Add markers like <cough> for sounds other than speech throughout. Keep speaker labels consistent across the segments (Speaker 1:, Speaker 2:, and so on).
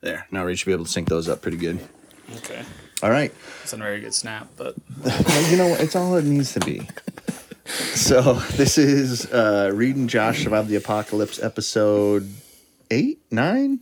Speaker 1: There. Now Reed should be able to sync those up pretty good.
Speaker 2: Okay.
Speaker 1: All right.
Speaker 2: It's not a very good snap, but
Speaker 1: Well, you know, what? it's all it needs to be. So this is uh, Reed and Josh survived the apocalypse episode eight, nine,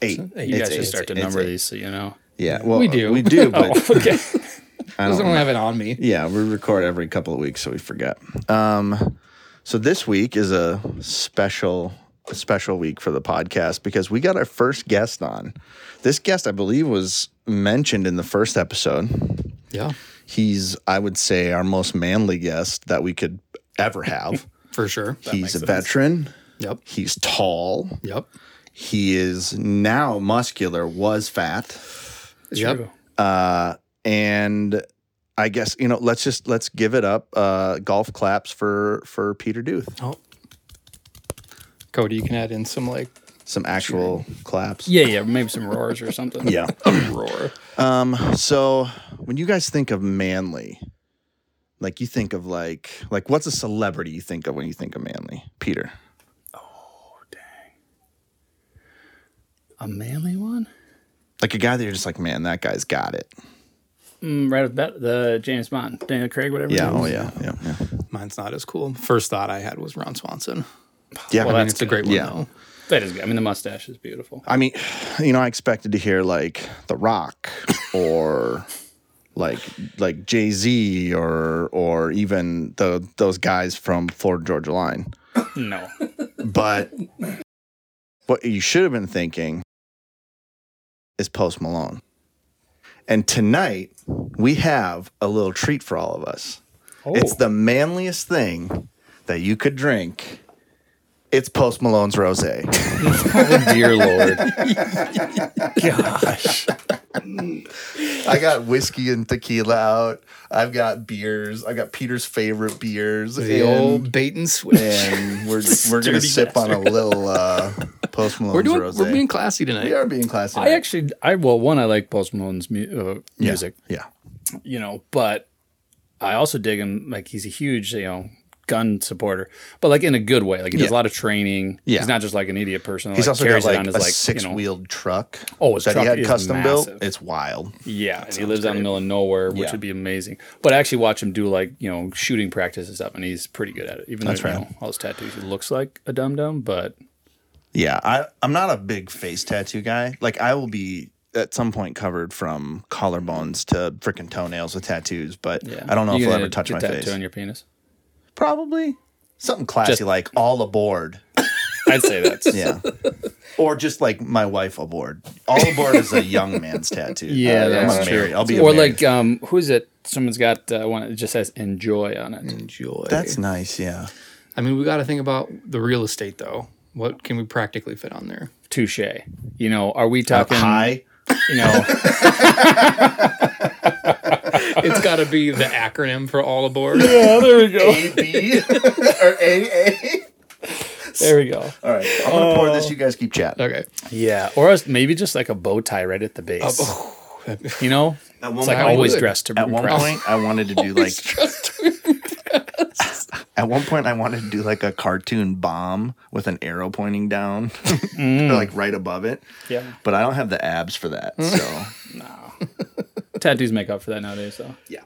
Speaker 1: eight.
Speaker 3: Eight.
Speaker 2: you
Speaker 1: It's
Speaker 2: guys
Speaker 1: eight,
Speaker 2: should start
Speaker 1: it's
Speaker 2: to
Speaker 1: eight,
Speaker 2: number
Speaker 1: it's eight.
Speaker 2: these so you know.
Speaker 1: Yeah, well,
Speaker 3: We do.
Speaker 1: we
Speaker 2: <laughs>
Speaker 3: <laughs>
Speaker 1: do, but
Speaker 2: Oh, okay.
Speaker 1: <laughs> I
Speaker 3: I
Speaker 1: don't
Speaker 3: don't have it on me.
Speaker 1: Yeah, we record every couple of weeks, so we forget. Um, so this week is a special, a special week for the podcast because we got our first guest on. This guest, I believe, was mentioned in the first episode.
Speaker 3: Yeah,
Speaker 1: He's, I would say, our most manly guest that we could ever have.
Speaker 2: <laughs>
Speaker 3: for sure.
Speaker 1: He's
Speaker 2: makes
Speaker 1: a
Speaker 2: sense.
Speaker 1: veteran.
Speaker 3: Yep.
Speaker 1: He's tall.
Speaker 3: Yep.
Speaker 1: He is now muscular, was fat.
Speaker 3: yep.
Speaker 2: True.
Speaker 1: Uh, and I guess you know, let's just let's give it up. Uh, golf claps for for Peter Duth.
Speaker 3: Oh. Cody, you can add in some like
Speaker 1: Some actual claps.
Speaker 2: Yeah, yeah, maybe some roars or something.
Speaker 1: Yeah.
Speaker 2: roar.
Speaker 1: Um. So when you guys think of manly, like you think of like like what's a celebrity you think of when you think of manly? Peter.
Speaker 2: A manly one?
Speaker 1: Like a guy that you're just like, man, that guy's got it.
Speaker 2: <clears throat> Mm, right off the bat, the James Bond, Daniel Craig, whatever.
Speaker 1: Yeah.
Speaker 2: his name
Speaker 1: Oh
Speaker 2: is.
Speaker 1: yeah. Yeah. Yeah.
Speaker 3: mine's not as cool. First thought I had was Ron Swanson.
Speaker 1: yeah
Speaker 3: Well,
Speaker 1: I mean,
Speaker 3: that's it's a great one
Speaker 1: Yeah.
Speaker 3: though.
Speaker 2: That is good. I mean, the mustache is beautiful.
Speaker 1: I mean, you know, I expected to hear like The Rock or like like Jay Z or or even the those guys from Florida Georgia Line.
Speaker 2: No.
Speaker 1: But what you should have been thinking is Post Malone. And tonight we have a little treat for all of us.
Speaker 3: Oh.
Speaker 1: It's the manliest thing that you could drink. It's Post Malone's rosé. <laughs>
Speaker 3: Oh dear lord.
Speaker 1: I got whiskey and tequila out. I've got beers. I got Peter's favorite beers.
Speaker 3: <laughs> The
Speaker 1: and,
Speaker 3: old bait and switch.
Speaker 1: and
Speaker 2: <laughs>
Speaker 1: we're we're gonna
Speaker 2: Dirty
Speaker 1: sip on a little uh, Post Malone's
Speaker 3: <laughs> we're doing
Speaker 1: rosé.
Speaker 3: we're being classy tonight.
Speaker 1: we are being classy.
Speaker 2: I actually, I well, one, I like Post Malone's mu- uh,
Speaker 1: Yeah,
Speaker 2: music,
Speaker 1: Yeah.
Speaker 2: you know, but I also dig him. Like he's a huge, you know, gun supporter, but like in a good way. Like he does
Speaker 1: Yeah.
Speaker 2: a lot of training.
Speaker 1: Yeah.
Speaker 2: He's not just like an idiot person.
Speaker 1: He's
Speaker 2: like,
Speaker 1: also
Speaker 2: carries
Speaker 1: got
Speaker 2: it
Speaker 1: like
Speaker 2: on his,
Speaker 1: a
Speaker 2: like, you know-
Speaker 1: six-wheeled truck.
Speaker 2: Oh, his
Speaker 1: that
Speaker 2: truck
Speaker 1: he had
Speaker 2: is
Speaker 1: custom built.
Speaker 2: massive.
Speaker 1: It's wild.
Speaker 2: Yeah, and he lives out in the middle of nowhere, which
Speaker 1: Yeah.
Speaker 2: would be amazing. But I actually watch him do like you know shooting practice and stuff, and he's pretty good at it. Even
Speaker 1: That's
Speaker 2: though you
Speaker 1: right.
Speaker 2: know, all his tattoos, he looks like a dum dum, but
Speaker 1: Yeah, I, I'm not a big face tattoo guy. Like I will be at some point covered from collarbones to freaking toenails with tattoos, but
Speaker 2: yeah,
Speaker 1: I don't know
Speaker 2: You
Speaker 1: if I'll
Speaker 2: gonna
Speaker 1: ever touch
Speaker 2: get
Speaker 1: my
Speaker 2: that
Speaker 1: face.
Speaker 2: tattoo on your penis.
Speaker 1: Probably something classy
Speaker 2: Just-
Speaker 1: like all aboard.
Speaker 2: I'd say
Speaker 1: <laughs>
Speaker 2: that's
Speaker 1: Yeah. or just like my wife aboard. All aboard is a young man's tattoo.
Speaker 2: Yeah,
Speaker 1: Uh,
Speaker 2: that's
Speaker 1: I'm
Speaker 2: true.
Speaker 1: married. I'll be a
Speaker 2: or
Speaker 1: married-
Speaker 2: like um, who is it? Someone's got uh, one. that just says enjoy on it.
Speaker 1: Mm.
Speaker 3: Enjoy.
Speaker 1: that's nice. Yeah.
Speaker 3: I mean, we got to think about the real estate though. What can we practically fit on there?
Speaker 2: Touche. You know, are
Speaker 1: Uh,
Speaker 2: we talking?
Speaker 1: High. <laughs>
Speaker 2: You know, <laughs>
Speaker 3: It's got to be the acronym for
Speaker 1: <laughs>
Speaker 3: all aboard.
Speaker 2: yeah, there we go.
Speaker 1: A B <laughs> or A A.
Speaker 2: There we go.
Speaker 1: All right. I'm gonna pour this. You guys keep chatting.
Speaker 3: Okay.
Speaker 2: Yeah, or else maybe just like a bow tie right at the base.
Speaker 1: <laughs>
Speaker 2: you know,
Speaker 1: At Oh, one
Speaker 2: it's like
Speaker 1: point-
Speaker 2: always
Speaker 3: would.
Speaker 2: dressed to
Speaker 1: At one
Speaker 2: impress.
Speaker 1: point, I wanted to do like. At one point, I wanted to do like a cartoon bomb with an arrow pointing down, <laughs> or like right above it.
Speaker 2: <laughs> Yeah.
Speaker 1: But I don't have the abs for that. So
Speaker 2: tattoos make up for that nowadays though
Speaker 1: yeah,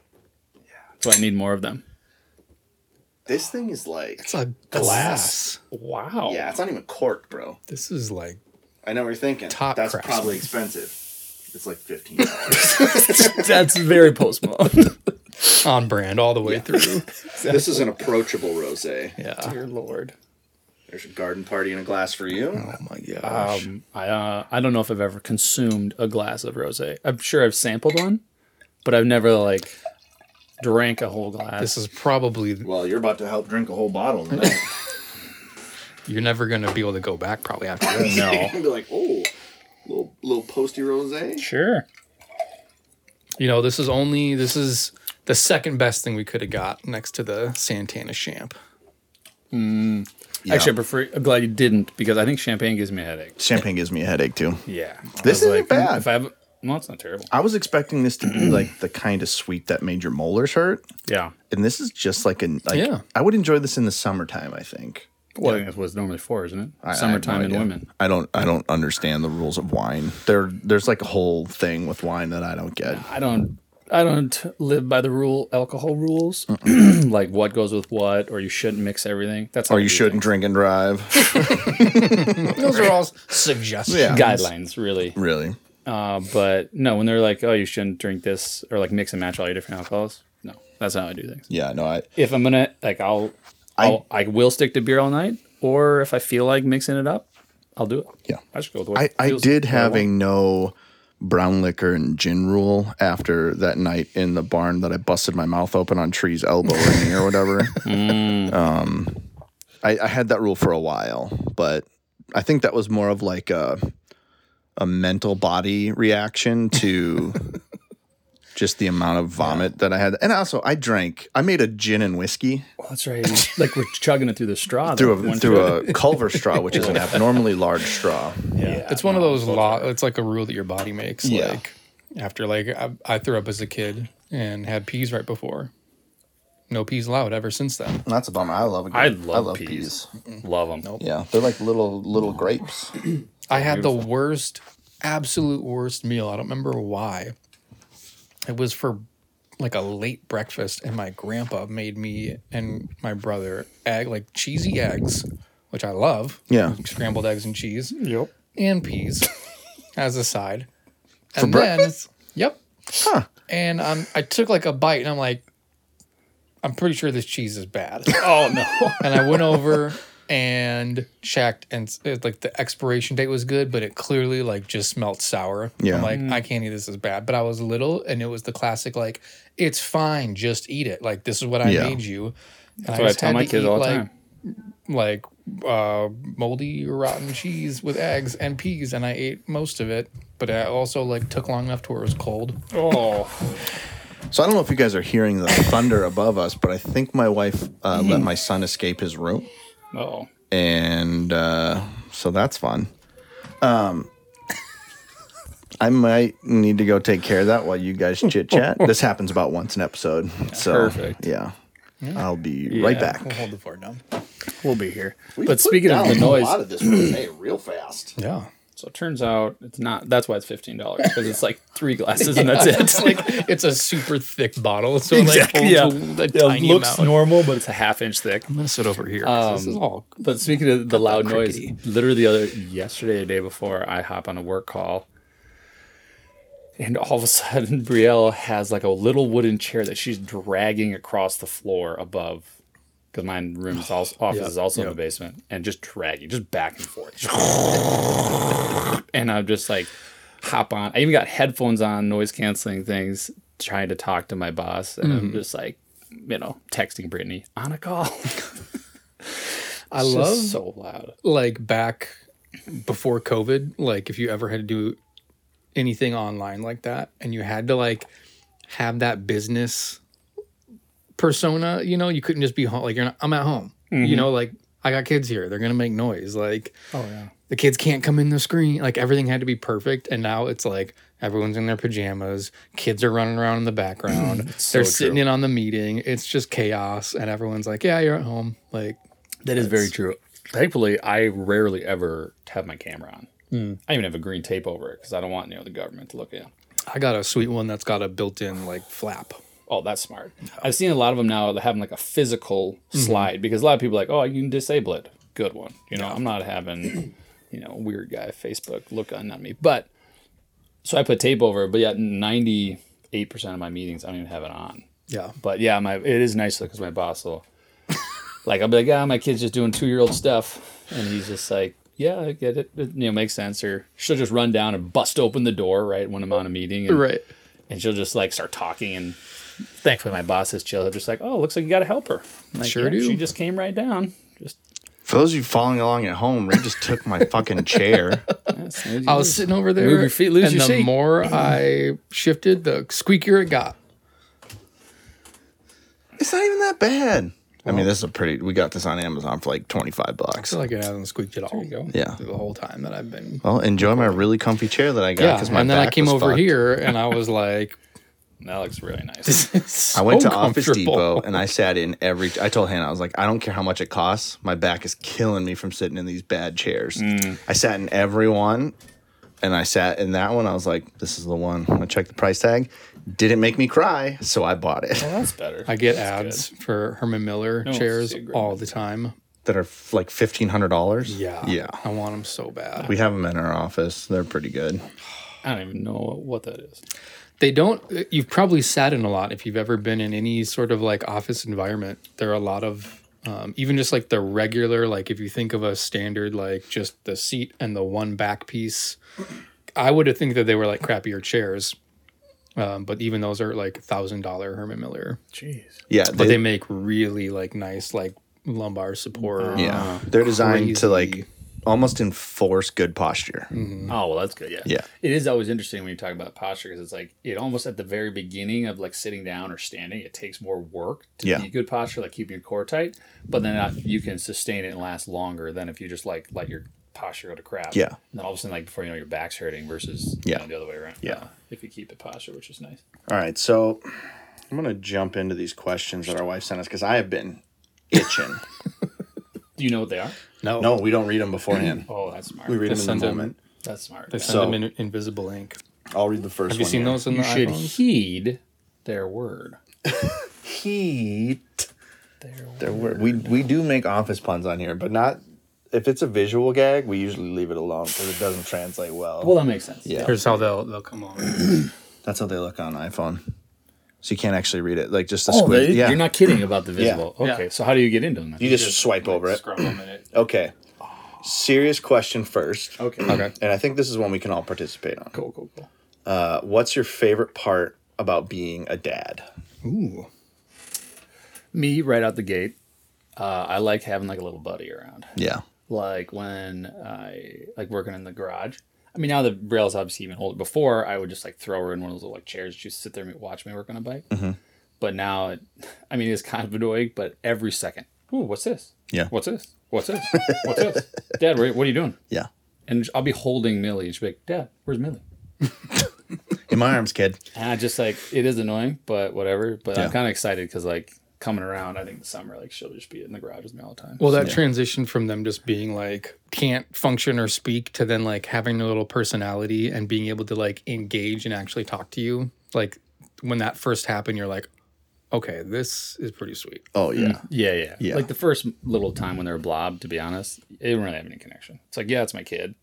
Speaker 2: so i need more of them
Speaker 1: this thing is like
Speaker 3: It's a glass.
Speaker 2: wow
Speaker 1: yeah, it's not even cork, bro.
Speaker 3: This is like
Speaker 1: I know what you're thinking.
Speaker 3: Top
Speaker 1: That's
Speaker 3: craftsman.
Speaker 1: probably expensive. It's like fifteen
Speaker 3: <laughs>
Speaker 1: dollars.
Speaker 2: <laughs> that's very post
Speaker 1: <laughs>
Speaker 2: malone
Speaker 3: on brand all the way through.
Speaker 1: this is an approachable rosé.
Speaker 3: Yeah.
Speaker 2: dear lord
Speaker 1: There's a garden party in a glass for you.
Speaker 3: <laughs> Oh my gosh.
Speaker 2: um, I, uh, I don't know if i've ever consumed a glass of rosé i'm sure i've sampled one but i've never like drank a whole glass
Speaker 3: this is probably
Speaker 1: Well, you're about to help drink a whole bottle.
Speaker 3: <laughs>
Speaker 1: Tonight.
Speaker 3: you're never gonna be able to go back probably after
Speaker 1: <laughs>
Speaker 3: this.
Speaker 2: no
Speaker 1: be like, oh, little little posty rosé.
Speaker 2: sure
Speaker 3: You know, this is only this is the second best thing we could have got next to the Santana Champ.
Speaker 2: actually i prefer i'm glad you didn't because i think champagne gives me a headache
Speaker 1: Champagne gives me a headache too.
Speaker 2: yeah
Speaker 1: This
Speaker 2: I
Speaker 1: isn't
Speaker 2: was "Mm,
Speaker 1: bad.
Speaker 2: if i have well it's not terrible
Speaker 1: I was expecting this to be like the kind of sweet that made your molars hurt,
Speaker 2: yeah
Speaker 1: and this is just like an like.
Speaker 3: Yeah.
Speaker 1: I would enjoy this in the summertime. I think
Speaker 2: Well, that's what it's normally for, isn't it?
Speaker 1: I- I have no
Speaker 2: Summertime and
Speaker 1: idea.
Speaker 2: women.
Speaker 1: I don't. I don't understand the rules of wine. There, there's like a whole thing with wine that I don't get.
Speaker 2: I don't. I don't live by the rule alcohol rules, <clears throat> like what goes with what, or you shouldn't mix everything. That's all
Speaker 1: Or you shouldn't drink and drive.
Speaker 3: Those are all suggestions.
Speaker 1: Yeah.
Speaker 2: guidelines really.
Speaker 1: really?
Speaker 2: Uh, but no, when they're like, oh, you shouldn't drink this or like mix and match all your different alcohols. No, that's not how I do things.
Speaker 1: Yeah. No. I.
Speaker 2: If I'm gonna like, I'll,
Speaker 1: I-
Speaker 2: I'll I will stick to beer all night, or if I feel like mixing it up, I'll do it.
Speaker 1: Yeah.
Speaker 2: I just go with what
Speaker 1: I, I
Speaker 2: feels-
Speaker 1: did
Speaker 2: what I
Speaker 1: have a
Speaker 2: want.
Speaker 1: no brown liquor and gin rule after that night in the barn that I busted my mouth open on Tree's elbow ring or
Speaker 2: <laughs>
Speaker 1: whatever. um,
Speaker 2: Mm.
Speaker 1: I, I had that rule for a while, but I think that was more of like a a mental body reaction
Speaker 2: <laughs>
Speaker 1: to just the amount of vomit that I had. And also, I drank. I made a gin and whiskey
Speaker 2: Oh, that's right. <laughs> like we're chugging it through the straw.
Speaker 1: through
Speaker 2: though,
Speaker 1: a
Speaker 2: one
Speaker 1: through
Speaker 2: shot.
Speaker 1: a Culver straw, which
Speaker 2: <laughs>
Speaker 1: is an abnormally large straw.
Speaker 2: yeah.
Speaker 3: It's one of those law. It's like a rule that your body makes.
Speaker 1: Yeah.
Speaker 3: Like after like I, I threw up as a kid and had peas right before. No peas allowed ever since then.
Speaker 1: That's a bummer. I love. A good,
Speaker 2: I love, peas. Love them.
Speaker 1: Yeah, they're like little little grapes.
Speaker 3: I had the worst, absolute worst meal. I don't remember why. It was for like a late breakfast, and my grandpa made me and my brother egg like cheesy eggs, which I love.
Speaker 1: Yeah.
Speaker 3: scrambled eggs and cheese.
Speaker 2: Yep.
Speaker 3: and peas <laughs> as a side.
Speaker 1: For breakfast?
Speaker 3: Then, yep.
Speaker 1: Huh.
Speaker 3: And um, I took like a bite and I'm like, I'm pretty sure this cheese is
Speaker 1: <laughs>
Speaker 3: bad.
Speaker 2: Oh no.
Speaker 3: <laughs> and I went over and checked and s- it, like the expiration date was good, but it clearly like just smelled sour.
Speaker 1: Yeah.
Speaker 3: I'm like, I can't eat this is bad. But I was little and it was the classic like, it's fine, just eat it. Like this is what I
Speaker 1: Yeah.
Speaker 3: made you. And
Speaker 2: That's what I
Speaker 3: just
Speaker 2: tell
Speaker 3: had
Speaker 2: my
Speaker 3: to
Speaker 2: kids
Speaker 3: eat,
Speaker 2: all the
Speaker 3: like,
Speaker 2: time.
Speaker 3: like uh, moldy rotten cheese with eggs and peas, and I ate most of it. But I also like took long enough to where it was cold.
Speaker 2: Oh,
Speaker 1: So I don't know if you guys are hearing the thunder above us, but I think my wife uh, let my son escape his room,
Speaker 2: oh.
Speaker 1: and uh, so that's fun. Um, I might need to go take care of that while you guys chit <laughs> chat. this happens about once an episode, so
Speaker 2: Perfect.
Speaker 1: Yeah, I'll be right
Speaker 2: Yeah.
Speaker 1: back.
Speaker 3: hold the fort down.
Speaker 2: We'll be here. but speaking of the noise,
Speaker 1: of this today real fast.
Speaker 3: Yeah,
Speaker 2: so it turns out it's not. That's why it's fifteen dollars because it's like three glasses
Speaker 3: <laughs>
Speaker 2: and that's it.
Speaker 3: like <laughs> it's a super thick bottle, so
Speaker 2: Exactly,
Speaker 3: like
Speaker 2: yeah.
Speaker 3: holds a, a
Speaker 2: It
Speaker 3: tiny
Speaker 2: looks
Speaker 3: amount.
Speaker 2: normal, but it's a half inch thick.
Speaker 3: I'm gonna sit over here. this is all
Speaker 2: Um, But speaking of the loud noise, literally the other yesterday, the day before, I hop on a work call, and all of a sudden, <laughs> Brielle has like a little wooden chair that she's dragging across the floor above, because my room's
Speaker 3: <sighs>
Speaker 2: also, office is also in the basement, and just dragging, just back and forth, and I'm just like, hop on. I even got headphones on, noise canceling things, trying to talk to my boss, and
Speaker 3: Mm-hmm.
Speaker 2: I'm just like, you know, texting Brittany on a call. <laughs>
Speaker 3: I
Speaker 2: It's
Speaker 3: love
Speaker 2: just so loud.
Speaker 3: like back before COVID, like if you ever had to do anything online like that and you had to like have that business persona, you know, you couldn't just be home. Like you're not, I'm at home,
Speaker 2: Mm-hmm.
Speaker 3: you know, like I got kids here. They're going to make noise. Like
Speaker 2: Oh yeah.
Speaker 3: the kids can't come in the screen. Like everything had to be perfect. And now it's like everyone's in their pajamas. Kids are running around in
Speaker 2: <clears throat>
Speaker 3: the background. They're
Speaker 2: so
Speaker 3: sitting
Speaker 2: true.
Speaker 3: in on the meeting. It's just chaos. And everyone's like, yeah, you're at home. Like,
Speaker 2: That is very true. Thankfully, I rarely ever have my camera on. I even have a green tape over it because I don't want you know the government to look in.
Speaker 3: I got a sweet one that's got a built-in like flap.
Speaker 2: Oh, that's smart. I've seen a lot of them now that having like a physical slide because a lot of people are like, oh, you can disable it. Good one. You know, I'm not having, <clears throat> you know, weird guy Facebook look on on me. But so I put tape over, it, but yeah, 98% of my meetings I don't even have it on.
Speaker 3: Yeah.
Speaker 2: But yeah, my it is nice because my boss will, like, I'll be like, ah, my kid's just doing two year old stuff, and he's just like, yeah, I get it. It, you know, makes sense. Or she'll just run down and bust open the door right when I'm on a meeting, and,
Speaker 3: Right.
Speaker 2: and she'll just like start talking. And thankfully, my boss is chill. Just like, oh, looks like you got a helper. I'm Like,
Speaker 3: Sure
Speaker 2: yeah,
Speaker 3: do.
Speaker 2: She just came right down. Just
Speaker 1: For those of you following along at home, Ray just took my fucking <laughs> chair.
Speaker 3: I was sitting over there.
Speaker 2: Move your feet, lose
Speaker 3: and
Speaker 2: your
Speaker 3: the
Speaker 2: seat.
Speaker 3: more I shifted, the squeakier it got.
Speaker 1: It's not even that bad. I mean, this is a pretty. We got this on Amazon for like twenty five
Speaker 3: It's
Speaker 1: bucks.
Speaker 3: not like it hasn't squeaked at all. There you go.
Speaker 1: Yeah.
Speaker 3: The whole time that I've been.
Speaker 1: Well, enjoy my really comfy chair that I got.
Speaker 3: Yeah.
Speaker 1: 'cause my
Speaker 3: and then I
Speaker 1: back
Speaker 3: came
Speaker 1: was
Speaker 3: over
Speaker 1: fucked.
Speaker 3: here and I was like,
Speaker 2: That looks really nice.
Speaker 1: <laughs>
Speaker 3: <laughs>
Speaker 1: I went
Speaker 3: So
Speaker 1: to Office
Speaker 3: comfortable.
Speaker 1: Depot and I sat in every. I told Hannah, I was like, I don't care how much it costs. My back is killing me from sitting in these bad chairs.
Speaker 3: Mm.
Speaker 1: I sat in every one and I sat in that one. I was like, this is the one. I checked the price tag. Didn't make me cry. So I bought it <laughs>
Speaker 2: Well, that's better.
Speaker 3: I get
Speaker 2: That's
Speaker 3: ads for Herman Miller
Speaker 2: it's
Speaker 3: chairs
Speaker 2: a great
Speaker 3: all the time.
Speaker 1: that are f- like $1,500.
Speaker 3: Yeah.
Speaker 1: Yeah.
Speaker 3: I want them so bad.
Speaker 1: We have them in our office. They're pretty good.
Speaker 2: good. I don't even know what that is.
Speaker 3: They don't, uh, you've probably sat in a lot if you've ever been in any sort of like office environment. There are a lot of, um, even just like the regular, like if you think of a standard, like just the seat and the one back piece, I would have think that they were like crappier chairs. Um, but even those are like thousand dollar Herman Miller,
Speaker 2: Jeez.
Speaker 1: Yeah.
Speaker 3: but they make really like nice, like lumbar support.
Speaker 1: yeah. They're designed to
Speaker 3: crazy.
Speaker 1: like almost enforce good posture.
Speaker 2: Oh well, that's good. Yeah.
Speaker 1: Yeah.
Speaker 2: It is always interesting when you talk about posture because it's like it almost at the very beginning of like sitting down or standing, it takes more work to
Speaker 1: Yeah.
Speaker 2: be good posture, like keeping your core tight. But then uh, you can sustain it and last longer than if you just like let your posture go to crap.
Speaker 1: Yeah.
Speaker 2: And then all of a sudden, like before you know, your back's hurting versus
Speaker 1: Yeah.
Speaker 2: you know, the other way around.
Speaker 1: Yeah.
Speaker 2: Uh, if you keep the posture, which is nice.
Speaker 1: All right, so I'm gonna jump into these questions that our wife sent us because I have been itching.
Speaker 2: Do you know what they are?
Speaker 3: No,
Speaker 1: no, we don't read them
Speaker 2: <clears throat>
Speaker 1: beforehand.
Speaker 2: Oh, that's smart.
Speaker 1: We read
Speaker 3: They
Speaker 1: them in
Speaker 3: send
Speaker 1: the
Speaker 3: 'em-
Speaker 1: moment.
Speaker 2: That's smart.
Speaker 3: They
Speaker 2: Yeah.
Speaker 3: send
Speaker 1: So-
Speaker 3: them in invisible ink.
Speaker 1: I'll read the first.
Speaker 3: Have you
Speaker 1: one
Speaker 3: seen
Speaker 1: here.
Speaker 3: those in
Speaker 2: you
Speaker 3: the
Speaker 2: should
Speaker 3: iPhones?
Speaker 2: heed their word.
Speaker 1: Heat.
Speaker 2: Their word.
Speaker 1: There were we we do make office puns on here, but not if it's a visual gag. We usually leave it alone because it doesn't translate well.
Speaker 2: Well, that makes sense.
Speaker 1: yeah,
Speaker 3: Here's how they'll they'll come on.
Speaker 1: that's how they look on iPhone. So you can't actually read it. Like just the
Speaker 2: Oh,
Speaker 1: squid.
Speaker 2: they-
Speaker 1: yeah,
Speaker 2: you're not kidding about the
Speaker 1: Yeah.
Speaker 2: visible. Okay, so how do you get into them? Then?
Speaker 1: you just, swipe over it. Okay. Serious question first,
Speaker 2: Okay.
Speaker 3: Okay.
Speaker 1: and I think this is one we can all participate on.
Speaker 2: Cool, cool, cool.
Speaker 1: Uh, what's your favorite part about being a dad?
Speaker 3: Ooh.
Speaker 2: Me right out the gate. Uh, I like having like a little buddy around.
Speaker 1: Yeah.
Speaker 2: Like when I like working in the garage. I mean, now the rails obviously even older. Before I would just like throw her in one of those little like chairs. She'd sit there and watch me work on a bike. But now, it, <laughs> I mean, it's kind of annoying. But every second, ooh, what's this?
Speaker 1: Yeah.
Speaker 2: What's this? What's this? What's this? Dad, where, what are you doing?
Speaker 1: Yeah.
Speaker 2: And I'll be holding Millie, and she'd be like, Dad, where's Millie?
Speaker 1: In my arms, kid.
Speaker 2: And I just like it is annoying, but whatever. But
Speaker 1: Yeah.
Speaker 2: I'm kind of excited because like coming around, I think the summer like she'll just be in the garage with me all the time.
Speaker 3: Well, that transition from them just being like can't function or speak to then like having a little personality and being able to like engage and actually talk to you. Like when that first happened, you're like, okay, this is pretty sweet.
Speaker 1: Oh yeah.
Speaker 2: yeah, yeah,
Speaker 1: Yeah.
Speaker 2: Like the first little time when they were blob, to be honest, they didn't really have any connection. It's like yeah, it's my kid.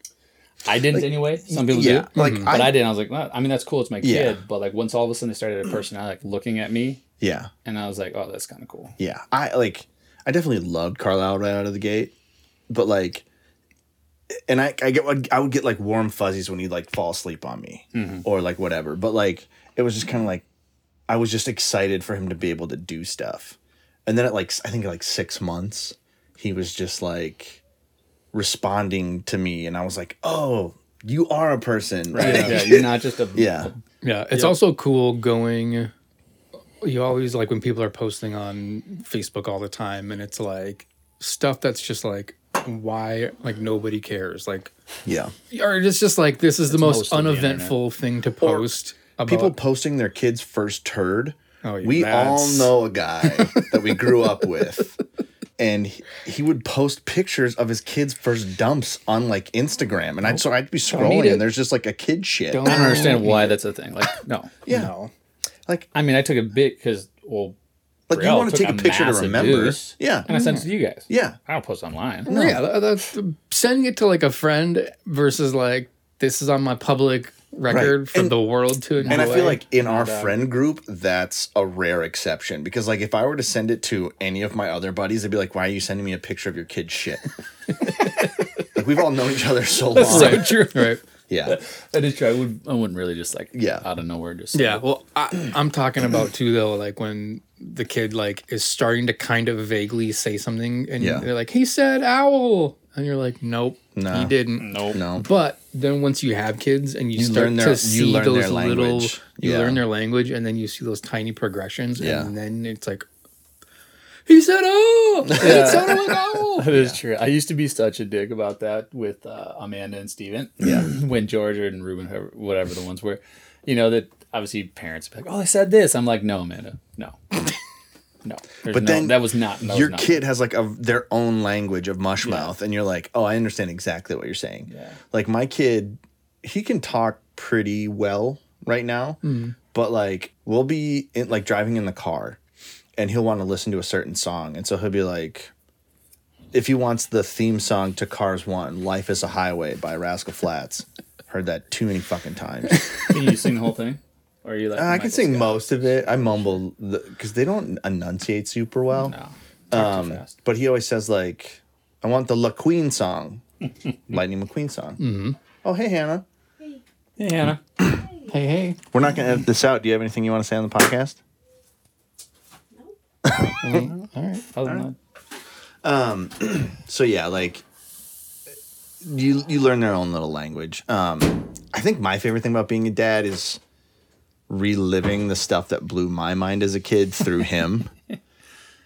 Speaker 2: I didn't anyway. Some people
Speaker 1: Mm. yeah,
Speaker 2: do.
Speaker 1: like,
Speaker 2: Mm-hmm. but
Speaker 1: I-
Speaker 2: I, didn't. I was like, well, I mean, that's cool. It's my
Speaker 1: Yeah.
Speaker 2: kid. But like once all of a sudden they started a personality like looking at me,
Speaker 1: Yeah.
Speaker 2: and I was like, oh, that's kind of cool.
Speaker 1: Yeah. I like I definitely loved Carlisle right out of the gate. But like and I I get I would get like warm fuzzies when he'd like fall asleep on me or like whatever. But like it was just kind of like I was just excited for him to be able to do stuff. And then at like s- I think like 6 months he was just like responding to me and I was like, "Oh, you are a person." <laughs> Right?
Speaker 2: Yeah, you're not just a
Speaker 1: Yeah.
Speaker 3: Yeah. It's also cool going. You always like when people are posting on Facebook all the time and it's like stuff that's just like, why like nobody cares. Like,
Speaker 1: Yeah.
Speaker 3: or it's just like, this is the most
Speaker 2: most of the internet.
Speaker 3: uneventful thing to post. about
Speaker 1: people posting their kids' first turd.
Speaker 3: Oh, yeah,
Speaker 1: we all
Speaker 3: that's-
Speaker 1: know a
Speaker 3: <laughs>
Speaker 1: guy that we grew up with, and he, he would post pictures of his kids' first dumps on like Instagram, and I'd so I'd be scrolling,
Speaker 3: it.
Speaker 1: and there's just like a kid shit.
Speaker 3: Don't-
Speaker 2: I don't understand why that's a thing. Like no,
Speaker 1: yeah,
Speaker 3: No.
Speaker 1: like
Speaker 2: I mean, I took a bit because well,
Speaker 1: like you
Speaker 2: Brielle
Speaker 1: want to
Speaker 2: took
Speaker 1: take a picture to
Speaker 2: massive
Speaker 1: remember.
Speaker 2: deuce,
Speaker 1: Yeah,
Speaker 2: and I sent it to you guys.
Speaker 1: yeah,
Speaker 2: I don't post online.
Speaker 3: Yeah, that, that's sending it to like a friend versus like this is on my public record
Speaker 1: Right.
Speaker 3: for
Speaker 1: And-
Speaker 3: the world to enjoy.
Speaker 1: and I feel like in our friend group, that's a rare exception because like if I were to send it to any of my other buddies, they'd be like, "Why are you sending me a picture of your kid's
Speaker 3: <laughs>
Speaker 1: shit?" like we've all known each other so long.
Speaker 3: <laughs> right, true. right.
Speaker 1: Yeah.
Speaker 2: That is true. I would. I wouldn't really just like.
Speaker 1: Yeah.
Speaker 2: Out of nowhere, just.
Speaker 3: Yeah. Well, I, I'm talking about too though, like when the kid like is starting to kind of vaguely say something, and
Speaker 1: Yeah.
Speaker 3: they're like, "He said owl," and you're like, "Nope,
Speaker 1: No.
Speaker 3: he didn't."
Speaker 2: Nope. <laughs>
Speaker 1: No.
Speaker 3: But then once you have kids and you,
Speaker 1: You
Speaker 3: start
Speaker 1: learn their-
Speaker 3: to
Speaker 1: you
Speaker 3: see
Speaker 1: learn their
Speaker 3: those little,
Speaker 1: language.
Speaker 3: you
Speaker 1: Yeah.
Speaker 3: learn their language, and then you see those tiny progressions,
Speaker 1: Yeah.
Speaker 3: and then it's like, he said, "Oh,
Speaker 1: <laughs>
Speaker 3: it sounded
Speaker 2: <laughs>
Speaker 3: like owl."
Speaker 2: That is true. I used to be such a dick about that with uh, Amanda and Steven.
Speaker 1: Yeah.
Speaker 2: <clears throat> when George and Ruben, whoever- whatever the ones were, you know that obviously parents would be like, "Oh, I said this." I'm like, "No, Amanda,
Speaker 1: <laughs>
Speaker 2: no, no." There's
Speaker 1: But
Speaker 2: no-
Speaker 1: then
Speaker 2: that was not that was
Speaker 1: Your
Speaker 2: not-
Speaker 1: kid has like a their own language of mush mouth, and you're like, oh, I understand exactly what you're saying.
Speaker 2: Yeah.
Speaker 1: Like my kid, he can talk pretty well right now,
Speaker 2: Hmm.
Speaker 1: but like we'll be in, like driving in the car, and he'll want to listen to a certain song, and so he'll be like, if he wants the theme song to Cars One, "Life Is a Highway" by Rascal Flats. <laughs> Heard that too many fucking
Speaker 2: <laughs>
Speaker 1: times.
Speaker 2: Can you sing the whole thing? Or are you like?
Speaker 1: Uh, I
Speaker 2: Michael
Speaker 1: can sing
Speaker 2: Scott?
Speaker 1: most of it. I mumble because they don't enunciate super well.
Speaker 2: No. Talk
Speaker 1: um,
Speaker 2: too fast.
Speaker 1: But he always says like, "I want the La Queen song, Lightning McQueen song." Mm-hmm. Oh, hey Hannah,
Speaker 2: Hey, Hannah. hey, hey.
Speaker 1: we're not gonna edit this out. Do you have anything you want to say on the podcast?
Speaker 2: Other than
Speaker 1: So yeah, like you you learn their own little language. Um, I think my favorite thing about being a dad is reliving the stuff that blew my mind as a kid through him.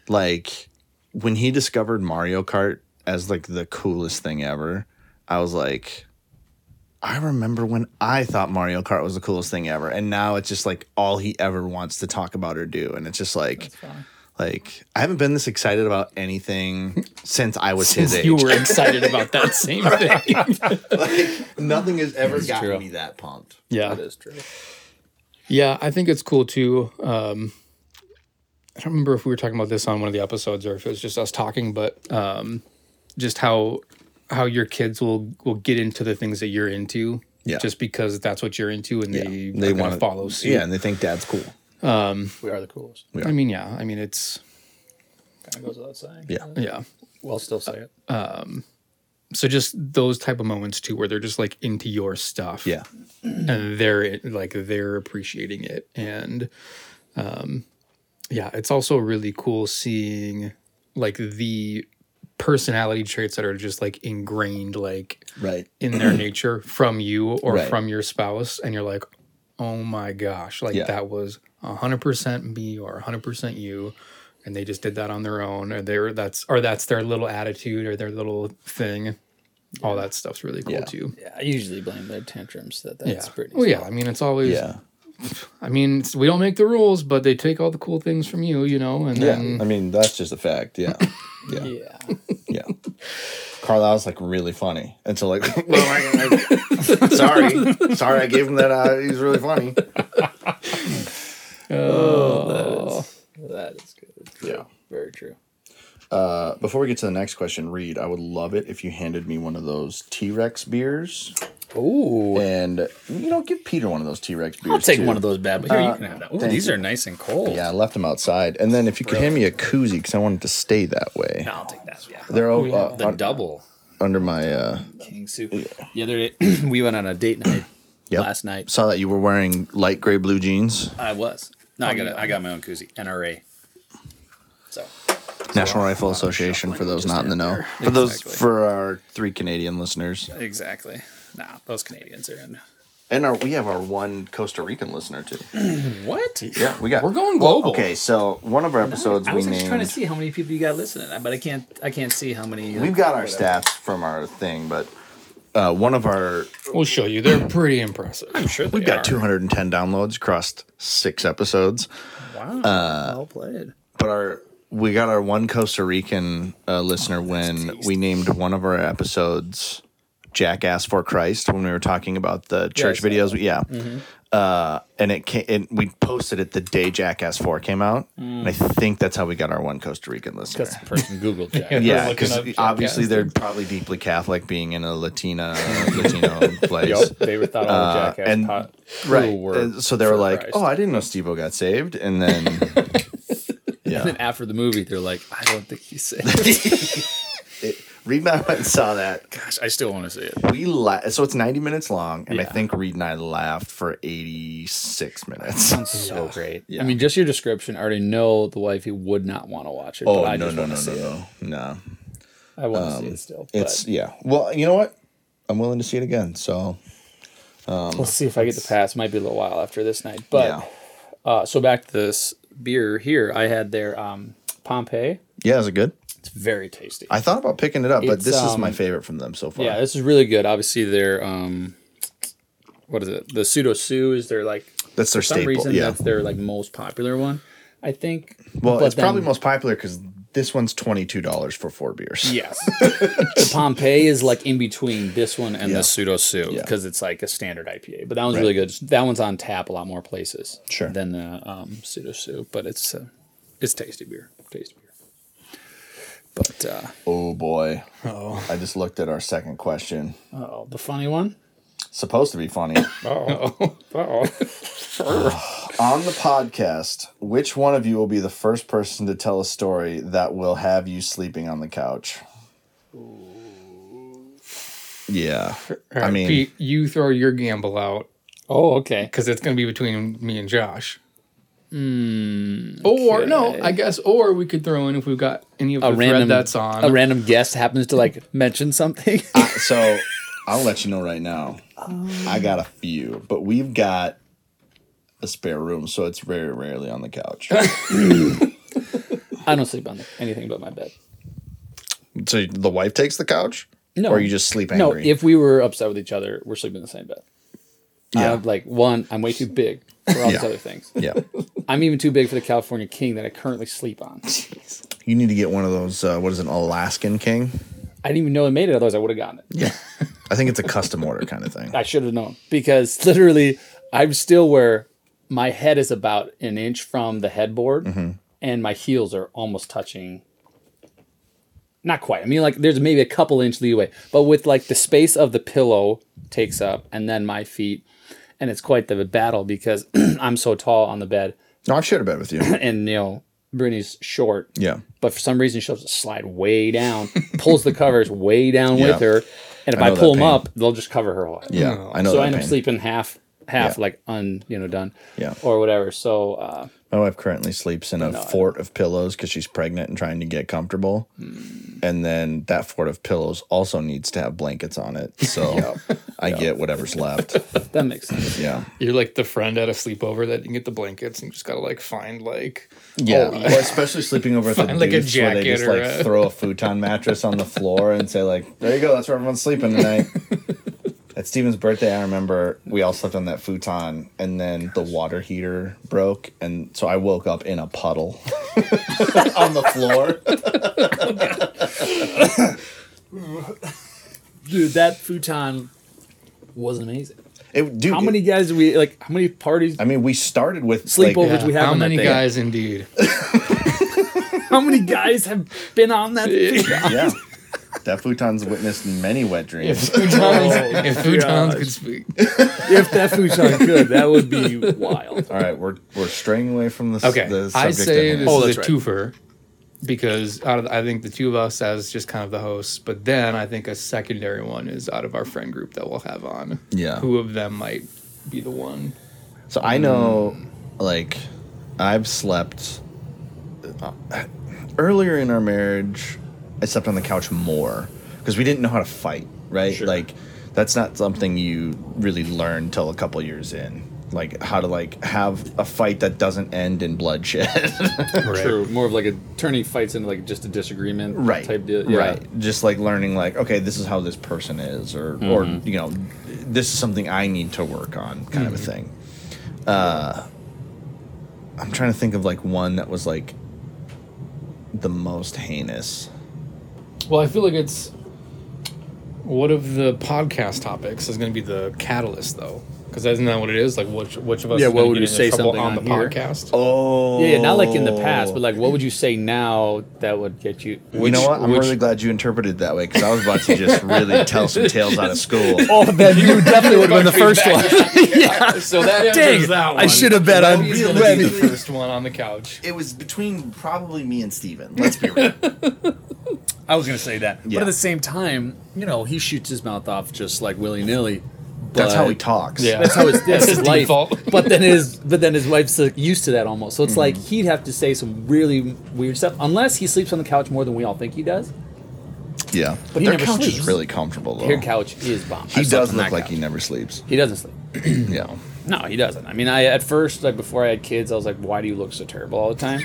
Speaker 1: like when he discovered Mario Kart as like the coolest thing ever, I was like I remember when I thought Mario Kart was the coolest thing ever and now it's just like all he ever wants to talk about or do and it's just like
Speaker 2: that.
Speaker 1: like I haven't been this excited about anything since I was his age.
Speaker 3: You were
Speaker 1: <laughs>
Speaker 3: excited about that same thing.
Speaker 1: Like, nothing has ever gotten
Speaker 2: true.
Speaker 1: me that pumped.
Speaker 3: Yeah.
Speaker 2: is true.
Speaker 3: Yeah, I think it's cool too. Um, I don't remember if we were talking about this on one of the episodes or if it was just us talking, but um, just how how your kids will will get into the things that you're into,
Speaker 1: Yeah.
Speaker 3: just because that's what you're into, and they
Speaker 1: They
Speaker 3: want
Speaker 1: wanna-
Speaker 3: to follow suit.
Speaker 1: Yeah, and they think dad's cool.
Speaker 2: We are the coolest.
Speaker 1: Yeah.
Speaker 3: I mean, yeah, I mean, it's
Speaker 2: Kind of goes without saying.
Speaker 1: Yeah.
Speaker 3: yeah.
Speaker 2: Well, still say it.
Speaker 3: So just those type of moments too, where they're just like into your stuff,
Speaker 1: Yeah.
Speaker 3: and they're like they're appreciating it and um yeah it's also really cool seeing like the personality traits that are just like ingrained like
Speaker 1: Right.
Speaker 3: in
Speaker 1: <clears throat>
Speaker 3: their nature from you or
Speaker 1: Right.
Speaker 3: from your spouse and you're like oh my gosh like
Speaker 1: Yeah.
Speaker 3: that was 100% me or 100% you and they just did that on their own or they that's or that's their little attitude or their little thing all that stuff's really cool
Speaker 1: Yeah.
Speaker 3: too
Speaker 2: Yeah, I usually blame their tantrums. That that's
Speaker 3: yeah
Speaker 2: pretty.
Speaker 3: well yeah i mean it's always
Speaker 1: Yeah.
Speaker 3: I mean, it's- we don't make the rules, but they take all the cool things from you, you know, and
Speaker 1: Yeah.
Speaker 3: then
Speaker 1: I mean, that's just a fact. <laughs> Yeah. Yeah.
Speaker 2: <laughs> Yeah.
Speaker 1: Yeah. Carlisle's like really funny. And so like <laughs> well, I, <laughs> I- sorry. Sorry I gave him that uh, he's really funny.
Speaker 2: Oh, that is good.
Speaker 1: Yeah.
Speaker 2: Very true.
Speaker 1: Uh, before we get to the next question, Reed, I would love it if you handed me one of those T Rex beers.
Speaker 2: Ooh.
Speaker 1: And you know, give Peter one of those T Rex beers.
Speaker 2: I'll take
Speaker 1: too.
Speaker 2: one of those bad boys. Here,
Speaker 1: Uh,
Speaker 2: you can have that. Ooh,
Speaker 1: thank
Speaker 2: these
Speaker 1: you.
Speaker 2: are nice and cold.
Speaker 1: Yeah, I left them outside. And then if you could hand me a koozie, because I wanted to stay that way.
Speaker 2: No, I'll take that. Yeah.
Speaker 1: They're all uh,
Speaker 2: the
Speaker 1: un-
Speaker 2: double
Speaker 1: under my. Uh,
Speaker 2: king soup. The other day, <clears throat> we went on a date night
Speaker 1: <clears throat> Yep.
Speaker 2: last night.
Speaker 1: saw that you were wearing light gray blue jeans.
Speaker 2: I was. No, I got a, I got my own koozie. NRA. So
Speaker 1: National Rifle
Speaker 2: uh,
Speaker 1: Association for those not in the know. For those for our three Canadian listeners,
Speaker 2: exactly. Nah, those Canadians are in.
Speaker 1: and our we have our one Costa Rican listener too.
Speaker 2: What?
Speaker 1: Yeah, we got.
Speaker 3: We're going global.
Speaker 1: Okay, so one of our episodes
Speaker 2: I
Speaker 1: we
Speaker 2: was actually trying to
Speaker 1: named.
Speaker 2: see how many people you got listening, but I can't. I can't see how many. uh,
Speaker 1: We've got our stats from our thing, but uh, one of our
Speaker 3: we'll show you. They're pretty impressive.
Speaker 2: I'm sure
Speaker 1: we've got 210 downloads across six episodes. Uh,
Speaker 2: Wow. well played.
Speaker 1: but our we got our one Costa Rican uh, listener when we named one of our episodes "Jackass for Christ" when we were talking about the church
Speaker 2: I
Speaker 1: videos. Yeah, uh, and it came, and we posted it the day Jackass Four came out, and I think that's how we got our one Costa Rican listener.
Speaker 2: That's the
Speaker 1: <laughs>
Speaker 2: person Google Jack.
Speaker 1: yeah,
Speaker 3: looking
Speaker 1: because
Speaker 3: up
Speaker 1: obviously
Speaker 3: Jackass.
Speaker 1: they're probably deeply Catholic, being in a Latina Latino place.
Speaker 2: They were thought all
Speaker 1: Uh,
Speaker 2: jackass
Speaker 1: and- <laughs>
Speaker 2: pot.
Speaker 1: Right,
Speaker 2: were
Speaker 1: And so they were
Speaker 2: for
Speaker 1: like,
Speaker 2: Christ.
Speaker 1: "Oh, I didn't know Steve-O got saved," and then yeah,
Speaker 2: And then after the movie, they're like, I don't think he's safe.
Speaker 1: it, Reed and I went and saw that.
Speaker 2: Gosh, <laughs> I still want to see it.
Speaker 1: we la- so it's 90 minutes long and i
Speaker 2: Yeah.
Speaker 1: think reed and i laughed for 86 <laughs> minutes
Speaker 2: so great.
Speaker 1: Yeah.
Speaker 2: I mean, just your description, I already know the wifey would not want to watch it.
Speaker 1: oh
Speaker 2: but I
Speaker 1: no
Speaker 2: just
Speaker 1: no
Speaker 2: wanna
Speaker 1: no
Speaker 2: see
Speaker 1: no
Speaker 2: it.
Speaker 1: no no
Speaker 2: I want to see it still.
Speaker 1: it's yeah well you know what i'm willing to see it again so
Speaker 2: but
Speaker 1: um,
Speaker 2: we'll see if I get the pass. Might be a little while after this night. But
Speaker 1: yeah
Speaker 2: uh, so back to this beer here. I had their um, Pompeii.
Speaker 1: yeah is it good
Speaker 2: It's very tasty.
Speaker 1: i thought about picking it up but
Speaker 2: It's,
Speaker 1: this is my
Speaker 2: um,
Speaker 1: favorite from them so far
Speaker 2: yeah, this is really good. Obviously, their um, what is it? The pseudo sue is their like
Speaker 1: That's their
Speaker 2: for some
Speaker 1: staple,
Speaker 2: reason,
Speaker 1: yeah.
Speaker 2: that's their like most popular one. I think.
Speaker 1: Well,
Speaker 2: But
Speaker 1: it's probably
Speaker 2: then-
Speaker 1: most popular because this one's twenty two dollars for four beers. <laughs>
Speaker 2: <laughs> Yes. the Pompeii is like in between this one and
Speaker 1: Yeah.
Speaker 2: the pseudo soup
Speaker 1: Yeah.
Speaker 2: because it's like a standard IPA. But that one's really good. That one's on tap a lot more places
Speaker 1: Sure.
Speaker 2: than the um, pseudo soup. But it's uh, it's tasty beer. Tasty beer. But uh
Speaker 1: Oh boy,
Speaker 3: Oh,
Speaker 1: I just looked at our second question.
Speaker 2: oh, the funny one.
Speaker 1: Supposed to be funny. <laughs>
Speaker 2: Oh, oh,
Speaker 1: <sighs> On the podcast, which one of you will be the first person to tell a story that will have you sleeping on the couch? Yeah. I mean,
Speaker 3: Pete, you throw your gamble out
Speaker 2: oh, okay.
Speaker 3: because it's going to be between me and Josh. Hmm, Or no, I guess. Or we could throw in if we've got any of the
Speaker 2: A random
Speaker 3: thread that's on.
Speaker 2: A random guest happens to like mention something.
Speaker 1: so I'll let you know right now. I got a few, but we've got a spare room, so it's very rarely on the couch.
Speaker 2: I don't sleep on anything but my bed.
Speaker 1: <laughs> so the wife takes the couch?
Speaker 2: No.
Speaker 1: Or you just sleep angry?
Speaker 2: No, if we were upset with each other, we're sleeping in the same bed.
Speaker 1: Yeah.
Speaker 2: I'm like one, I'm way too big for all these
Speaker 1: Yeah.
Speaker 2: other things.
Speaker 1: yeah.
Speaker 2: I'm even too big for the California King that I currently
Speaker 1: <laughs>
Speaker 2: sleep on.
Speaker 1: You need to get one of those, uh, what is it, Alaskan King?
Speaker 2: I didn't even know they made it, otherwise I would have gotten it.
Speaker 1: Yeah. I think it's a custom order kind of thing.
Speaker 2: I should have known because <laughs> literally I'm still where my head is about an inch from the headboard and my heels are almost touching. Not quite. I mean, like there's maybe a couple inch leeway, but with like the space of the pillow takes up and then my feet. And it's quite the battle because <clears throat> I'm so tall on the bed
Speaker 1: No, I've shared a bed with you.
Speaker 2: and, you know, Brittany's short.
Speaker 1: Yeah.
Speaker 2: but for some reason she'll just slide way down, pulls the covers way down
Speaker 1: <laughs> Yeah.
Speaker 2: with her, and if
Speaker 1: I
Speaker 2: I,
Speaker 1: know
Speaker 2: pull
Speaker 1: that
Speaker 2: them
Speaker 1: pain.
Speaker 2: up, they'll just cover her whole. head.
Speaker 1: Yeah. I know
Speaker 2: so
Speaker 1: that
Speaker 2: I end up
Speaker 1: pain.
Speaker 2: sleeping half, half
Speaker 1: Yeah.
Speaker 2: like un, you know, done,
Speaker 1: Yeah.
Speaker 2: or whatever. So uh,
Speaker 1: My wife currently sleeps in a fort of pillows because she's pregnant and trying to get comfortable. And then that fort of pillows also needs to have blankets on it. <laughs> So I get whatever's left.
Speaker 2: that makes sense.
Speaker 1: Yeah.
Speaker 3: You're like the friend at a sleepover that didn't get the blankets and just gotta like find like
Speaker 1: Yeah. Or Oh, especially sleeping over at the
Speaker 3: <laughs> Find, like, a
Speaker 1: dudes where they
Speaker 3: jacket
Speaker 1: just
Speaker 3: or
Speaker 1: like
Speaker 3: a-
Speaker 1: throw a futon mattress on the floor and say, like, there you go. That's where everyone's sleeping
Speaker 3: <laughs>
Speaker 1: tonight. At Steven's birthday, I remember we all slept on that futon and then the water heater broke. And so I woke up in a puddle <laughs> on the floor.
Speaker 2: Dude, that futon was amazing.
Speaker 1: It, dude, <laughs>
Speaker 2: How
Speaker 1: it-
Speaker 2: many guys do we like? How many parties?
Speaker 1: I mean, we started with
Speaker 2: Sleepover.
Speaker 1: Like,
Speaker 2: Which we have
Speaker 3: how
Speaker 2: on that
Speaker 3: many
Speaker 2: thing.
Speaker 1: <laughs>
Speaker 3: guys indeed.
Speaker 2: How many guys have been on that? <laughs> futon?
Speaker 1: yeah, <laughs> that futon's witnessed many wet
Speaker 3: <laughs>
Speaker 1: dreams.
Speaker 2: Oh,
Speaker 1: <laughs>
Speaker 3: if futons
Speaker 2: gosh.
Speaker 3: could speak.
Speaker 2: if that futon could, that would <laughs> be wild.
Speaker 1: All right, we're we're straying away from this.
Speaker 3: Okay,
Speaker 1: the subject
Speaker 3: I say
Speaker 1: at hand.
Speaker 3: this
Speaker 2: Oh,
Speaker 3: is a
Speaker 2: that's right.
Speaker 3: twofer because out of I think the two of us as just kind of the hosts, but then I think a secondary one is out of our friend group that we'll have on.
Speaker 1: Yeah.
Speaker 3: who of them might be the one?
Speaker 1: So I know, like, I've slept uh, earlier in our marriage. I slept on the couch more because we didn't know how to fight, right?
Speaker 2: Sure.
Speaker 1: Like, that's not something you really learn till a couple years in. Like how to like have a fight that doesn't end in bloodshed. <laughs>
Speaker 2: True. More of like a turning fights into like just a disagreement
Speaker 1: right
Speaker 2: type deal. Yeah.
Speaker 1: right just like learning like okay this is how this person is or or
Speaker 2: Mm-hmm.
Speaker 1: you know this is something i need to work on kind of a thing uh i'm trying to think of like one that was like the most heinous
Speaker 3: Well, I feel like it's what of the podcast topics is going to be the catalyst though, because isn't that what it is? Like, which which of us?
Speaker 2: Yeah,
Speaker 3: is
Speaker 2: what
Speaker 3: gonna
Speaker 2: would
Speaker 3: get
Speaker 2: we
Speaker 3: into
Speaker 2: say
Speaker 3: trouble
Speaker 2: something
Speaker 3: on the
Speaker 2: on here?
Speaker 3: podcast?
Speaker 1: oh
Speaker 2: Yeah, yeah, not like in the past, but like, what would you say now that would get you?
Speaker 1: you know what? I'm
Speaker 3: which-
Speaker 1: really glad you interpreted it that way because I was about to just really tell some tales out of school.
Speaker 2: <laughs> <laughs> Oh,
Speaker 1: <laughs>
Speaker 2: then you definitely would have been the first one. <laughs> yeah.
Speaker 3: <laughs> So that answers
Speaker 2: Oh. <laughs> Dang,
Speaker 3: that one.
Speaker 2: I should have bet on
Speaker 3: He's going to be the first one on the couch.
Speaker 1: It was between probably me and Steven. Let's be
Speaker 2: <laughs>
Speaker 1: real.
Speaker 2: I was gonna say that,
Speaker 1: Yeah.
Speaker 2: but at the same time, you know, he shoots his mouth off just like willy nilly.
Speaker 1: That's how he talks.
Speaker 2: That's <laughs> how it's that's
Speaker 3: his
Speaker 2: his life.
Speaker 3: default.
Speaker 2: But then his but then his wife's like, used to that almost. So it's like
Speaker 1: Mm-hmm.
Speaker 2: he'd have to say some really weird stuff, unless he sleeps on the couch more than we all think he does.
Speaker 1: Yeah,
Speaker 2: But he
Speaker 1: their
Speaker 2: never
Speaker 1: couch
Speaker 2: sleeps.
Speaker 1: is really comfortable though.
Speaker 2: Your couch is bomb.
Speaker 1: Oh. he
Speaker 2: I've slept
Speaker 1: does
Speaker 2: on
Speaker 1: look
Speaker 2: that
Speaker 1: like
Speaker 2: couch.
Speaker 1: he never
Speaker 2: <clears throat>
Speaker 1: sleeps.
Speaker 2: He doesn't sleep.
Speaker 1: yeah,
Speaker 2: No, he doesn't. I mean, I at first, like before I had kids, I was like, "Why do you look so terrible all the time?"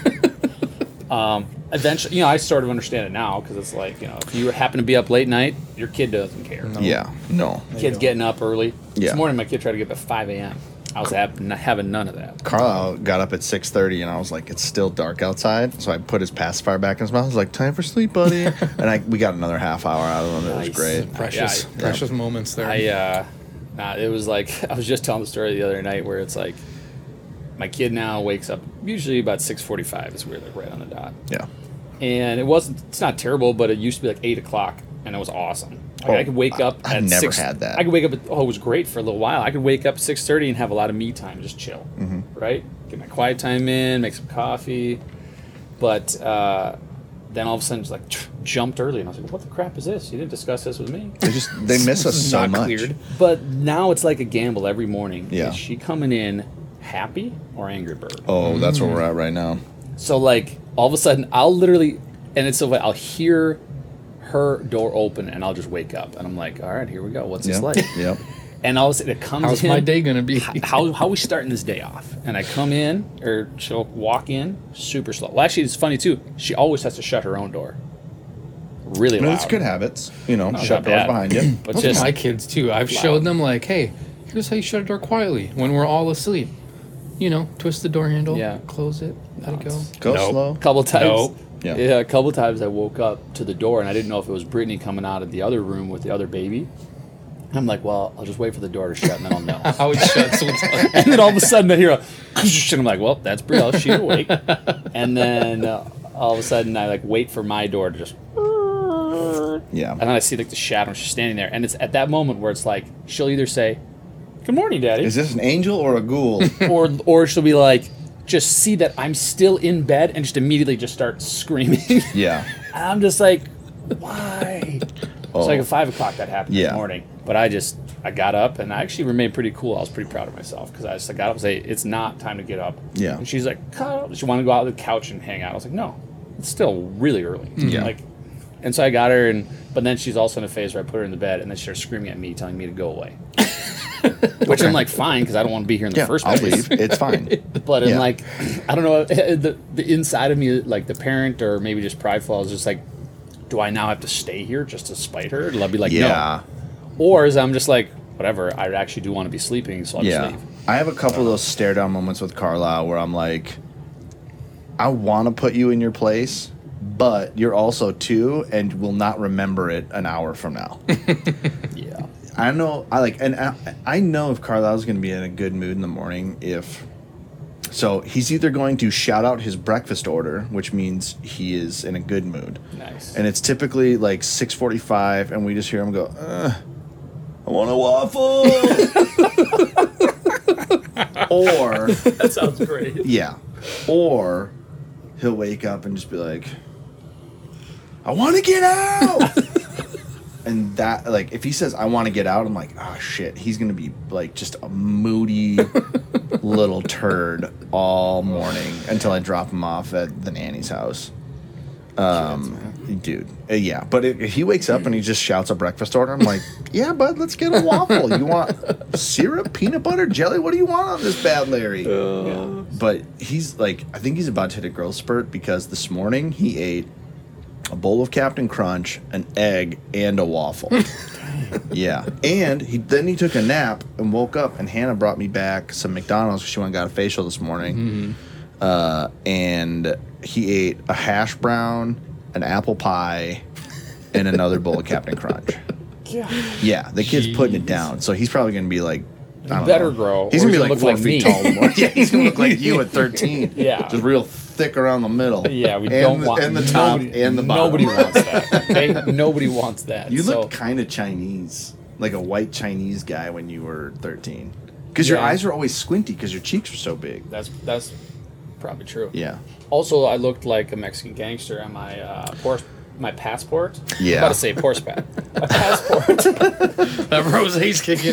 Speaker 2: um, eventually, you know, I started to understand it now because it's like, you know, if you happen to be up late night, your kid doesn't care.
Speaker 1: yeah, no,
Speaker 2: Kid's getting up early.
Speaker 1: Yeah.
Speaker 2: This morning, my kid tried to get up at five a.m. I was ab- not having none of that.
Speaker 1: Carlisle got up at 6.30 and I was like, it's still dark outside. So I put his pacifier back in his mouth. I was like, time for sleep,
Speaker 2: <laughs>
Speaker 1: buddy. and I, we got another half hour out of him. It was
Speaker 2: Nice.
Speaker 1: great.
Speaker 3: Precious,
Speaker 2: Yeah,
Speaker 3: precious moments there.
Speaker 2: I uh, nah, it was like <laughs> I was just telling the story the other night where it's like my kid now wakes up usually about six forty-five is where they're right on the dot,
Speaker 1: Yeah.
Speaker 2: and it wasn't. It's not terrible, but it used to be like eight o'clock, and it was awesome. Like,
Speaker 1: Oh,
Speaker 2: I could wake
Speaker 1: I-
Speaker 2: up.
Speaker 1: I
Speaker 2: at
Speaker 1: never
Speaker 2: six-
Speaker 1: had that.
Speaker 2: I could wake up. At, oh, it was great for a little while. I could wake up six thirty and have a lot of me time, just chill,
Speaker 1: Mm-hmm.
Speaker 2: right? Get my quiet time in, make some coffee, but. uh then all of a sudden, it's like jumped early, and I was like, "What the crap is this? You didn't discuss this with me."
Speaker 1: They
Speaker 2: <laughs>
Speaker 1: just, they miss us so
Speaker 3: Not
Speaker 1: much.
Speaker 3: cleared.
Speaker 2: But now it's like a gamble every morning.
Speaker 1: Yeah.
Speaker 2: Is she coming in happy or Angry Bird?
Speaker 1: Oh, that's where we're
Speaker 2: Mm.
Speaker 1: at right now.
Speaker 2: So like all of a sudden I'll literally and it's so funny, I'll hear her door open and I'll just wake up and I'm like, all right, here we go. What's
Speaker 1: Yeah.
Speaker 2: this like? <laughs>
Speaker 1: Yep.
Speaker 2: And all of a sudden it comes
Speaker 3: How's
Speaker 2: in,
Speaker 3: my day gonna be?
Speaker 2: h- How how we starting this day off? And I come in or she'll walk in super slow. Well, actually, it's funny too. She always has to shut her own door. Really
Speaker 1: No,
Speaker 2: loud.
Speaker 1: it's good habits. You know, shut
Speaker 2: not
Speaker 1: doors
Speaker 2: bad.
Speaker 1: behind you.
Speaker 2: <clears throat> But
Speaker 3: Those
Speaker 2: just
Speaker 3: are my kids too. I've showed them like, hey, here's how you shut a door quietly when we're all asleep. You know, twist the door handle,
Speaker 2: Yeah.
Speaker 3: close it, let it go.
Speaker 2: it's-
Speaker 1: Go
Speaker 2: Nope.
Speaker 1: slow.
Speaker 2: couple times.
Speaker 3: Nope.
Speaker 1: Yeah.
Speaker 2: Yeah. a couple times I woke up to the door and I didn't know if it was Brittany coming out of the other room with the other baby. I'm like, well, I'll just wait for the door to shut and then I'll know.
Speaker 3: How it shuts. <laughs> without-
Speaker 2: and then all of a sudden I hear a, <laughs> and I'm like, well, that's Brielle. She's awake. and then uh, all of a sudden I like wait for my door to just, and
Speaker 1: Yeah.
Speaker 2: then I see like the shadow. and She's standing there, and it's at that moment where it's like she'll either say, "Good morning, Daddy,"
Speaker 1: Is this an angel or a
Speaker 2: <laughs>
Speaker 1: ghoul?
Speaker 2: or or she'll be like, just see that I'm still in bed and just immediately just start screaming. <laughs>
Speaker 1: yeah.
Speaker 2: I'm just like, why?
Speaker 1: Oh.
Speaker 2: It's like at five o'clock that happened in
Speaker 1: Yeah.
Speaker 2: the morning. But I just I got up and I actually remained pretty cool. I was pretty proud of myself because I just I got up and say it's not time to get up.
Speaker 1: Yeah.
Speaker 2: And she's like, "Kyle," she wanted to go out to the couch and hang out. I was like, no, it's still really early.
Speaker 1: Yeah.
Speaker 2: Like, and so I got her and but then she's also in a phase where I put her in the bed and then she starts screaming at me, telling me to go
Speaker 1: <laughs>
Speaker 2: away. Which I'm like, fine, because I don't want to be here in the
Speaker 1: yeah.
Speaker 2: first
Speaker 1: I'll
Speaker 2: place
Speaker 1: leave. It's
Speaker 2: <laughs>
Speaker 1: fine.
Speaker 2: but
Speaker 1: Yeah.
Speaker 2: I'm like, <clears throat> I don't know, eh, the, the inside of me, like the parent or maybe just prideful, is just like, do I now have to stay here just to spite her? And I'll be like,
Speaker 1: Yeah.
Speaker 2: no. Or is I'm just like, whatever, I actually do want to be sleeping, so I'll
Speaker 1: Yeah.
Speaker 2: just leave.
Speaker 1: I have a couple of those stare down moments with Carlisle where I'm like, I want to put you in your place, but you're also two and will not remember it an hour from now.
Speaker 2: Yeah.
Speaker 1: I know I like and I, I know if Carlisle's going to be in a good mood in the morning if so he's either going to shout out his breakfast order, which means he is in a good mood.
Speaker 2: Nice.
Speaker 1: And it's typically like 6:45 and we just hear him go, Ugh, "I want a waffle." or
Speaker 2: that sounds great.
Speaker 1: yeah. Or he'll wake up and just be like, I want to get out. and that, like, if he says, I want to get out, I'm like, oh, shit. He's going to be, like, just a moody little turd all morning until I drop him off at the nanny's house. Um, dude, uh, yeah, but it, he wakes up and he just shouts a breakfast order. I'm like, <laughs> yeah, bud, let's get a waffle. You want syrup, peanut butter, jelly? What do you want on this bad Larry? but he's like i think he's about to hit a growth spurt because this morning he ate a bowl of captain crunch an egg and a
Speaker 2: <laughs>
Speaker 1: waffle yeah and he then he took a nap and woke up and hannah brought me back some mcdonald's 'cause she went and got a facial this morning
Speaker 2: Mm-hmm.
Speaker 1: uh, and he ate a hash brown an apple pie and another bowl of captain crunch yeah the kid's putting it down so he's probably gonna be like I don't
Speaker 2: better
Speaker 1: know.
Speaker 2: grow,
Speaker 1: He's
Speaker 2: or
Speaker 1: gonna be like
Speaker 2: he's gonna
Speaker 1: four
Speaker 2: look like
Speaker 1: feet
Speaker 2: me.
Speaker 1: tall
Speaker 2: <laughs>
Speaker 1: anymore. yeah, he's gonna look like you at thirteen.
Speaker 2: Yeah.
Speaker 1: just real thick around the middle.
Speaker 2: <laughs> Yeah, we
Speaker 1: and
Speaker 2: don't
Speaker 1: the,
Speaker 2: want
Speaker 1: and the top
Speaker 2: nobody-
Speaker 1: and the bottom.
Speaker 2: Nobody wants that. Okay? nobody wants
Speaker 1: <laughs>
Speaker 2: that.
Speaker 1: You
Speaker 2: so,
Speaker 1: looked kind of Chinese, like a white Chinese guy when you were thirteen, because your
Speaker 2: Yeah.
Speaker 1: eyes were always squinty because your cheeks were so big.
Speaker 2: that's that's probably true.
Speaker 1: Yeah,
Speaker 2: Also, I looked like a Mexican gangster on my uh, por- my passport.
Speaker 1: Yeah.
Speaker 2: I'm about to say passport. my passport.
Speaker 3: <laughs> that rosé's kicking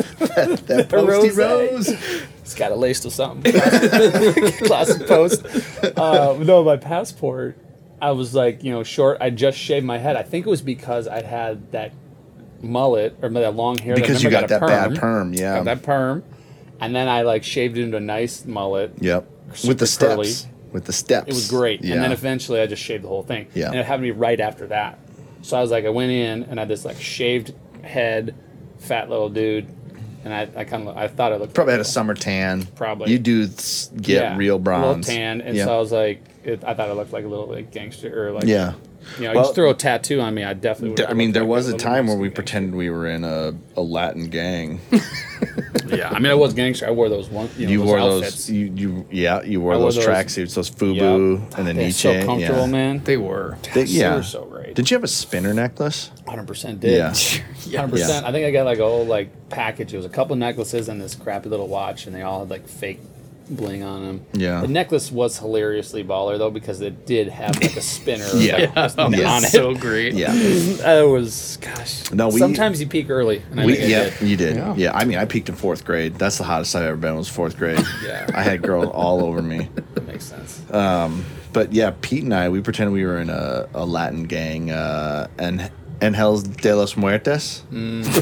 Speaker 1: <laughs> that posty rose.
Speaker 2: rose. It's got a lace to something. Classic <laughs> post. Uh, no, my passport. I was like, you know, short. I just shaved my head. I think it was because I had that mullet or that long hair.
Speaker 1: Because
Speaker 2: that
Speaker 1: you
Speaker 2: remember
Speaker 1: got that bad perm.
Speaker 2: Got
Speaker 1: Yeah.
Speaker 2: that perm, and then I like shaved it into a nice mullet.
Speaker 1: Yep. With the
Speaker 2: Super
Speaker 1: steps.
Speaker 2: curly.
Speaker 1: With the steps.
Speaker 2: It was great.
Speaker 1: Yeah.
Speaker 2: And then eventually I just shaved the whole thing.
Speaker 1: Yeah.
Speaker 2: And it happened to be right after that. So I was like, I went in and I had this like shaved head, fat little dude. and I, I kind of I thought I looked
Speaker 1: Probably had a summer tan.
Speaker 2: Probably.
Speaker 1: You do s- get real bronze.
Speaker 2: little tan, and
Speaker 1: yeah.
Speaker 2: so I was like, it, I thought I looked like a little like gangster or like
Speaker 1: yeah.
Speaker 2: You know,
Speaker 1: Well-
Speaker 2: just throw a tattoo on me, I definitely. would
Speaker 1: D- I
Speaker 2: look
Speaker 1: mean, there
Speaker 2: like
Speaker 1: was a
Speaker 2: little
Speaker 1: time where we
Speaker 2: gangster.
Speaker 1: pretended we were in a, a Latin gang.
Speaker 2: Yeah, I mean, I was gangster. I wore those one. You, know,
Speaker 1: You
Speaker 2: those
Speaker 1: wore
Speaker 2: outfits.
Speaker 1: those. You, you yeah. You wore
Speaker 2: I wore
Speaker 1: those
Speaker 2: those.
Speaker 1: tracksuits, those FUBU,
Speaker 2: Yeah.
Speaker 1: and the
Speaker 2: They're
Speaker 1: Nietzsche.
Speaker 2: So comfortable,
Speaker 1: yeah.
Speaker 2: man.
Speaker 3: They were.
Speaker 1: They-
Speaker 2: They
Speaker 1: yeah.
Speaker 2: were so great.
Speaker 1: Did you have a spinner necklace?
Speaker 2: 100% did. <laughs>
Speaker 1: Yeah.
Speaker 2: 100%. I think I got like a whole like package. It was a couple necklaces and this crappy little watch, and they all had like fake bling on them.
Speaker 1: Yeah.
Speaker 2: The necklace was hilariously baller though because it did have like a <laughs> spinner.
Speaker 1: Yeah.
Speaker 2: Like,
Speaker 3: Yeah,
Speaker 2: on
Speaker 1: Yeah.
Speaker 2: it.
Speaker 3: so great.
Speaker 1: Yeah.
Speaker 2: <laughs> I was gosh.
Speaker 1: No, we-
Speaker 2: sometimes you peak early. And I
Speaker 1: We,
Speaker 2: think I
Speaker 1: yeah,
Speaker 2: did.
Speaker 1: you did. Yeah.
Speaker 3: Yeah.
Speaker 1: I mean, I peaked in fourth grade. That's the hottest I've ever been. Was fourth grade.
Speaker 2: <laughs> Yeah.
Speaker 1: I had girls all over me.
Speaker 2: That makes <laughs> sense.
Speaker 1: But yeah, Pete and I, we pretended we were in a, a Latin gang, uh, and and Hell's de los Muertes.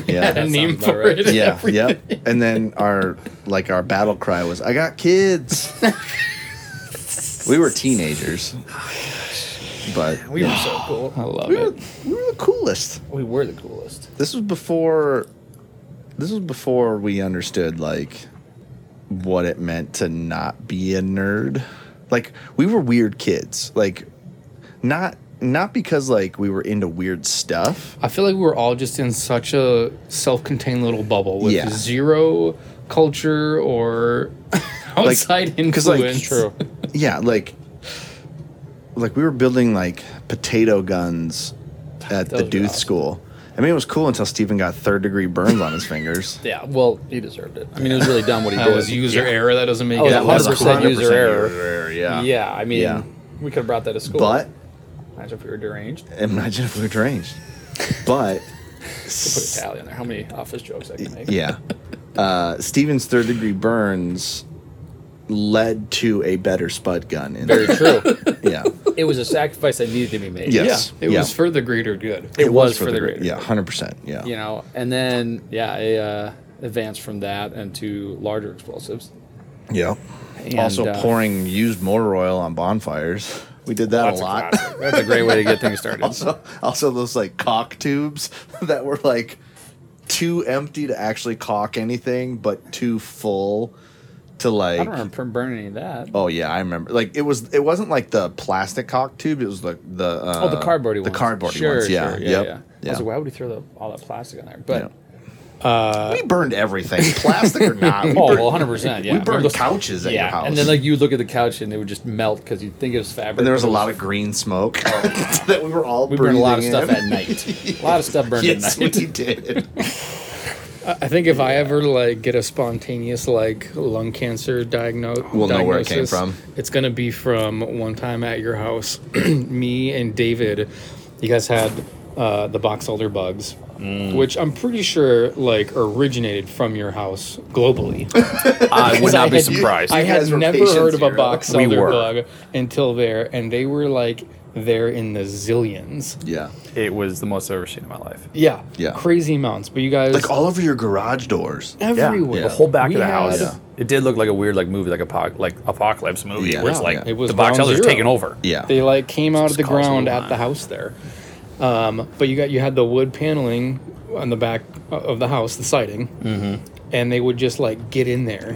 Speaker 1: Yeah.
Speaker 2: <laughs> That
Speaker 3: A name
Speaker 2: sounds about
Speaker 3: for
Speaker 2: right.
Speaker 3: it.
Speaker 1: <laughs>
Speaker 3: and
Speaker 1: Yeah,
Speaker 3: everything.
Speaker 1: yep. And then our like our battle cry was, "I got kids." we were teenagers, but
Speaker 2: We were <laughs> so cool.
Speaker 3: I love
Speaker 1: we were,
Speaker 3: it.
Speaker 1: we were the coolest.
Speaker 2: We were the coolest.
Speaker 1: This was before. This was before we understood like what it meant to not be a nerd. Like we were weird kids. Like not not because like we were into weird stuff.
Speaker 3: I feel like we were all just in such a self-contained little bubble with
Speaker 1: Yeah.
Speaker 3: zero
Speaker 2: <laughs>
Speaker 3: culture or outside
Speaker 1: 'cause, like,
Speaker 3: influence.
Speaker 2: True.
Speaker 1: yeah, like like we were building like potato
Speaker 2: <laughs>
Speaker 1: guns at the
Speaker 2: Those were
Speaker 1: Duth
Speaker 2: awesome.
Speaker 1: school. I mean, it was cool until Stephen got third degree burns
Speaker 2: <laughs>
Speaker 1: on his fingers.
Speaker 2: Yeah, well, he deserved it. I mean, it was really dumb what he
Speaker 3: That
Speaker 2: did.
Speaker 3: was user error. That doesn't make
Speaker 2: Oh,
Speaker 3: it
Speaker 2: that was
Speaker 3: less
Speaker 2: 100%
Speaker 3: cool.
Speaker 2: user error.
Speaker 1: Yeah.
Speaker 2: Yeah, I mean,
Speaker 1: Yeah.
Speaker 2: we could have brought that to school.
Speaker 1: But
Speaker 2: imagine if we were deranged. Put
Speaker 1: imagine if we were deranged. But
Speaker 2: a tally on there. How many office jokes I can make?
Speaker 1: yeah, uh, Stephen's third degree burns led to a better spud gun. In
Speaker 2: Very true.
Speaker 1: yeah.
Speaker 2: <laughs> it was a sacrifice that needed to be made.
Speaker 1: Yeah.
Speaker 3: Yeah,
Speaker 1: Yes.
Speaker 3: it
Speaker 1: Yeah.
Speaker 3: was for the greater good.
Speaker 2: it, was, for the
Speaker 1: gre-
Speaker 2: greater.
Speaker 1: Yeah, hundred percent. Yeah.
Speaker 2: You know, and then yeah, I uh, advanced from that into larger explosives.
Speaker 1: Yeah.
Speaker 2: And,
Speaker 1: also
Speaker 2: uh,
Speaker 1: pouring used motor oil on bonfires. We did that
Speaker 2: That's
Speaker 1: a
Speaker 2: a
Speaker 1: lot.
Speaker 2: classic. That's a great way to get
Speaker 1: <laughs>
Speaker 2: things started.
Speaker 1: also, <laughs> also those like cock tubes <laughs> that were like too empty to actually caulk anything, but too full to
Speaker 2: I
Speaker 1: like.
Speaker 2: don't remember burning any of that.
Speaker 1: Oh yeah, I remember. Like it was, it wasn't like the plastic cock tube. It was like the uh,
Speaker 2: Oh, the cardboardy
Speaker 1: the
Speaker 2: ones.
Speaker 1: cardboardy
Speaker 2: Sure,
Speaker 1: ones. Yeah,
Speaker 2: sure,
Speaker 1: yep,
Speaker 2: I was
Speaker 1: yeah.
Speaker 2: like, why would he throw the, all that plastic on there? But
Speaker 1: we burned everything, plastic or
Speaker 2: <laughs>
Speaker 1: not. We
Speaker 2: Uh, Oh,
Speaker 1: burned,
Speaker 2: well, 100 percent. Yeah,
Speaker 1: we
Speaker 2: Remember
Speaker 1: burned
Speaker 2: those-
Speaker 1: couches at
Speaker 2: yeah,
Speaker 1: your house,
Speaker 2: and then like you look at the couch and they would just melt because you'd think it was fabric.
Speaker 1: and there was a
Speaker 2: but it
Speaker 1: lot of green smoke <laughs> that we were all.
Speaker 2: we burned a lot of
Speaker 1: breathing
Speaker 2: stuff
Speaker 1: in.
Speaker 2: at
Speaker 1: <laughs>
Speaker 2: <laughs> night. A lot of stuff burned
Speaker 1: Yes,
Speaker 2: at night.
Speaker 1: we did.
Speaker 3: I think if I ever like get a spontaneous like lung cancer diagno-
Speaker 1: We'll know where it
Speaker 3: diagnosis,
Speaker 1: came from.
Speaker 3: It's gonna be from one time at your house. <clears throat> Me and David, you guys had uh, the box elder bugs,
Speaker 1: Mm.
Speaker 3: which I'm pretty sure like originated from your house
Speaker 1: <laughs>
Speaker 3: globally.
Speaker 2: I would not be
Speaker 3: had-
Speaker 2: surprised.
Speaker 3: I
Speaker 1: You
Speaker 3: had
Speaker 1: guys were
Speaker 3: never
Speaker 1: patient
Speaker 3: heard of a
Speaker 1: zero.
Speaker 3: box
Speaker 2: We
Speaker 3: elder
Speaker 2: were.
Speaker 3: bug until there, and they were like there in the zillions.
Speaker 1: <laughs> yeah,
Speaker 2: It was the most I've ever seen in my life.
Speaker 3: Yeah,
Speaker 1: Yeah.
Speaker 3: crazy amounts. But you guys
Speaker 1: like all over your garage doors.
Speaker 3: everywhere.
Speaker 1: Yeah.
Speaker 2: The whole back
Speaker 3: We
Speaker 2: of the house.
Speaker 3: had-
Speaker 2: It did look like a weird like movie, like a po- like apocalypse movie,
Speaker 1: Yeah.
Speaker 2: where it's
Speaker 1: Yeah.
Speaker 2: like
Speaker 1: It
Speaker 3: was
Speaker 2: the box
Speaker 3: ground
Speaker 2: elders
Speaker 3: zero.
Speaker 2: taking over.
Speaker 1: Yeah,
Speaker 3: They like came out of the
Speaker 2: Just cause a
Speaker 3: ground
Speaker 2: little
Speaker 3: at
Speaker 2: line.
Speaker 3: the house there. Um, but you got you had the wood paneling on the back of the house, the siding, and they would just like get in there.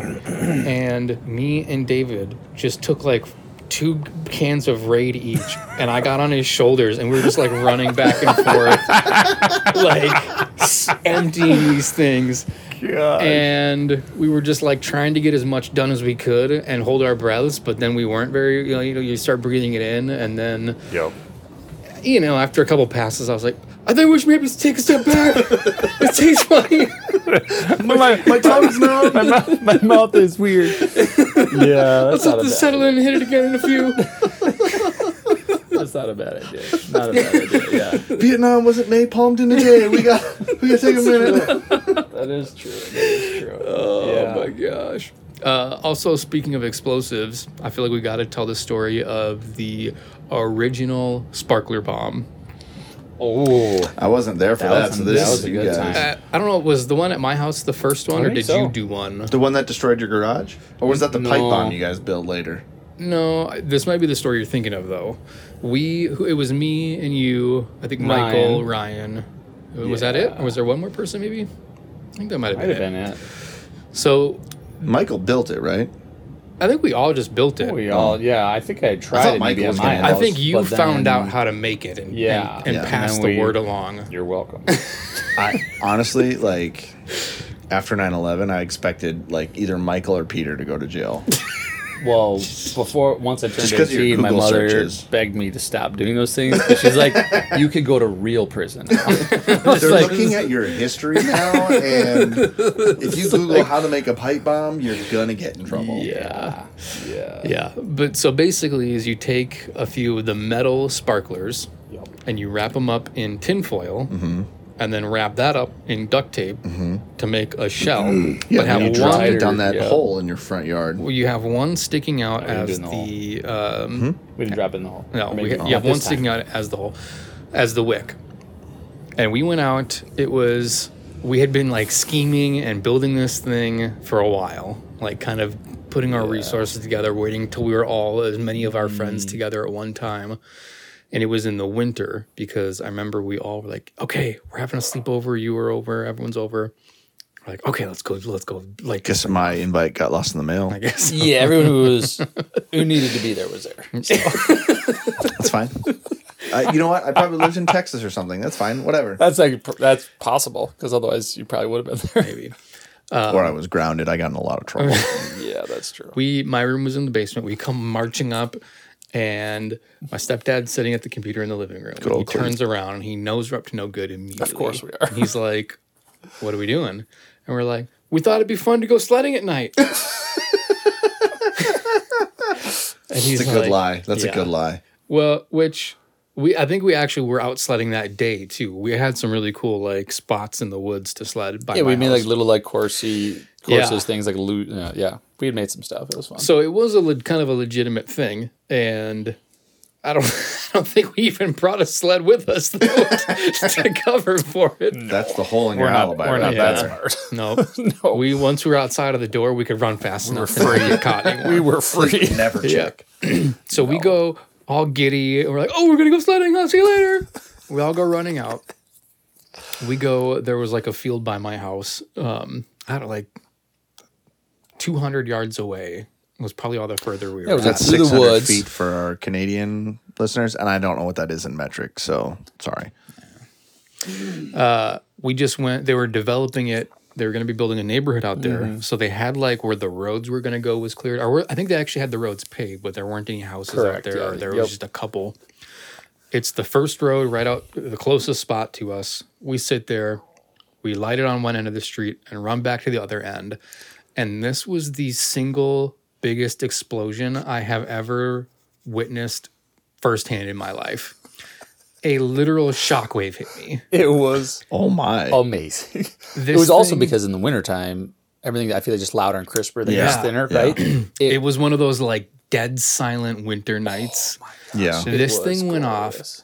Speaker 3: and me and David just took like two cans of Raid each, and I got on his shoulders, and we were just like running back and forth, like s- emptying these things. And we were just like trying to get as much done as we could and hold our breaths, but then we weren't very, you know, you, know, you start breathing it in, and then,
Speaker 2: Yo,
Speaker 3: you know, after a couple passes, I was like, I think we should maybe take a step back.
Speaker 2: <laughs>
Speaker 3: it tastes funny.
Speaker 2: my, my,
Speaker 1: my
Speaker 2: <laughs>
Speaker 1: tongue's numb.
Speaker 2: mouth, my mouth is weird. yeah, that's
Speaker 3: Let's let this settle in and hit it again in a
Speaker 2: <laughs>
Speaker 3: few.
Speaker 2: that's not a bad idea. Not a bad idea. Yeah.
Speaker 1: Vietnam wasn't napalmed in a day. We got we got to
Speaker 2: <laughs>
Speaker 1: take a minute.
Speaker 2: That is true. That is true. yeah.
Speaker 3: Oh my gosh. Uh, also, speaking of explosives, I feel like we got to tell the story of the original sparkler bomb.
Speaker 2: Oh,
Speaker 1: I wasn't there for that.
Speaker 2: was-
Speaker 1: so this
Speaker 2: that was
Speaker 1: is
Speaker 2: a
Speaker 1: you
Speaker 2: good
Speaker 1: guys.
Speaker 2: time.
Speaker 3: Uh, I don't know, was the one at my house the first one, or
Speaker 2: think
Speaker 3: did
Speaker 2: so.
Speaker 3: you do one?
Speaker 1: The one that destroyed your garage, or was that the pipe
Speaker 3: No.
Speaker 1: bomb you guys built later?
Speaker 3: No, I- this might be the story you're thinking of, though. We, who- it was me and you, I think Uh,
Speaker 2: Ryan.
Speaker 3: Michael, Ryan. Was that it? Or was there one more person, maybe? I think that might have
Speaker 2: Might
Speaker 3: been,
Speaker 2: have been
Speaker 3: it.
Speaker 2: it.
Speaker 3: So
Speaker 1: Michael built it, right?
Speaker 3: I think we all just built it.
Speaker 2: We all, Oh, yeah. I think I tried.
Speaker 1: I thought
Speaker 2: it
Speaker 1: Michael
Speaker 2: maybe
Speaker 1: was
Speaker 2: at
Speaker 1: gonna
Speaker 2: my
Speaker 1: help.
Speaker 3: I
Speaker 2: house,
Speaker 3: think you
Speaker 2: but
Speaker 3: found
Speaker 2: then-
Speaker 3: out how to make it and
Speaker 2: Yeah.
Speaker 3: and, and
Speaker 2: Yeah. And
Speaker 3: pass
Speaker 2: then
Speaker 3: the
Speaker 2: we-
Speaker 3: word along.
Speaker 2: You're welcome.
Speaker 1: I honestly like after 9-11, I expected like either Michael or Peter to go to jail.
Speaker 2: well, before once I turned
Speaker 1: 'cause your
Speaker 2: 18, my
Speaker 1: Google
Speaker 2: mother
Speaker 1: searches.
Speaker 2: begged me to stop doing those things. But
Speaker 1: <laughs>
Speaker 2: she's like, you could go to real prison. now." <laughs> I was
Speaker 1: They're
Speaker 2: like,
Speaker 1: looking at your history now, and if <laughs> you Google how to make a pipe bomb, you're gonna get in trouble.
Speaker 2: yeah, yeah,
Speaker 3: Yeah, but so basically, is you take a few of the metal sparklers
Speaker 2: Yep.
Speaker 3: and you wrap them up in tinfoil, and then wrap that up in duct tape to make a shell.
Speaker 1: Yeah,
Speaker 3: but have
Speaker 1: when you
Speaker 3: one.
Speaker 1: drive
Speaker 2: wider-
Speaker 1: down that
Speaker 2: yeah.
Speaker 1: hole in your front yard.
Speaker 3: well, you have one sticking out
Speaker 2: didn't
Speaker 3: as
Speaker 2: know.
Speaker 3: the um,
Speaker 2: We didn't drop it in the hole.
Speaker 3: no, we,
Speaker 2: Maybe not
Speaker 3: you have
Speaker 2: this
Speaker 3: one
Speaker 2: time.
Speaker 3: sticking out as the whole, as the wick. And we went out. It was we had been like scheming and building this thing for a while, like kind of putting our resources together, waiting till we were all as many of our
Speaker 2: Mm.
Speaker 3: friends together at one time. And it was in the winter because I remember we all were like, "Okay, we're having a sleepover. You were over. Everyone's over." We're like, "Okay, let's go. Let's go." Like,
Speaker 1: Guess my invite got lost in the mail.
Speaker 3: I guess
Speaker 2: Yeah, everyone who
Speaker 3: <laughs>
Speaker 2: was who needed to be there was there.
Speaker 1: That's fine. <laughs> I, you know what? I probably lived in Texas or something. That's fine. Whatever.
Speaker 2: That's like that's possible because otherwise you probably would have been there.
Speaker 3: maybe.
Speaker 2: Uh,
Speaker 1: or I was grounded. I got in a lot of trouble.
Speaker 2: <laughs> yeah, that's true.
Speaker 3: we my room was in the basement. We come marching up, and my stepdad's sitting at the computer in the living room. he
Speaker 1: old Clinton.
Speaker 3: turns around and he knows we're up to no good immediately. Of
Speaker 2: course we are.
Speaker 3: He's like, "What are we doing?" And we're like, "We thought it'd be fun to go sledding
Speaker 2: <laughs>
Speaker 3: at night." and he's
Speaker 1: That's a good
Speaker 3: like,
Speaker 1: lie. That's
Speaker 3: yeah.
Speaker 1: a good lie.
Speaker 3: Well, which we I think we actually were out sledding that day too. We had some really cool like spots in the woods to sled by.
Speaker 2: yeah, we
Speaker 3: my
Speaker 2: made
Speaker 3: house.
Speaker 2: like little like coursey
Speaker 3: Yeah.
Speaker 2: courses things like loot. You know, yeah, we had made some stuff. It was fun.
Speaker 3: So it was a le- kind of a legitimate thing, and I don't, <laughs> I don't think we even brought a sled with us though, <laughs> to cover for it.
Speaker 1: That's the hole in your
Speaker 2: We're not-
Speaker 1: alibi.
Speaker 2: we're not
Speaker 1: right
Speaker 2: that
Speaker 1: there.
Speaker 2: smart.
Speaker 3: <laughs> No,
Speaker 2: <laughs> No.
Speaker 3: we once we were outside of the door, we could run fast enough to not get caught
Speaker 2: <laughs>
Speaker 3: anymore.
Speaker 2: we were free.
Speaker 1: Never
Speaker 3: Yeah.
Speaker 1: check.
Speaker 3: <clears throat> So we go all giddy. And we're like, oh, we're gonna go sledding. I'll see you later. We all go running out. We go. There was like a field by my house. Um, I don't like two hundred yards away was probably all the further we were.
Speaker 2: it was
Speaker 3: at.
Speaker 1: That's
Speaker 2: Through the
Speaker 1: 600
Speaker 2: woods.
Speaker 1: feet for our Canadian listeners, and I don't know what that is in metric, so sorry.
Speaker 3: we just went they were developing it they were going to be building a neighborhood out there
Speaker 2: Mm-hmm.
Speaker 3: so they had like where the roads were going to go was cleared or where, i think they actually had the roads paved but there weren't any houses out
Speaker 2: Correct,
Speaker 3: there or
Speaker 2: yeah,
Speaker 3: there
Speaker 2: yep.
Speaker 3: was just a couple it's the first road right out the closest spot to us we sit there we light it on one end of the street and run back to the other end and this was the single biggest explosion i have ever witnessed firsthand in my life a literal shockwave hit me
Speaker 2: It was
Speaker 1: Oh my!
Speaker 2: amazing. <laughs>
Speaker 3: this
Speaker 2: it was also
Speaker 3: thing-
Speaker 2: because in the wintertime, everything I feel like just louder and crisper. They
Speaker 1: Yeah.
Speaker 2: just thinner, right?
Speaker 3: It was one of those like dead silent winter nights.
Speaker 2: Oh
Speaker 1: yeah,
Speaker 2: It
Speaker 3: This
Speaker 2: was
Speaker 3: thing went off.
Speaker 2: glorious.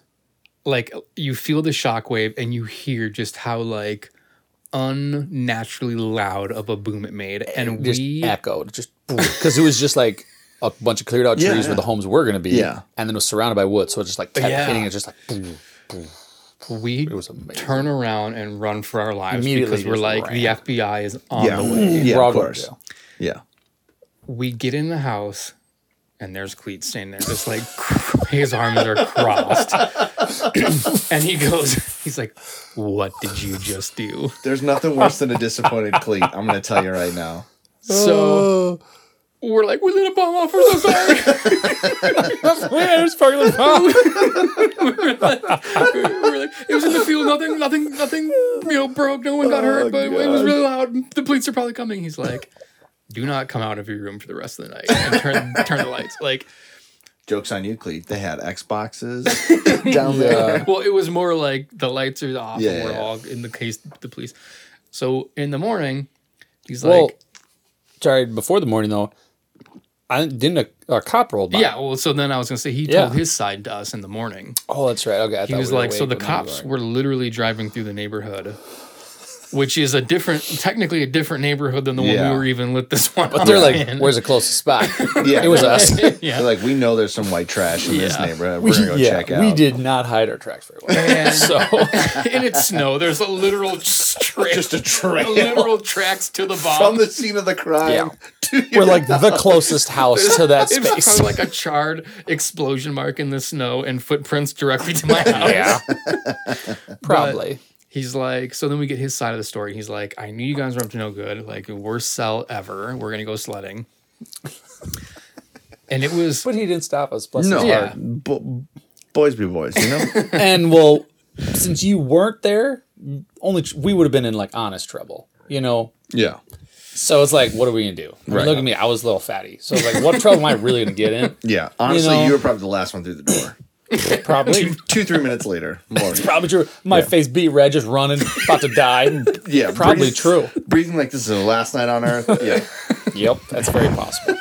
Speaker 3: like you feel the shockwave and you hear just how like unnaturally loud of a boom it made. And
Speaker 2: just
Speaker 3: we
Speaker 2: echoed, just because it was just like a bunch of cleared out trees
Speaker 1: Yeah, yeah.
Speaker 2: where the homes were going to be,
Speaker 1: Yeah.
Speaker 2: and then it was surrounded by woods, so it just like kept
Speaker 3: Yeah.
Speaker 2: hitting it, just like boom.
Speaker 3: we
Speaker 2: It was amazing.
Speaker 3: turn around and run for our lives
Speaker 2: Immediately
Speaker 3: because we're
Speaker 2: just
Speaker 3: like the
Speaker 2: ran.
Speaker 3: FBI is on
Speaker 1: yeah,
Speaker 3: the way.
Speaker 1: yeah.
Speaker 2: We're all
Speaker 1: Of
Speaker 2: going to
Speaker 1: course,
Speaker 2: jail.
Speaker 1: yeah.
Speaker 3: We get in the house and there's Cleet standing there, just like <laughs> his arms are
Speaker 2: <laughs>
Speaker 3: crossed. <coughs> and he goes, he's like, What did you just do?
Speaker 1: There's nothing worse than a disappointed cleat. I'm going to tell you right now.
Speaker 3: So we're like, we lit a bomb off. We're so sorry.
Speaker 2: Yeah, it was probably like,
Speaker 3: <laughs> we were like, we were like, it was in the field. Nothing, nothing, nothing. You know, broke. No one got
Speaker 2: Oh,
Speaker 3: hurt, but it was really loud. The police are probably coming. He's like, do not come out of your room for the rest of the night and turn <laughs> turn the lights. Like,
Speaker 1: Jokes on you, cleat. They had <laughs> Xboxes down there.
Speaker 3: well, it was more like the lights are off.
Speaker 1: Yeah,
Speaker 3: and we're
Speaker 1: yeah, yeah.
Speaker 3: all in the case the police. So in the morning, he's
Speaker 2: well,
Speaker 3: like,
Speaker 2: sorry. Before the morning though, I didn't a, a cop rolled by.
Speaker 3: yeah. Well, so then I was gonna say he
Speaker 2: Yeah.
Speaker 3: told his side to us in the morning.
Speaker 2: Oh, that's right. Okay, I
Speaker 3: He was like, so the cops were literally driving through the neighborhood which is a different, technically a different neighborhood than the one
Speaker 1: Yeah.
Speaker 3: we were even lit this one.
Speaker 2: But they're
Speaker 3: up
Speaker 2: like,
Speaker 3: <laughs> in.
Speaker 2: where's the closest spot?
Speaker 1: Yeah.
Speaker 2: It was us.
Speaker 1: They're like, we know there's some white trash in this
Speaker 3: Yeah.
Speaker 1: neighborhood. We're gonna
Speaker 2: <laughs>
Speaker 1: go check out.
Speaker 2: we did not hide our tracks very well. <laughs>
Speaker 3: And-
Speaker 2: So
Speaker 3: <laughs> and it's snow. There's a literal trail,
Speaker 1: Just a trail. <laughs>
Speaker 3: literal tracks to the
Speaker 1: from
Speaker 3: bottom.
Speaker 1: the scene of the crime.
Speaker 2: Yeah.
Speaker 1: <laughs> to your-
Speaker 2: we're like the closest house to
Speaker 3: <laughs>
Speaker 2: that
Speaker 3: it was
Speaker 2: space.
Speaker 3: probably like a charred explosion mark in the snow and footprints directly to my house.
Speaker 2: Yeah. Probably.
Speaker 3: He's like, so then we get his side of the story. He's like, I knew you guys were up to no good. Like, worst sell ever. We're gonna go sledding. and it was
Speaker 2: But he didn't stop us. Bless
Speaker 1: no,
Speaker 2: his
Speaker 3: Yeah.
Speaker 1: yeah. bo- boys be boys, you know.
Speaker 2: heart. And well, since you weren't there, only tr- we would have been in like honest trouble, you know?
Speaker 1: <laughs> yeah,
Speaker 2: So it's like, what are we going to do? I mean,
Speaker 1: Right.
Speaker 2: Look at me. I was a little fatty. So it's like, what trouble am I really going to
Speaker 1: <laughs>
Speaker 2: get in?
Speaker 1: yeah. Honestly, you,
Speaker 2: know.
Speaker 1: were probably the last one through the
Speaker 2: <coughs>
Speaker 1: door.
Speaker 2: Probably.
Speaker 1: Two, three minutes later, more.
Speaker 2: Probably true. My face beat red, just running, about to
Speaker 1: <laughs>
Speaker 2: die.
Speaker 1: yeah,
Speaker 2: Probably
Speaker 1: breathing-
Speaker 2: true.
Speaker 1: Breathing like this is the last night on
Speaker 2: <laughs>
Speaker 1: earth. Yeah,
Speaker 2: Yep, that's very
Speaker 1: <laughs>
Speaker 2: possible.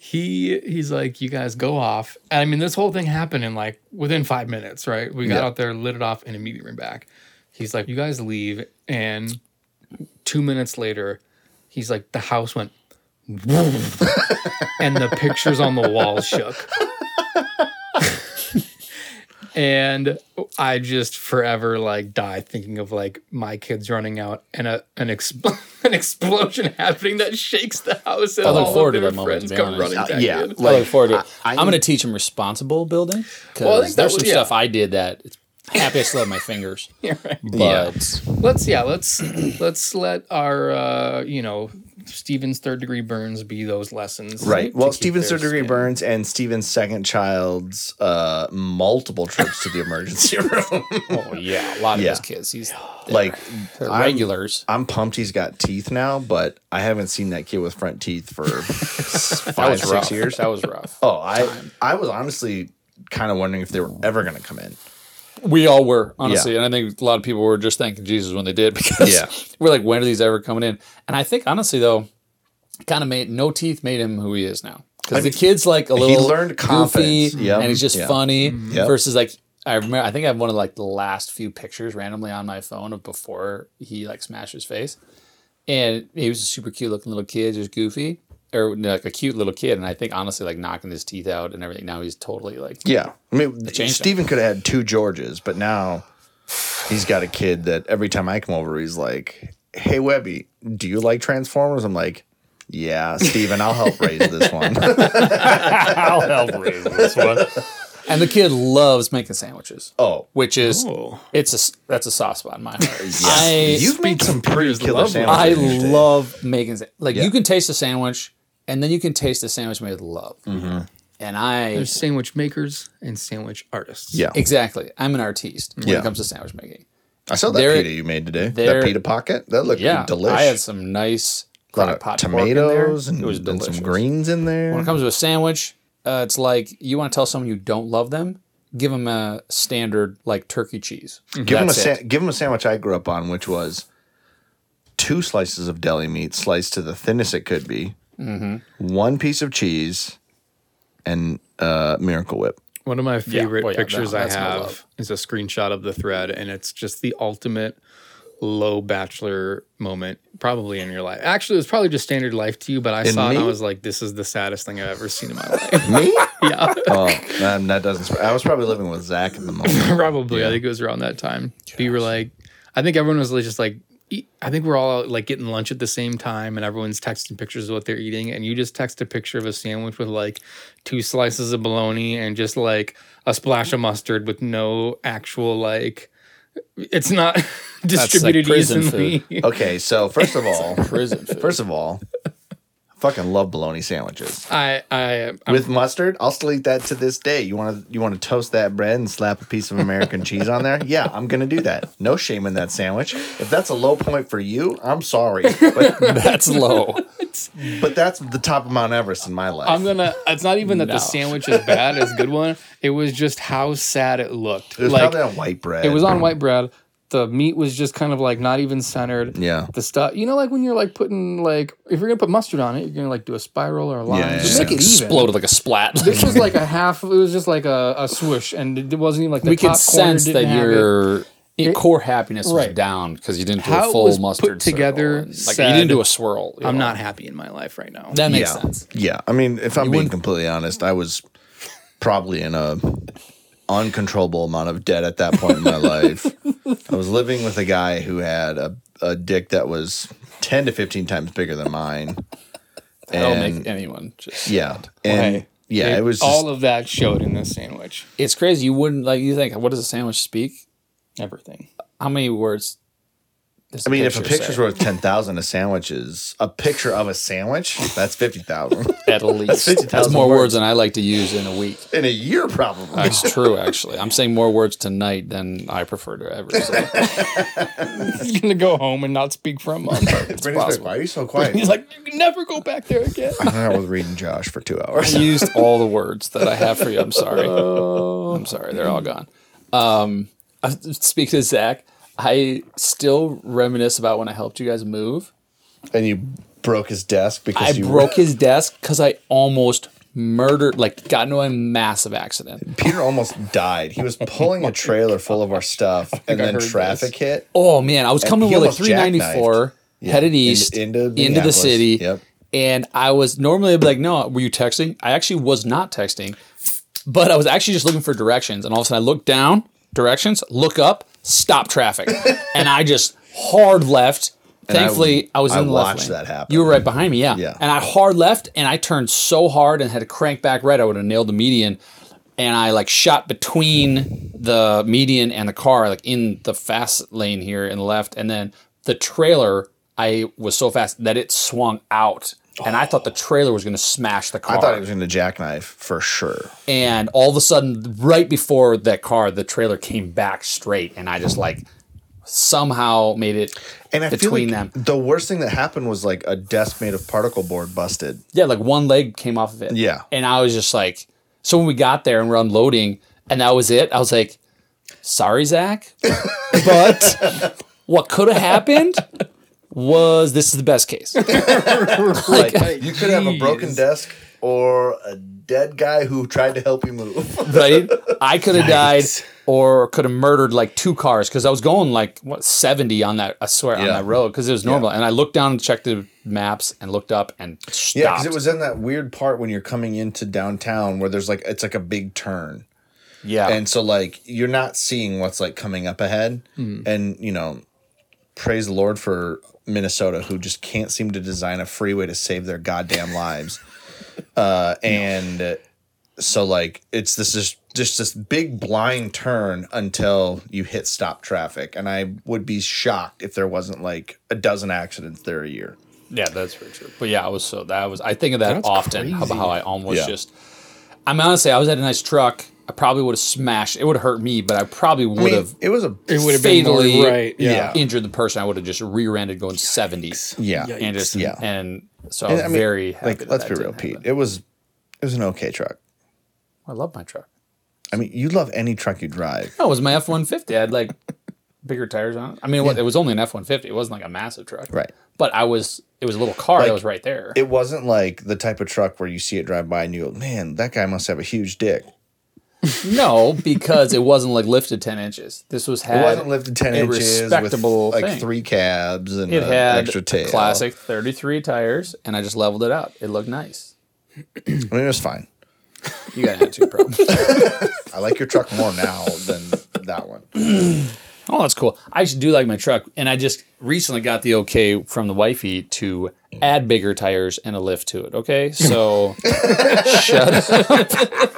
Speaker 3: he he's like, you guys go off. And I mean, this whole thing happened in like within five minutes, right? We got
Speaker 1: Yeah.
Speaker 3: out there, lit it off, and immediately ran back. He's like, you guys leave, and two minutes later, he's like, the house went, <laughs> and the pictures on the wall shook. <laughs> and I just forever like die thinking of like my kids running out and a an, expl- <laughs> an explosion happening that shakes the house. And
Speaker 2: I look
Speaker 3: all
Speaker 2: forward to
Speaker 3: of their
Speaker 2: that moment,
Speaker 3: friends
Speaker 2: to be
Speaker 3: come
Speaker 2: honest.
Speaker 3: running
Speaker 1: Uh,
Speaker 3: back
Speaker 1: yeah.
Speaker 3: in.
Speaker 2: I look
Speaker 1: Like,
Speaker 2: forward to it.
Speaker 1: I-
Speaker 2: I, am going to teach him responsible building because
Speaker 3: Well, I think that
Speaker 2: there's some
Speaker 3: was- yeah.
Speaker 2: stuff I did that it's happy I still have my
Speaker 3: <laughs>
Speaker 2: fingers. But
Speaker 3: let's yeah let's let's let our uh you know steven's third degree burns be those lessons
Speaker 1: right. Well,
Speaker 3: To keep
Speaker 1: Steven's
Speaker 3: their
Speaker 1: third degree
Speaker 3: skin.
Speaker 1: burns and Steven's second child's uh, multiple trips to the emergency room.
Speaker 2: oh yeah, a lot of
Speaker 1: Yeah.
Speaker 2: those
Speaker 1: <sighs>
Speaker 2: kids, he's
Speaker 1: like
Speaker 2: they're
Speaker 1: I'm-
Speaker 2: regulars.
Speaker 1: I'm pumped he's got teeth now, but I haven't seen that kid with front teeth for s-
Speaker 2: that
Speaker 1: five,
Speaker 2: was rough.
Speaker 1: six
Speaker 2: <laughs>
Speaker 1: years.
Speaker 2: That was rough.
Speaker 1: Oh, I I was honestly kind of wondering if they were ever going to come in.
Speaker 2: We all were honestly, and I think a lot of people were just thanking Jesus when they did <laughs> because
Speaker 1: Yeah.
Speaker 2: we're like, when are these ever coming in? And I think honestly though, kind of made no teeth made him who he is now because the kid's like a little
Speaker 1: learned
Speaker 2: goofy
Speaker 1: confidence. Yep.
Speaker 2: and he's just
Speaker 1: Yeah. Mm-hmm.
Speaker 2: funny
Speaker 1: Yep.
Speaker 2: versus like. I remember. I think I have one of like the last few pictures randomly on my phone of before he like smashed his face, and he was a super cute looking little kid, just goofy or no, like a cute little kid. And I think honestly, like knocking his teeth out and everything. Now he's totally like
Speaker 1: Yeah, I mean,
Speaker 2: changed it.
Speaker 1: Steven could have had two Georges, but now he's got a kid that every time I come over, he's like, "Hey, Webby, do you like Transformers?" I'm like, "Yeah, Steven, I'll help raise this one." <laughs>
Speaker 2: I'll help raise this one. And the kid loves making sandwiches,
Speaker 1: oh,
Speaker 2: which is
Speaker 3: Oh.
Speaker 2: it's a s- that's a soft spot
Speaker 1: <laughs>
Speaker 2: in my heart. I
Speaker 1: you've made some pretty killer
Speaker 3: love them.
Speaker 1: sandwiches.
Speaker 2: I
Speaker 1: in your day.
Speaker 2: love making sa- like
Speaker 1: Yeah.
Speaker 2: you can taste a sandwich, and then you can taste a sandwich made with love.
Speaker 1: Mm-hmm.
Speaker 2: And I
Speaker 3: there's sandwich makers and sandwich artists
Speaker 1: Yeah,
Speaker 2: exactly, I'm an artiste when
Speaker 1: Yeah.
Speaker 2: it comes to sandwich making.
Speaker 1: I saw that
Speaker 2: There-
Speaker 1: pita you made today. That
Speaker 2: there-
Speaker 1: pita pocket that looked
Speaker 2: Yeah,
Speaker 1: delicious.
Speaker 2: I had some nice
Speaker 1: a lot
Speaker 2: crock
Speaker 1: of
Speaker 2: pot
Speaker 1: tomatoes and,
Speaker 2: It was
Speaker 1: and
Speaker 2: delicious.
Speaker 1: some greens in
Speaker 2: When
Speaker 1: there.
Speaker 2: it comes to a sandwich, uh, it's like you want to tell someone you don't love them, give them a standard like turkey cheese.
Speaker 1: Give him a
Speaker 2: That's it.
Speaker 1: sa- give him a sandwich I grew up on, which was two slices of deli meat sliced to the thinnest it could be,
Speaker 2: Mm-hmm.
Speaker 1: one piece of cheese, and uh, Miracle Whip.
Speaker 3: one of my favorite
Speaker 2: well, yeah,
Speaker 3: pictures
Speaker 2: that-
Speaker 3: i
Speaker 2: that's my
Speaker 3: have
Speaker 2: love.
Speaker 3: is a screenshot of the thread and it's just the ultimate low bachelor moment probably in your life actually it was probably just standard life to you but i saw it and
Speaker 1: me?
Speaker 3: i was like this is the saddest thing i've ever seen in my <laughs> life
Speaker 1: Me? <laughs>
Speaker 2: <laughs>
Speaker 1: yeah. Oh, um, that doesn't. sp- I was probably living with Zach at the moment.
Speaker 3: <laughs> probably i think it was around that time we were like i think everyone was like, just like eat- i think we're all like getting lunch at the same time and everyone's texting pictures of what they're eating and you just text a picture of a sandwich with like two slices of bologna and just like a splash of mustard with no actual like it's not <laughs> distributed
Speaker 2: prison
Speaker 3: easily
Speaker 1: Okay, so first of all,
Speaker 2: prison food.
Speaker 1: first of all, fucking love bologna sandwiches
Speaker 3: <laughs> i i I'm,
Speaker 1: with mustard. I'll still eat that to this day. You want to you want to toast that bread and slap a piece of American cheese on there? Yeah, I'm gonna do that. No shame in that sandwich. If that's a low point for you, I'm sorry, but
Speaker 3: <laughs>
Speaker 2: That's low.
Speaker 1: but that's the top of Mount Everest in my life.
Speaker 3: I'm gonna. It's not even that
Speaker 2: No.
Speaker 3: the sandwich is bad; it's a good one. It was just how sad it looked.
Speaker 1: it was probably on white bread.
Speaker 3: It was on white bread. The meat was just kind of like not even centered.
Speaker 1: Yeah.
Speaker 3: The stuff, you know, like when you're like putting like if you're gonna put mustard on it, you're gonna like do a spiral or a line.
Speaker 1: Yeah,
Speaker 3: Just
Speaker 1: yeah,
Speaker 3: make it even.
Speaker 2: Exploded like a splat.
Speaker 3: This was like a half. It was just like a, a swoosh, and it wasn't even like the
Speaker 2: we can
Speaker 3: top corner
Speaker 2: sense
Speaker 3: didn't
Speaker 2: that
Speaker 3: have it.
Speaker 2: you're It, core happiness was
Speaker 3: right.
Speaker 2: down because you didn't do
Speaker 3: How
Speaker 2: a
Speaker 3: it
Speaker 2: full
Speaker 3: was put
Speaker 2: mustard circle
Speaker 3: together
Speaker 2: and, Like
Speaker 3: said,
Speaker 2: you didn't do a swirl. you
Speaker 3: I'm
Speaker 2: know.
Speaker 3: not happy in my life right now.
Speaker 2: That makes
Speaker 1: yeah.
Speaker 2: sense.
Speaker 1: Yeah. I mean, if I'm being
Speaker 2: wouldn't-
Speaker 1: completely honest, I was probably in a uncontrollable amount of debt at that point in my life. I was living with a guy who had a, a dick that was 10 to 15 times bigger than mine.
Speaker 2: That'll
Speaker 1: And-
Speaker 2: make anyone just
Speaker 1: Yeah. And
Speaker 3: Right.
Speaker 1: yeah, it, was
Speaker 3: all
Speaker 1: just,
Speaker 3: of that showed in this sandwich.
Speaker 2: It's crazy. You wouldn't like you think what does a sandwich speak?
Speaker 3: Everything.
Speaker 2: How many words? does
Speaker 1: I mean, if a picture's
Speaker 2: say?
Speaker 1: worth 10,000, a sandwich is a picture of a sandwich, that's 50,000
Speaker 2: at least that's,
Speaker 1: 50,000
Speaker 2: more
Speaker 1: words.
Speaker 2: words than I like to use in a week.
Speaker 1: <laughs> in a year, probably.
Speaker 2: That's true. Actually, I'm saying more words tonight than I prefer to ever say.
Speaker 3: He's gonna go home and not speak for a month.
Speaker 1: <laughs> Brittany's like, why are you so quiet?
Speaker 3: He's like, you can never go back there again.
Speaker 1: <laughs> I was reading Josh for two hours.
Speaker 2: I used all the words that I have for you. I'm sorry. I'm sorry. They're all gone. Um, I- speak to Zach. I still reminisce about when I helped you guys move.
Speaker 1: And you broke his desk because
Speaker 2: I
Speaker 1: you
Speaker 2: broke his desk because I almost murdered, like, got into a massive accident.
Speaker 1: Peter almost died. He was
Speaker 3: <laughs>
Speaker 1: pulling a trailer full of our stuff, and
Speaker 3: Oh I
Speaker 1: then
Speaker 3: heard this.
Speaker 1: traffic hit.
Speaker 2: Oh man, I was coming
Speaker 1: he
Speaker 2: with like
Speaker 1: almost
Speaker 2: 394, headed east
Speaker 1: into
Speaker 2: into, the
Speaker 1: Minneapolis.
Speaker 2: city.
Speaker 1: Yep.
Speaker 2: And I was normally I'd be like, no, were you texting? I actually was not texting, but I was actually just looking for directions. And all of a sudden, I look down, directions, look up, stop
Speaker 1: <laughs>
Speaker 2: traffic, and I just hard left. Thankfully, I, was
Speaker 1: I
Speaker 2: in the left
Speaker 1: watched
Speaker 2: lane.
Speaker 1: that happen.
Speaker 2: You were right behind me, yeah.
Speaker 1: Yeah.
Speaker 2: And I hard left, and I turned so hard and had to crank back right. I would have nailed the median, and I like shot between the median and the car, like in the fast lane here in the left, and then the trailer. I was so fast that it swung out, and I thought the trailer was going to smash the car
Speaker 1: Oh. I thought he was going to jackknife for sure.
Speaker 2: and all of a sudden right before that car the trailer came back straight and i just like somehow made it
Speaker 1: And I
Speaker 2: between
Speaker 1: feel like
Speaker 2: them
Speaker 1: the worst thing that happened was like a desk made of particle board busted.
Speaker 2: yeah like one leg came off of it
Speaker 1: Yeah.
Speaker 2: and i was just like so when we got there and we're unloading and that was it i was like
Speaker 1: <laughs>
Speaker 2: sorry zach but what could have happened was this is the best
Speaker 1: <laughs>
Speaker 2: case <laughs>
Speaker 1: Like, you could have a broken
Speaker 3: Jeez.
Speaker 1: desk or a dead guy who tried to help you move.
Speaker 2: right? I could have died or could have murdered like two cars because I was going like what seventy on that I swear on
Speaker 1: Yeah.
Speaker 2: that road because it was normal. And I looked down and checked the maps and looked up and stopped.
Speaker 1: yeah, because it was in that weird part when you're coming into downtown where there's like it's like a big turn.
Speaker 2: yeah.
Speaker 1: and so like you're not seeing what's like coming up ahead and you know praise the lord for minnesota who just can't seem to design a freeway to save their goddamn <laughs> lives uh and so like it's this just just this big blind turn until you hit stop traffic and i would be shocked if there wasn't like a dozen accidents there a year
Speaker 2: Yeah, that's very true. But yeah, I was so that was I think of that
Speaker 3: That's
Speaker 2: often how-
Speaker 3: crazy.
Speaker 2: how I almost
Speaker 1: Yeah.
Speaker 2: just. I mean, honestly, I was at a nice truck. I probably would have smashed. It would have hurt me, but I probably
Speaker 1: I
Speaker 2: would
Speaker 1: mean,
Speaker 2: have
Speaker 1: it was a
Speaker 3: It would have been more
Speaker 2: fatally
Speaker 3: right. Yeah.
Speaker 1: yeah.
Speaker 2: injured the person. I would have just rear-ended going seventy.
Speaker 1: yeah
Speaker 2: And just
Speaker 1: Yeah.
Speaker 2: and so
Speaker 1: And
Speaker 2: I was very happy
Speaker 1: like
Speaker 2: that
Speaker 1: let's
Speaker 2: that
Speaker 1: be
Speaker 2: didn't
Speaker 1: real pete
Speaker 2: happen.
Speaker 1: it was it was an okay truck
Speaker 2: I love my truck.
Speaker 1: i mean you love any truck you drive
Speaker 2: No, it was my F one fifty. I had like <laughs> bigger tires on it. I mean, it wa- it was only an F one fifty. It wasn't like a massive truck,
Speaker 1: Right.
Speaker 2: But I was. It was a little car
Speaker 1: Like,
Speaker 2: that was right there.
Speaker 1: it wasn't like the type of truck where you see it drive by and you go, man, that guy must have a huge dick.
Speaker 2: no, because it wasn't like lifted ten inches. This was had
Speaker 1: It wasn't lifted 10
Speaker 2: a
Speaker 1: inches
Speaker 2: respectable
Speaker 1: with like
Speaker 2: thing.
Speaker 1: three cabs and
Speaker 2: It
Speaker 1: a
Speaker 2: had
Speaker 1: extra tail.
Speaker 2: classic thirty three tires, and I just leveled it up. It looked nice.
Speaker 1: I mean, it was fine.
Speaker 2: You got an
Speaker 1: <laughs>
Speaker 2: attitude problem.
Speaker 1: I like your truck more
Speaker 2: <laughs>
Speaker 1: now than that one.
Speaker 2: Oh, that's cool. I actually do like my truck, and I just recently got the okay from the wifey to add bigger tires and a lift to it. Okay, so
Speaker 1: <laughs>
Speaker 2: shut up.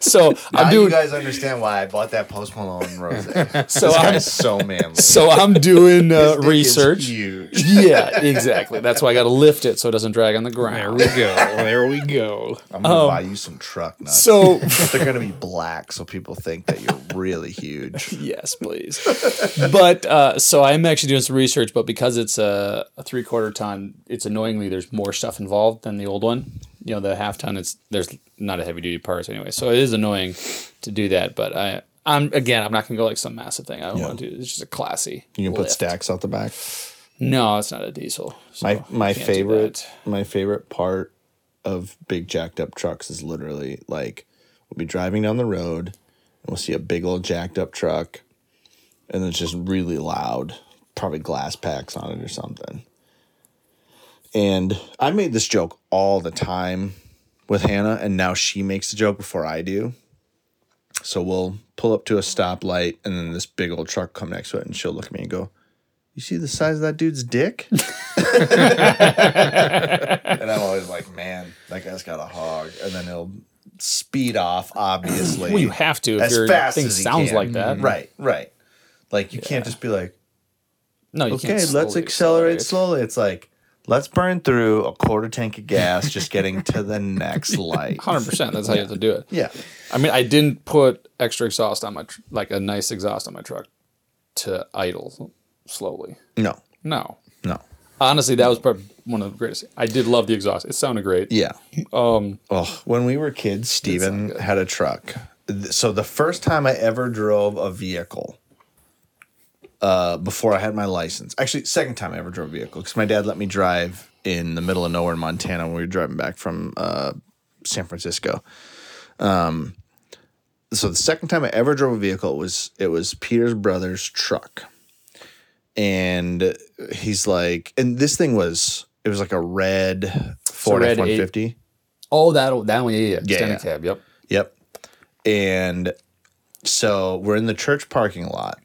Speaker 2: so I'm
Speaker 1: Now
Speaker 2: doing.
Speaker 1: you guys understand why I bought that Post Malone rose.
Speaker 2: <laughs> So I'm,
Speaker 1: so manly.
Speaker 2: so I'm doing uh,
Speaker 1: Dick is
Speaker 2: research.
Speaker 1: huge.
Speaker 2: Yeah, exactly. That's why I got to lift it so it doesn't drag on the
Speaker 3: There
Speaker 2: ground.
Speaker 3: we go. There we go.
Speaker 1: I'm gonna buy you some truck nuts.
Speaker 2: Um, So
Speaker 1: They're gonna be black, so people think that you're really huge.
Speaker 2: <laughs> yes, please. But uh, so I'm actually doing some research, but because it's a, a three quarter ton, it's annoyingly there's more stuff involved than the old one. You know, the half ton, it's there's not a heavy duty parts anyway, so it is annoying to do that. But I, I'm again, I'm not gonna go like some massive thing. I don't want to do. It's just a classy.
Speaker 1: You can put
Speaker 2: lift.
Speaker 1: stacks out the back.
Speaker 2: No, it's not a diesel. so
Speaker 1: My my
Speaker 2: Oh, can't do
Speaker 1: favorite
Speaker 2: that.
Speaker 1: my favorite part of big jacked up trucks is literally like we'll be driving down the road and we'll see a big old jacked up truck and it's just really loud. Probably glass packs on it or something. And I made this joke all the time with Hannah, and now she makes the joke before I do. So we'll pull up to a stoplight, and then this big old truck come next to it, and she'll look at me and go, "You see the size of that dude's
Speaker 2: <laughs>
Speaker 1: dick?" and I'm always like, "Man, that guy's got a hog," and then he'll speed off, obviously.
Speaker 2: Well, you have to if
Speaker 1: as
Speaker 2: your
Speaker 1: fast
Speaker 2: thing
Speaker 1: as he
Speaker 2: sounds
Speaker 1: can.
Speaker 2: like that.
Speaker 1: Right, right. Like you can't just be like,
Speaker 2: No, you
Speaker 1: okay,
Speaker 2: can't.
Speaker 1: let's
Speaker 2: slowly
Speaker 1: accelerate slowly. It's like, let's burn through a quarter tank of gas just getting to
Speaker 2: <laughs>
Speaker 1: the next light.
Speaker 2: Hundred percent. That's how you have to do it.
Speaker 1: <laughs> Yeah.
Speaker 2: I mean, I didn't put extra exhaust on my tr- like a nice exhaust on my truck to idle slowly.
Speaker 1: No.
Speaker 2: No,
Speaker 1: No.
Speaker 2: honestly, that was probably one of the greatest. I did love the exhaust. It sounded great.
Speaker 1: Yeah.
Speaker 2: Um,
Speaker 1: Oh, when we were kids, Steven had a truck. Th- So the first time I ever drove a vehicle, uh, before I had my license, actually, second time I ever drove a vehicle because my dad let me drive in the middle of nowhere in Montana when we were driving back from uh, San Francisco. Um, so the second time I ever drove a vehicle was it was Peter's brother's truck, and he's like, and this thing was it was like a red Ford
Speaker 2: red
Speaker 1: F
Speaker 2: eight-
Speaker 1: one fifty.
Speaker 2: oh, that that one, yeah, yeah,
Speaker 1: Yeah,
Speaker 2: yeah. Standard
Speaker 1: yeah.
Speaker 2: cab. Yep.
Speaker 1: Yep. And so we're in the church parking lot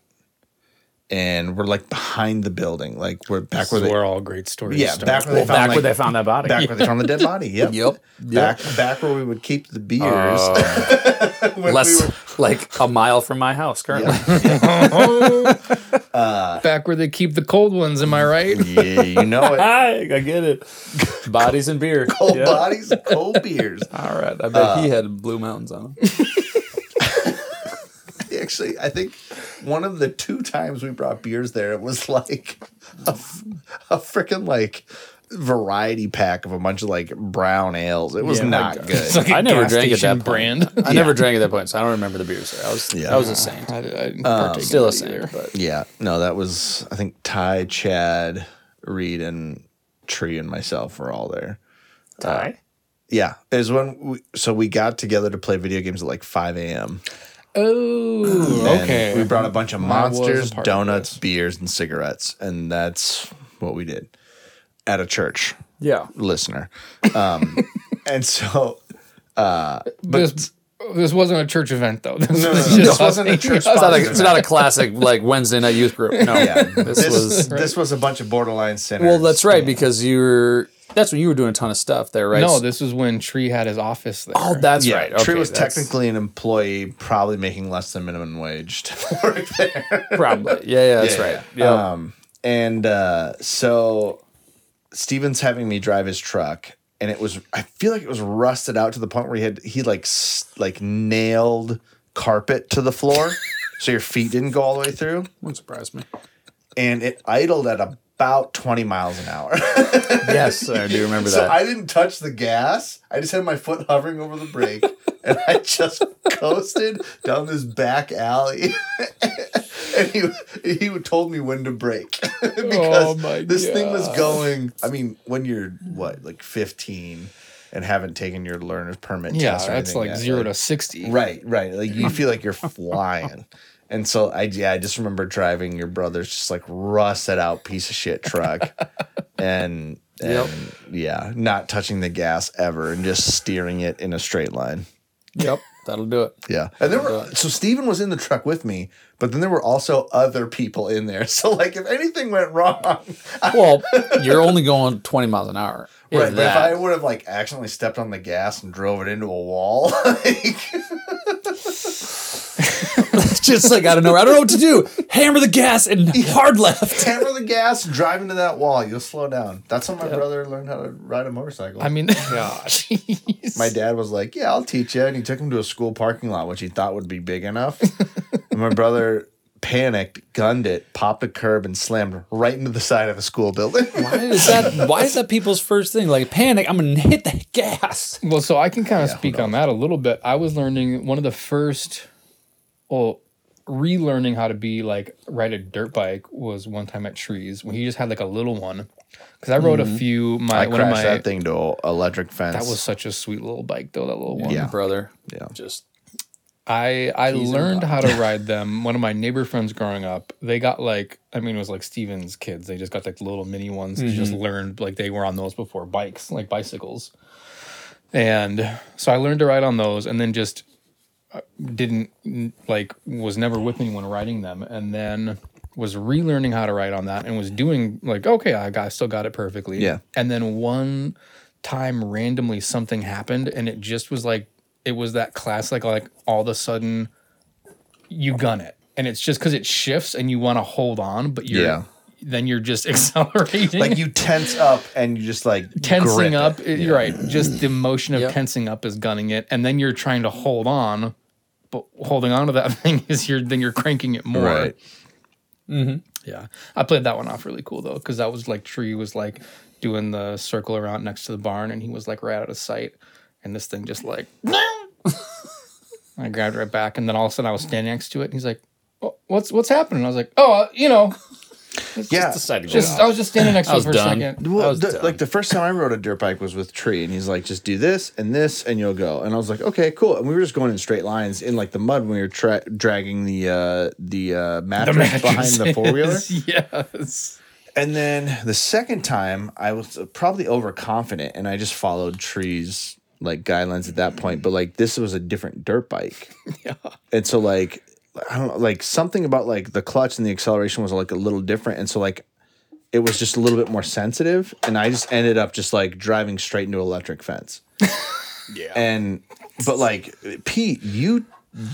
Speaker 1: and we're like behind the building, like we're back where
Speaker 3: This is
Speaker 1: they
Speaker 3: where all great stories
Speaker 1: yeah,
Speaker 3: start.
Speaker 1: back where they found
Speaker 2: Back
Speaker 1: like,
Speaker 2: where they found that
Speaker 1: <laughs>
Speaker 2: body.
Speaker 1: back where they found the dead body. Yep.
Speaker 2: <laughs> Yep. Oh,
Speaker 1: Back back where we would keep the beers. when
Speaker 2: Less
Speaker 1: we were-
Speaker 2: like a mile from my house currently. <laughs>
Speaker 3: Back where they keep the cold ones, am
Speaker 1: <laughs>
Speaker 3: I right?
Speaker 1: yeah, you know it.
Speaker 2: I, I get it. Bodies and beer.
Speaker 1: Cold Uh,
Speaker 2: Yeah.
Speaker 1: bodies, cold
Speaker 2: <laughs>
Speaker 1: beers.
Speaker 2: All right. I bet he had Blue
Speaker 1: <laughs>
Speaker 2: Mountains on him.
Speaker 1: Actually, I think one of the two times we brought beers there, it was like a, f- a freaking like variety pack of a bunch of like brown ales. It was not good.
Speaker 2: <laughs>
Speaker 3: It's like a
Speaker 2: I never
Speaker 3: gas
Speaker 2: drank at
Speaker 3: station
Speaker 2: that point.
Speaker 3: brand.
Speaker 2: I never drank at that point, so I don't remember the beers there. I was
Speaker 1: Yeah.
Speaker 2: I was a saint.
Speaker 3: I, I didn't partake
Speaker 2: Still
Speaker 3: in
Speaker 2: a
Speaker 3: that either.
Speaker 2: saint, but
Speaker 1: Yeah, no, that was I think Ty, Chad, Reed, and Tree and myself were all there.
Speaker 2: Ty.
Speaker 1: Yeah, it was when we, so we got together to play video games at like five a.m.
Speaker 3: Oh,
Speaker 1: And
Speaker 3: okay.
Speaker 1: we brought a bunch of
Speaker 3: was a
Speaker 1: monsters,
Speaker 3: part of
Speaker 1: donuts, beers, and cigarettes, and that's what we did at a church.
Speaker 2: Yeah.
Speaker 1: Listener,
Speaker 2: <laughs>
Speaker 1: um, and so uh,
Speaker 3: this this wasn't a church event though. <laughs> This was
Speaker 1: no, <laughs>
Speaker 3: just
Speaker 1: this wasn't a
Speaker 2: <laughs>
Speaker 1: church.
Speaker 2: It's not, like, it's not a classic like Wednesday night youth group. No,
Speaker 1: Yeah,
Speaker 2: this,
Speaker 1: this
Speaker 2: was.
Speaker 1: was <laughs> this was a bunch of borderline sinners.
Speaker 2: Well, that's right because you were. That's when you were doing a ton of stuff there, right?
Speaker 3: no. This was when Tree had his office there.
Speaker 2: oh, that's
Speaker 1: Yeah,
Speaker 2: right.
Speaker 1: Tree
Speaker 2: Okay,
Speaker 1: was
Speaker 2: that's-
Speaker 1: technically an employee, probably making less than minimum wage <laughs> to work there.
Speaker 2: <laughs> probably. Yeah, yeah, that's
Speaker 1: Yeah,
Speaker 2: right. Yeah,
Speaker 1: and uh, so Steven's having me drive his truck, and it was I feel like it was rusted out to the point where he had he like s- like nailed carpet to the
Speaker 2: <laughs>
Speaker 1: floor, so your feet didn't go all the way through,
Speaker 2: wouldn't surprise me.
Speaker 1: and it idled at about twenty miles an hour.
Speaker 2: <laughs> Yes,
Speaker 1: <laughs>
Speaker 2: I do remember
Speaker 1: so
Speaker 2: that.
Speaker 1: I didn't touch the gas. I just had my foot hovering over the
Speaker 2: <laughs>
Speaker 1: brake, and I just coasted down this back alley. <laughs> and he he told me when to brake because
Speaker 3: Oh my
Speaker 1: this thing was going. I mean, when you're what like 15 and haven't taken your learner's permit
Speaker 3: yeah,
Speaker 1: test or
Speaker 3: that's
Speaker 1: anything
Speaker 3: like
Speaker 1: yet,
Speaker 3: zero to sixty.
Speaker 1: Right, right. Like you feel
Speaker 3: <laughs>
Speaker 1: like you're flying. And so I yeah, I just remember driving your brother's just like rusted out piece of shit truck
Speaker 3: <laughs>
Speaker 1: and, and
Speaker 2: Yep.
Speaker 1: yeah, not touching the gas ever and just steering it in a straight line.
Speaker 2: yep, that'll do it.
Speaker 1: Yeah. And
Speaker 3: Oh
Speaker 1: there were so Steven was in the truck with me, but then there were also other people in there. <laughs> So like if anything went wrong,
Speaker 2: Well, you're only going 20 miles an hour. if
Speaker 1: right, but if
Speaker 2: that.
Speaker 1: I would have like accidentally stepped on the gas and drove it into a wall, <laughs> like
Speaker 2: <laughs> just like I don't know, I don't know what to do. Hammer the gas and hard left.
Speaker 1: hammer the gas, drive into that wall. You'll slow down. That's how my brother learned how to ride a motorcycle.
Speaker 3: I mean, <laughs> jeez.
Speaker 1: my dad was like, "Yeah, I'll teach you," and he took him to a school parking lot, which he thought would be big <laughs> enough. and my brother panicked, gunned it, popped a curb, and slammed right into the side of a school building.
Speaker 2: Why is that? Why is that people's first thing? Like panic. I'm gonna hit the gas.
Speaker 3: Well, so I can kind of speak on that a little bit. I was learning one of the first, well, relearning how to be like ride a dirt bike was one time at Trees when he just had like a little one. Because I rode a few.
Speaker 1: <laughs>
Speaker 3: My
Speaker 1: Mm-hmm. I
Speaker 3: one of
Speaker 1: crashed
Speaker 3: my
Speaker 1: that thing to an electric fence.
Speaker 3: that was such a sweet little bike though. That little one.
Speaker 1: Yeah.
Speaker 2: brother.
Speaker 1: Yeah.
Speaker 2: Just
Speaker 3: I I learned how to ride them. One of my neighbor friends growing up, they got like I mean it was like Steven's kids. They just got like little mini ones. They just learned like they were on those before bikes, like bicycles. And so I learned to ride on those, and then just uh, didn't like was never with anyone riding them, and then was relearning how to ride on that, and was doing like okay, I got I still got it perfectly.
Speaker 1: Yeah.
Speaker 3: And then one time randomly something happened and it just was like it was that class like like all of a sudden you gun it and it's just because it shifts and you want to hold on but you're
Speaker 1: Yeah.
Speaker 3: then you're just <laughs> accelerating
Speaker 1: Like you tense up and you just like grip
Speaker 3: <laughs>
Speaker 1: it.
Speaker 3: tensing up it- you're right just the motion of
Speaker 4: Yep.
Speaker 3: tensing up is gunning it and then you're trying to hold on but holding on to that <laughs> thing is you're then you're cranking it more
Speaker 1: Right.
Speaker 3: yeah i played that one off really cool though because that was like tree was like doing the circle around next to the barn and he was like right out of sight and this thing just like <laughs> i grabbed right back and then all of a sudden i was standing next to it and he's like "Wha- what's what's happening i was like oh uh, you know
Speaker 1: Yeah.
Speaker 4: Decided to
Speaker 3: just i was just standing next to
Speaker 4: I
Speaker 3: it
Speaker 4: was
Speaker 3: for a
Speaker 4: done.
Speaker 3: second
Speaker 1: Well,
Speaker 4: was
Speaker 1: the-
Speaker 4: dumb.
Speaker 1: like the first time I rode a dirt bike was with Tree, and he's like, just do this and this, and you'll go. And I was like, okay, cool. And we were just going in straight lines in like the mud when we were tra- dragging the uh, the uh, mattress, behind the four
Speaker 3: <laughs>
Speaker 1: wheeler.
Speaker 3: yes
Speaker 1: And then the second time, I was probably overconfident, and I just followed Tree's like guidelines at that point. But like this was a different dirt bike,
Speaker 3: Yeah.
Speaker 1: and so like I don't know, like something about like the clutch and the acceleration was like a little different, and so like it was just a little bit more sensitive, and I just ended up just like driving straight into an electric fence. yeah. And but like Pete, you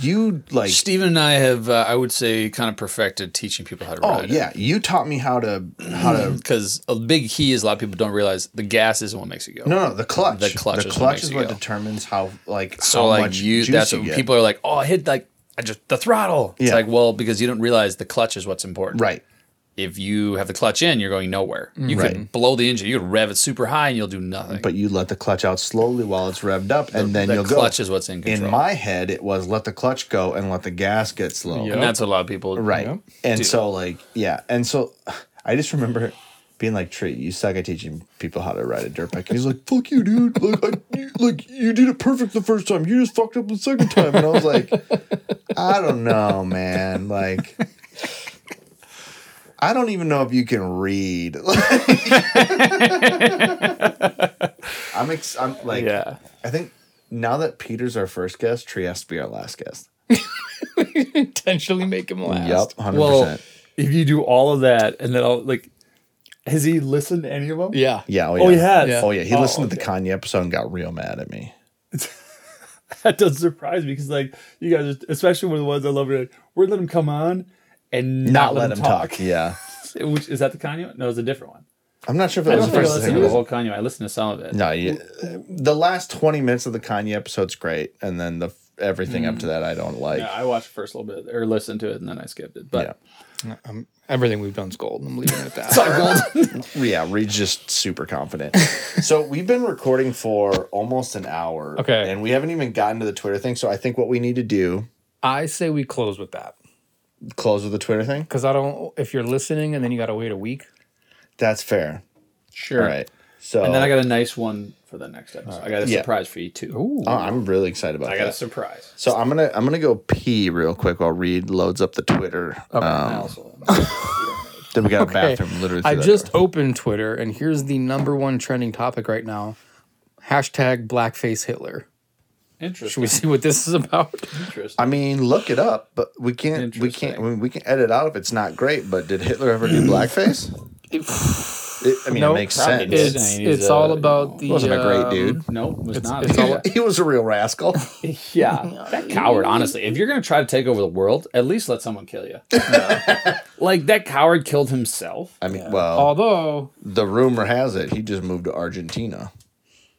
Speaker 1: you like
Speaker 4: Steven and I have, uh, I would say, kind of perfected teaching people how to
Speaker 1: oh
Speaker 4: ride.
Speaker 1: yeah, you taught me how to how to
Speaker 4: Because a big key is a lot of people don't realize the gas isn't what makes you go.
Speaker 1: No, no, the clutch.
Speaker 4: The clutch
Speaker 1: The
Speaker 4: is what
Speaker 1: clutch
Speaker 4: makes
Speaker 1: is
Speaker 4: you
Speaker 1: what
Speaker 4: go.
Speaker 1: determines how like
Speaker 4: So
Speaker 1: how
Speaker 4: like
Speaker 1: much
Speaker 4: you,
Speaker 1: juice
Speaker 4: that's
Speaker 1: you
Speaker 4: what
Speaker 1: get.
Speaker 4: people are like, oh, I hit like I just the throttle. It's
Speaker 1: Yeah.
Speaker 4: like well because you don't realize the clutch is what's important.
Speaker 1: right.
Speaker 4: If you have the clutch in, you're going nowhere.
Speaker 2: Mm.
Speaker 4: You could
Speaker 1: Right.
Speaker 4: blow the engine, you could rev it super high, and you'll do nothing.
Speaker 1: But you let the clutch out slowly while it's revved up, and then
Speaker 4: the
Speaker 1: you'll
Speaker 4: clutch
Speaker 1: go.
Speaker 4: is what's in
Speaker 1: in
Speaker 4: control.
Speaker 1: my head, it was let the clutch go and let the gas get slow.
Speaker 3: Yeah.
Speaker 4: and that's what a lot of people.
Speaker 1: Right.
Speaker 3: Yep.
Speaker 1: And
Speaker 4: Dude.
Speaker 1: so like yeah, and so <sighs> I just remember being like, "Tree, you suck at teaching people how to ride a dirt bike." And he's like, "Fuck you, dude! Like,
Speaker 2: <laughs>
Speaker 1: I, you, like you did it perfect the first time. You just fucked up the second time." And I was like, "I don't know, man. Like, I don't even know if you can read." <laughs> I'm, ex- I'm like,
Speaker 2: Yeah.
Speaker 1: I think now that Peter's our first guest, Tree has to be our last guest.
Speaker 3: intentionally make him laugh
Speaker 1: Yep, hundred
Speaker 2: Well,
Speaker 1: percent.
Speaker 2: if you do all of that and then I'll like, has he listened to any of them?
Speaker 3: yeah
Speaker 1: Yeah. Oh, yeah.
Speaker 2: Oh, he has.
Speaker 1: Oh yeah, he listened to the Kanye episode and got real mad at me.
Speaker 2: that does surprise me because like you guys, are, especially one of the ones I love, you're like, we're let him come on and not, let, him talk. <laughs>
Speaker 1: Yeah,
Speaker 2: Which is that the Kanye? one? No, it's a different one.
Speaker 1: I'm not sure if that
Speaker 2: I
Speaker 1: was
Speaker 2: don't
Speaker 1: the
Speaker 2: think I
Speaker 1: first
Speaker 2: listened
Speaker 1: thing.
Speaker 2: to
Speaker 1: or
Speaker 2: the
Speaker 1: the-
Speaker 2: whole Kanye. I listened to some of it.
Speaker 1: No, you, the last 20 minutes of the Kanye episode's great, and then the everything
Speaker 2: Hmm.
Speaker 1: up to that I don't like.
Speaker 2: Yeah, I watched the first little bit or listened to it and then I skipped it. But
Speaker 3: Um, everything we've done's gold i'm leaving it at that
Speaker 1: <laughs> Yeah, Reed's just super confident. so we've been recording for almost an hour.
Speaker 3: Okay.
Speaker 1: and we haven't even gotten to the Twitter thing. So I think what we need to do
Speaker 3: <laughs> i say we close with that
Speaker 1: close with the Twitter thing.
Speaker 3: because i don't if you're listening and then you gotta wait a week
Speaker 1: That's fair.
Speaker 2: sure.
Speaker 1: All right. So
Speaker 2: And then I got a nice one for the next episode. I got a
Speaker 1: Yeah.
Speaker 2: surprise for you too.
Speaker 1: Oh, I'm really excited about
Speaker 2: I
Speaker 1: that.
Speaker 2: got a surprise.
Speaker 1: so I'm gonna I'm gonna go pee real quick while Reed loads up the Twitter.
Speaker 2: I
Speaker 1: Um,
Speaker 2: also
Speaker 1: then we got a bathroom literally.
Speaker 3: I
Speaker 1: through that
Speaker 3: just opened Twitter, and here's the number one trending topic right now: hashtag Blackface Hitler. <laughs> Should
Speaker 2: interesting.
Speaker 3: we see what this is about?
Speaker 1: I mean, look it up, but we can't. We
Speaker 2: Interesting.
Speaker 1: can't. I mean, we can edit out if it's not great. But did Hitler ever
Speaker 2: <clears throat>
Speaker 1: do blackface? It, I mean,
Speaker 3: No,
Speaker 1: it makes
Speaker 2: probably
Speaker 1: sense.
Speaker 2: did.
Speaker 1: He
Speaker 3: It's
Speaker 2: saying he's
Speaker 3: it's
Speaker 2: a-
Speaker 3: all about the.
Speaker 1: wasn't a great
Speaker 3: um,
Speaker 1: dude.
Speaker 2: No, it was not. <laughs>
Speaker 3: it's all-
Speaker 1: He was a real rascal.
Speaker 2: yeah, that coward. Honestly, if you're gonna try to take over the world, at least let someone kill you. like that coward killed himself.
Speaker 1: I mean, well,
Speaker 3: Although
Speaker 1: the rumor has it he just moved to Argentina.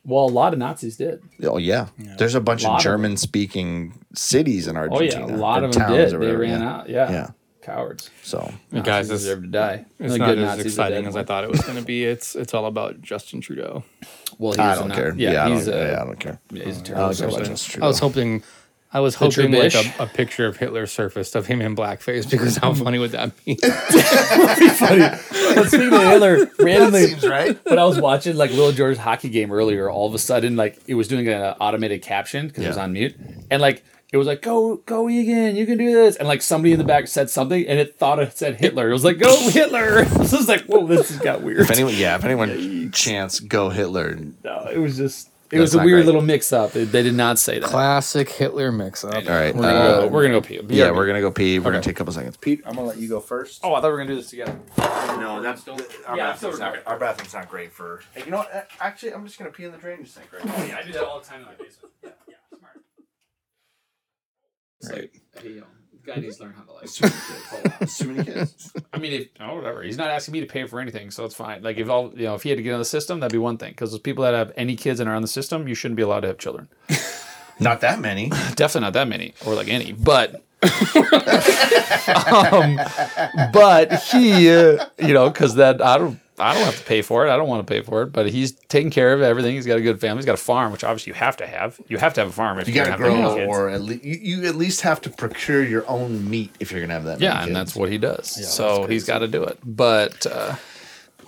Speaker 2: Well, a lot of Nazis did.
Speaker 1: Oh yeah, there's a bunch
Speaker 2: Lot
Speaker 1: of
Speaker 2: of 'em.
Speaker 1: German-speaking cities in
Speaker 2: Oh
Speaker 1: Argentina.
Speaker 2: yeah, a lot
Speaker 1: or
Speaker 2: of them
Speaker 1: towns
Speaker 2: did.
Speaker 1: or
Speaker 2: They
Speaker 1: whatever,
Speaker 2: ran
Speaker 1: yeah.
Speaker 2: out. Yeah.
Speaker 1: Yeah.
Speaker 2: cowards.
Speaker 1: So
Speaker 3: guys,
Speaker 2: Nazis
Speaker 3: it's-
Speaker 2: deserve to die.
Speaker 3: it's
Speaker 2: Only
Speaker 3: not
Speaker 2: good
Speaker 3: as
Speaker 2: Nazis are
Speaker 3: exciting
Speaker 2: dead.
Speaker 3: as I thought it was going to be. It's it's all about Justin Trudeau.
Speaker 2: Well, he's
Speaker 1: I
Speaker 2: a
Speaker 1: don't
Speaker 2: Na-
Speaker 1: care.
Speaker 2: Yeah,
Speaker 1: Yeah, I,
Speaker 2: he's
Speaker 1: don't,
Speaker 2: a,
Speaker 1: yeah I don't care.
Speaker 2: yeah, he's a
Speaker 1: I
Speaker 2: terrible
Speaker 1: don't care about
Speaker 2: person.
Speaker 1: Justin
Speaker 3: I was
Speaker 1: Trudeau.
Speaker 3: hoping. I was hoping like
Speaker 2: Trubish.
Speaker 3: a, a picture of Hitler surfaced of him in blackface because how funny would that be?
Speaker 2: But speaking of Hitler,
Speaker 1: <laughs>
Speaker 2: randomly,
Speaker 1: right.
Speaker 2: when I was watching like Little George's hockey game earlier, all of a sudden like it was doing an automated caption because it was
Speaker 1: Yeah.
Speaker 2: on mute, and like
Speaker 4: It was like, go, go, Egan, you can do this. And like somebody in the back said something and it thought it said Hitler. It was like, go, Hitler. <laughs> this is like, whoa, this has
Speaker 1: <laughs>
Speaker 4: got weird.
Speaker 1: If anyone, yeah, if anyone chants "Go Hitler,"
Speaker 4: No, it was just, it
Speaker 1: That's
Speaker 4: was a
Speaker 1: not
Speaker 4: weird
Speaker 1: great.
Speaker 4: little mix up. They did not say that.
Speaker 3: <laughs> Classic Hitler mix up.
Speaker 1: all right.
Speaker 4: We're gonna,
Speaker 1: uh,
Speaker 4: go, we're gonna go pee.
Speaker 1: yeah, we're gonna go pee. We're gonna
Speaker 4: Okay.
Speaker 1: take a couple seconds. Pete, I'm gonna let you go first.
Speaker 4: Oh, I thought we were gonna do this together.
Speaker 1: no, that's our,
Speaker 4: Yeah, I'm bathroom's still not-
Speaker 1: our bathroom's not great for. Hey, you know what? Actually, I'm just gonna pee in the drainage sink right now.
Speaker 4: Yeah, I do that all the time in my basement. Yeah, yeah, smart.
Speaker 2: It's like, hey, yo, guy needs to learn how to like. swim with it.
Speaker 1: Too many kids.
Speaker 2: I mean, if, oh, whatever. He's not asking me to pay for anything, so it's fine. Like if all you know, if he had to get on the system, that'd be one thing. Because those people that have any kids and are on the system, you shouldn't be allowed to have children.
Speaker 1: Not that many.
Speaker 2: Definitely not that many, or like any, but. um,
Speaker 1: <laughs>
Speaker 2: but he, uh, you know, because that I don't, I don't have to pay for it. I don't want to pay for it. But he's taking care of everything. He's got a good family. He's got a farm, which obviously you have to have. You have to have a farm if
Speaker 1: You
Speaker 2: you're
Speaker 1: gotta
Speaker 2: gonna have that
Speaker 1: grow, or
Speaker 2: many kids.
Speaker 1: at least you, you at least have to procure your own meat if you're gonna have that. many
Speaker 2: Yeah, and
Speaker 1: kids.
Speaker 2: that's what he does. so he's got to do it. But uh,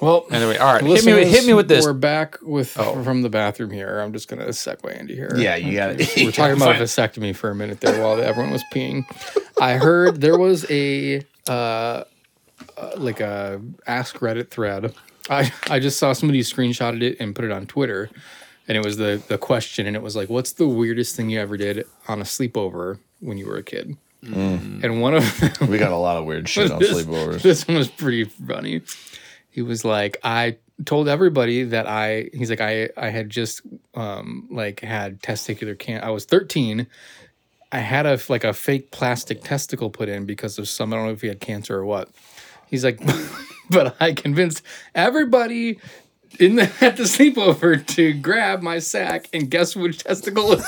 Speaker 3: Well,
Speaker 2: anyway, all right, hit me, with- hit me with <laughs> this. Oh.
Speaker 3: We're back with from the bathroom here. I'm just gonna segue into here.
Speaker 1: Yeah, you got it.
Speaker 3: <laughs>
Speaker 1: <laughs>
Speaker 3: We We're talking about vasectomy for a minute there while everyone was peeing. I heard there was a uh, uh, like a ask Reddit thread. I I just saw somebody screenshotted it and put it on Twitter, and it was the the question, and it was like, "What's the weirdest thing you ever did on a sleepover when you were a kid?"
Speaker 1: Mm.
Speaker 3: And one of them
Speaker 1: we got a lot of weird shit on
Speaker 3: <laughs> this,
Speaker 1: sleepovers.
Speaker 3: this one was pretty funny. He was like, I told everybody that I. He's like, I I had just um like had testicular can. I was thirteen. I had a f- like a fake plastic testicle put in because of some. I don't know if he had cancer or what. He's like, <laughs> but I convinced everybody. In the, <laughs> at the sleepover to grab my sack and guess which testicle was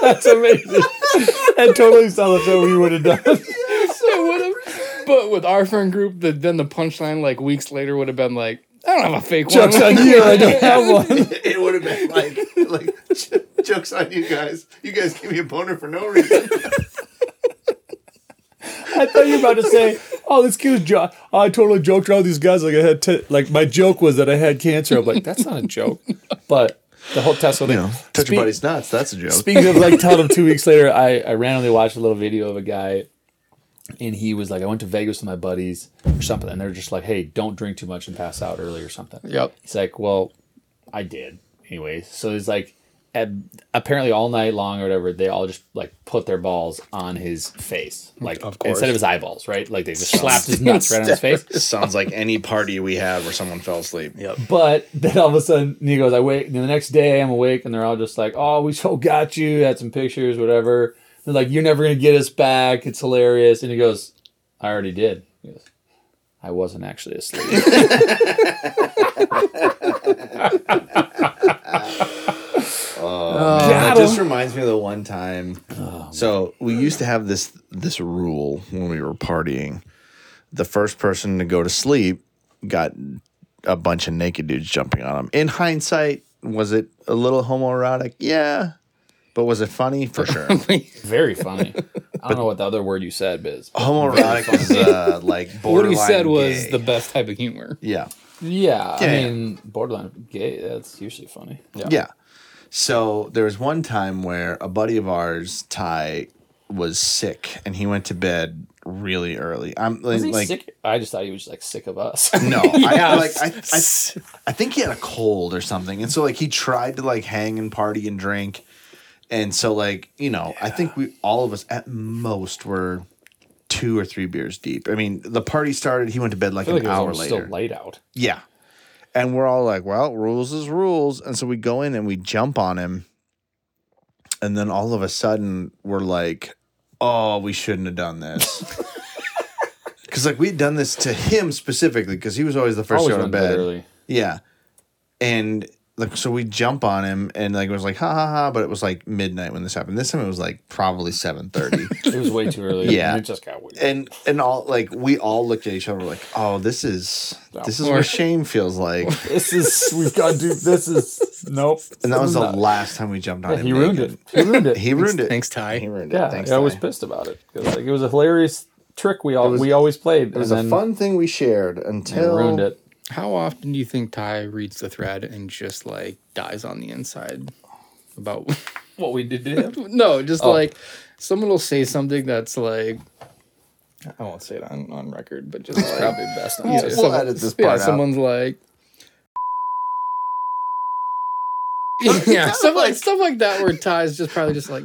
Speaker 4: That's amazing. <laughs> that totally sounds like what we would have <laughs> done.
Speaker 3: I would've- But with our friend group, the, then the punchline like weeks later would have been like, I don't have a fake one. <laughs>
Speaker 4: Jokes on you, I don't have one.
Speaker 1: It would have been like, like <laughs> j- jokes on you guys. You guys give me a boner for no reason.
Speaker 4: I thought you were about to say, "Oh, this kid was jo- I totally joked around with these guys like I had t- like my joke was that I had cancer." I'm like, "That's not
Speaker 2: <laughs>
Speaker 4: a joke," but the whole Tesla thing.
Speaker 1: Touch
Speaker 4: Speak-
Speaker 1: your buddy's nuts. That's a joke.
Speaker 4: Speaking of like telling him two weeks later, I, I randomly watched a little video of a guy and he was like, I went to Vegas with my buddies or something. And they're just like, hey, don't drink too much and pass out early or something.
Speaker 3: Yep.
Speaker 4: He's like, well, I did. Anyways, so he's like, at, apparently all night long or whatever, they all just like put their balls on his face. Like,
Speaker 3: Of course.
Speaker 4: instead of his eyeballs, right? Like they just slapped his nuts right on his face.
Speaker 1: This sounds like any party we have where someone fell asleep. Yep.
Speaker 4: <laughs> But then all of a sudden, he goes, I wake. And the next day, I'm awake, and they're all just like, "Oh, we so got you. Had some pictures, whatever." They're like, "You're never gonna get us back. It's hilarious." And he goes, "I already did." He goes, I wasn't actually <laughs> asleep.
Speaker 1: Uh, that just reminds me of the one time.
Speaker 3: Oh,
Speaker 1: so we used to have this this rule when we were partying. The first person to go to sleep got a bunch of naked dudes jumping on him. In hindsight, was it a little homoerotic? Yeah. But was it funny? For
Speaker 3: <laughs>
Speaker 1: sure.
Speaker 4: Very <laughs> funny. I don't know what the other word you said, Biz.
Speaker 1: homoerotic is uh, like
Speaker 3: <laughs> what
Speaker 1: borderline.
Speaker 3: he said was
Speaker 1: gay.
Speaker 3: the best type of humor.
Speaker 1: yeah.
Speaker 4: Yeah,
Speaker 1: Yeah.
Speaker 4: I mean, borderline gay. That's usually funny. Yeah.
Speaker 1: Yeah. So there was one time where a buddy of ours, Ty, was sick and he went to bed really early. I'm like,
Speaker 4: Is he
Speaker 1: like
Speaker 4: sick? I just thought he was like sick of us. <laughs>
Speaker 1: no, I, like I, I, I think he had a cold or something, and so like he tried to like hang and party and drink, and so like you know, I think we all of us at most were two or three beers deep. I mean, the party started. He went to bed like
Speaker 4: I feel
Speaker 1: an
Speaker 4: like it was
Speaker 1: hour
Speaker 4: almost
Speaker 1: later.
Speaker 4: still light out.
Speaker 1: Yeah. And we're all like, well, rules is rules. And so we go in and we jump on him. And then all of a sudden, we're like, oh, we shouldn't have done this. <laughs> Because, like, we'd done this to him specifically because he was always the first to go
Speaker 4: Always
Speaker 1: to
Speaker 4: went to bed
Speaker 1: bed.
Speaker 4: early.
Speaker 1: Yeah. And, like, so we jump on him and, like, it was like, ha ha ha. But it was like midnight when this happened. This time it was like probably
Speaker 4: <laughs>
Speaker 1: 7.30.
Speaker 4: It was way too early.
Speaker 1: <laughs> Yeah.
Speaker 4: it just got weird.
Speaker 1: and and all like we all looked at each other like oh this is this is what shame feels
Speaker 4: <laughs>
Speaker 1: like
Speaker 4: This is we've got to do. This is nope.
Speaker 1: and that was the last time we jumped on him
Speaker 4: he ruined
Speaker 1: naked.
Speaker 4: it. He ruined
Speaker 1: <laughs>
Speaker 4: it.
Speaker 1: he ruined it
Speaker 3: Thanks, Ty.
Speaker 1: he ruined
Speaker 4: yeah,
Speaker 1: it thanks
Speaker 4: I was
Speaker 1: Ty.
Speaker 4: pissed about it. 'Cause, like, it was a hilarious trick we all we always played.
Speaker 1: it was a fun thing we shared until
Speaker 4: ruined it.
Speaker 3: How often do you think Ty reads the thread and just like dies on the inside about <laughs>
Speaker 4: What we did to him?
Speaker 1: <laughs>
Speaker 3: no, just
Speaker 4: Oh.
Speaker 3: like someone will say something that's like I won't say it on, on record, but just like,
Speaker 4: Probably best not
Speaker 3: yeah,
Speaker 4: to.
Speaker 1: We'll
Speaker 3: someone-
Speaker 1: edit this
Speaker 3: yeah,
Speaker 1: part out.
Speaker 3: someone's
Speaker 1: <laughs>
Speaker 3: like <laughs> yeah, stuff like stuff like that where Ty's just probably just like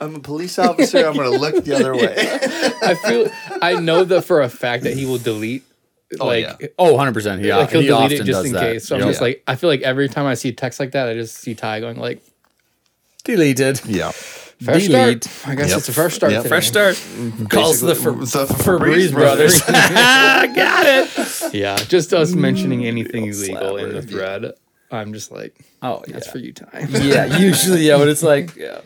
Speaker 1: I'm a police officer. I'm going to look the other way.
Speaker 3: I feel I know that for a fact that he will delete like
Speaker 4: Oh, 100%. Yeah.
Speaker 3: like he'll
Speaker 4: he
Speaker 3: delete
Speaker 4: often
Speaker 3: it just
Speaker 4: does
Speaker 3: in
Speaker 4: that.
Speaker 3: case. So I'm
Speaker 4: Yep.
Speaker 3: just like, I feel like every time I see text like that, I just see Ty going like,
Speaker 4: deleted.
Speaker 5: Yeah.
Speaker 3: fresh
Speaker 4: Delete.
Speaker 3: start. I guess
Speaker 5: Yep.
Speaker 3: it's a fresh start.
Speaker 5: Yep.
Speaker 3: today.
Speaker 4: Fresh start. Calls the Fer-
Speaker 1: Mm-hmm. the
Speaker 4: Febreze brothers. Got it.
Speaker 3: Yeah, just us mentioning anything illegal in the thread. I'm just like,
Speaker 4: <laughs> Oh, yeah.
Speaker 3: that's for you, Ty. <laughs>
Speaker 4: <laughs> yeah, usually, yeah, but it's like, yeah.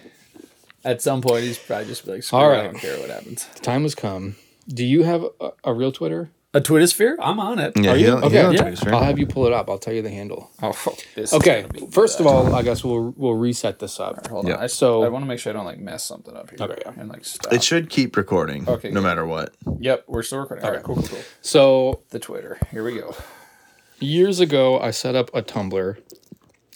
Speaker 4: At some point, he's probably just like, Screw
Speaker 3: All
Speaker 4: All right.
Speaker 3: right.
Speaker 4: I don't care what happens.
Speaker 3: The time has come. Do you have a, a real Twitter?
Speaker 4: A Twitter sphere? I'm on it.
Speaker 5: Yeah. he don't- he
Speaker 3: Okay, Uh-huh.
Speaker 5: don't
Speaker 4: yeah.
Speaker 5: do this, right?
Speaker 3: I'll have you pull it up. I'll tell you the handle.
Speaker 4: Oh, this is
Speaker 3: Okay,
Speaker 4: gonna be
Speaker 3: first
Speaker 4: bad.
Speaker 3: of all, I guess we'll we'll reset this up.
Speaker 4: hold
Speaker 5: Yeah.
Speaker 4: on. I,
Speaker 3: So-
Speaker 4: so I want to make sure I don't like mess something up here.
Speaker 3: Okay.
Speaker 4: And like stop.
Speaker 5: It should keep recording
Speaker 4: Okay,
Speaker 5: no
Speaker 4: good.
Speaker 5: matter what.
Speaker 4: yep, we're still recording. All right, cool, cool, cool.
Speaker 3: So
Speaker 4: The Twitter. Here we go.
Speaker 3: years ago, I set up a Tumblr,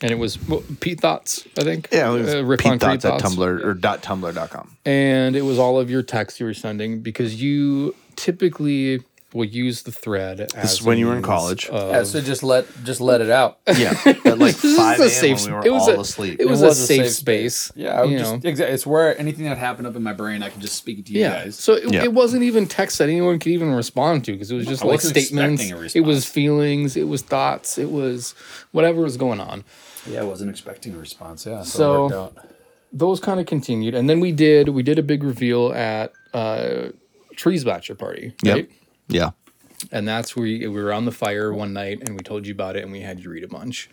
Speaker 3: and it was well, Pete Thoughts, I think.
Speaker 5: Yeah, it was
Speaker 3: Uh, riff on
Speaker 5: Pete Dots
Speaker 3: Creed
Speaker 5: at Tumblr or dot tumblr.com.
Speaker 3: and it was all of your text you were sending because you typically will use the thread. As
Speaker 5: This is when
Speaker 3: a
Speaker 5: you were in
Speaker 3: means
Speaker 5: college.
Speaker 1: <laughs>
Speaker 3: of-
Speaker 4: yeah, so just let just let it out.
Speaker 5: yeah. At like
Speaker 3: This is
Speaker 5: 5
Speaker 3: a
Speaker 5: a.m.
Speaker 3: safe
Speaker 5: when we
Speaker 3: sp-
Speaker 5: were
Speaker 3: it was
Speaker 5: all
Speaker 3: a-
Speaker 5: asleep.
Speaker 3: It was,
Speaker 4: was
Speaker 3: a,
Speaker 4: a
Speaker 3: safe,
Speaker 4: safe
Speaker 3: space.
Speaker 4: <laughs> Yeah, I would
Speaker 3: you
Speaker 4: just,
Speaker 3: know.
Speaker 4: exactly. It's where anything that happened up in my brain, I could just speak it to you
Speaker 3: Yeah.
Speaker 4: guys.
Speaker 3: So it,
Speaker 5: Yeah.
Speaker 3: it wasn't even text that anyone could even respond to because it was just
Speaker 4: I
Speaker 3: like
Speaker 4: wasn't expecting
Speaker 3: statements.
Speaker 4: a
Speaker 3: It was
Speaker 4: response.
Speaker 3: feelings. It was thoughts. It was whatever was going on.
Speaker 4: Yeah, I wasn't expecting a response. Yeah.
Speaker 3: So-
Speaker 4: it worked out.
Speaker 3: Those kind of continued, and then we did we did a big reveal at uh, Trees Bachelor Party,
Speaker 5: Yep.
Speaker 3: right?
Speaker 5: Yeah.
Speaker 3: And that's where you, we were on the fire one night, and we told you about it, and we had you read a bunch.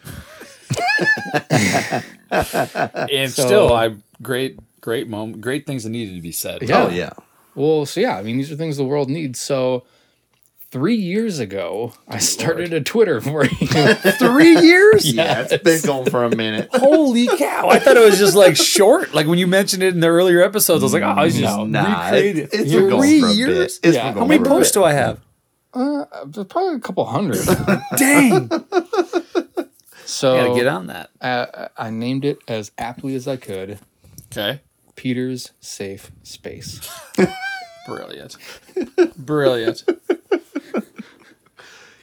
Speaker 4: and
Speaker 3: So-
Speaker 4: still, I great, great moment, great things that needed to be said.
Speaker 3: Yeah.
Speaker 5: Oh, yeah.
Speaker 3: Well, so yeah, I mean, these are things the world needs. So, three years ago, I started a Twitter for <laughs> you.
Speaker 5: Three
Speaker 3: <laughs>
Speaker 5: years? Yeah. It's been going for a minute.
Speaker 4: <laughs> Holy cow! I thought it was just like short. Like when you mentioned it in the earlier episodes, I was like, oh, I was just
Speaker 5: Mm, nah,
Speaker 4: recreating.
Speaker 5: it- it's been going for a bit. It's
Speaker 3: Yeah.
Speaker 5: been
Speaker 4: How
Speaker 5: going
Speaker 4: many
Speaker 5: for a
Speaker 4: posts
Speaker 5: bit.
Speaker 4: do I have?
Speaker 3: Probably a couple <laughs> hundred.
Speaker 5: <laughs>
Speaker 4: Dang!
Speaker 3: So
Speaker 4: Gotta get on that.
Speaker 3: uh, I named it as aptly as I could.
Speaker 4: Okay.
Speaker 3: Peter's safe space.
Speaker 4: Brilliant.
Speaker 5: <laughs>
Speaker 4: Brilliant.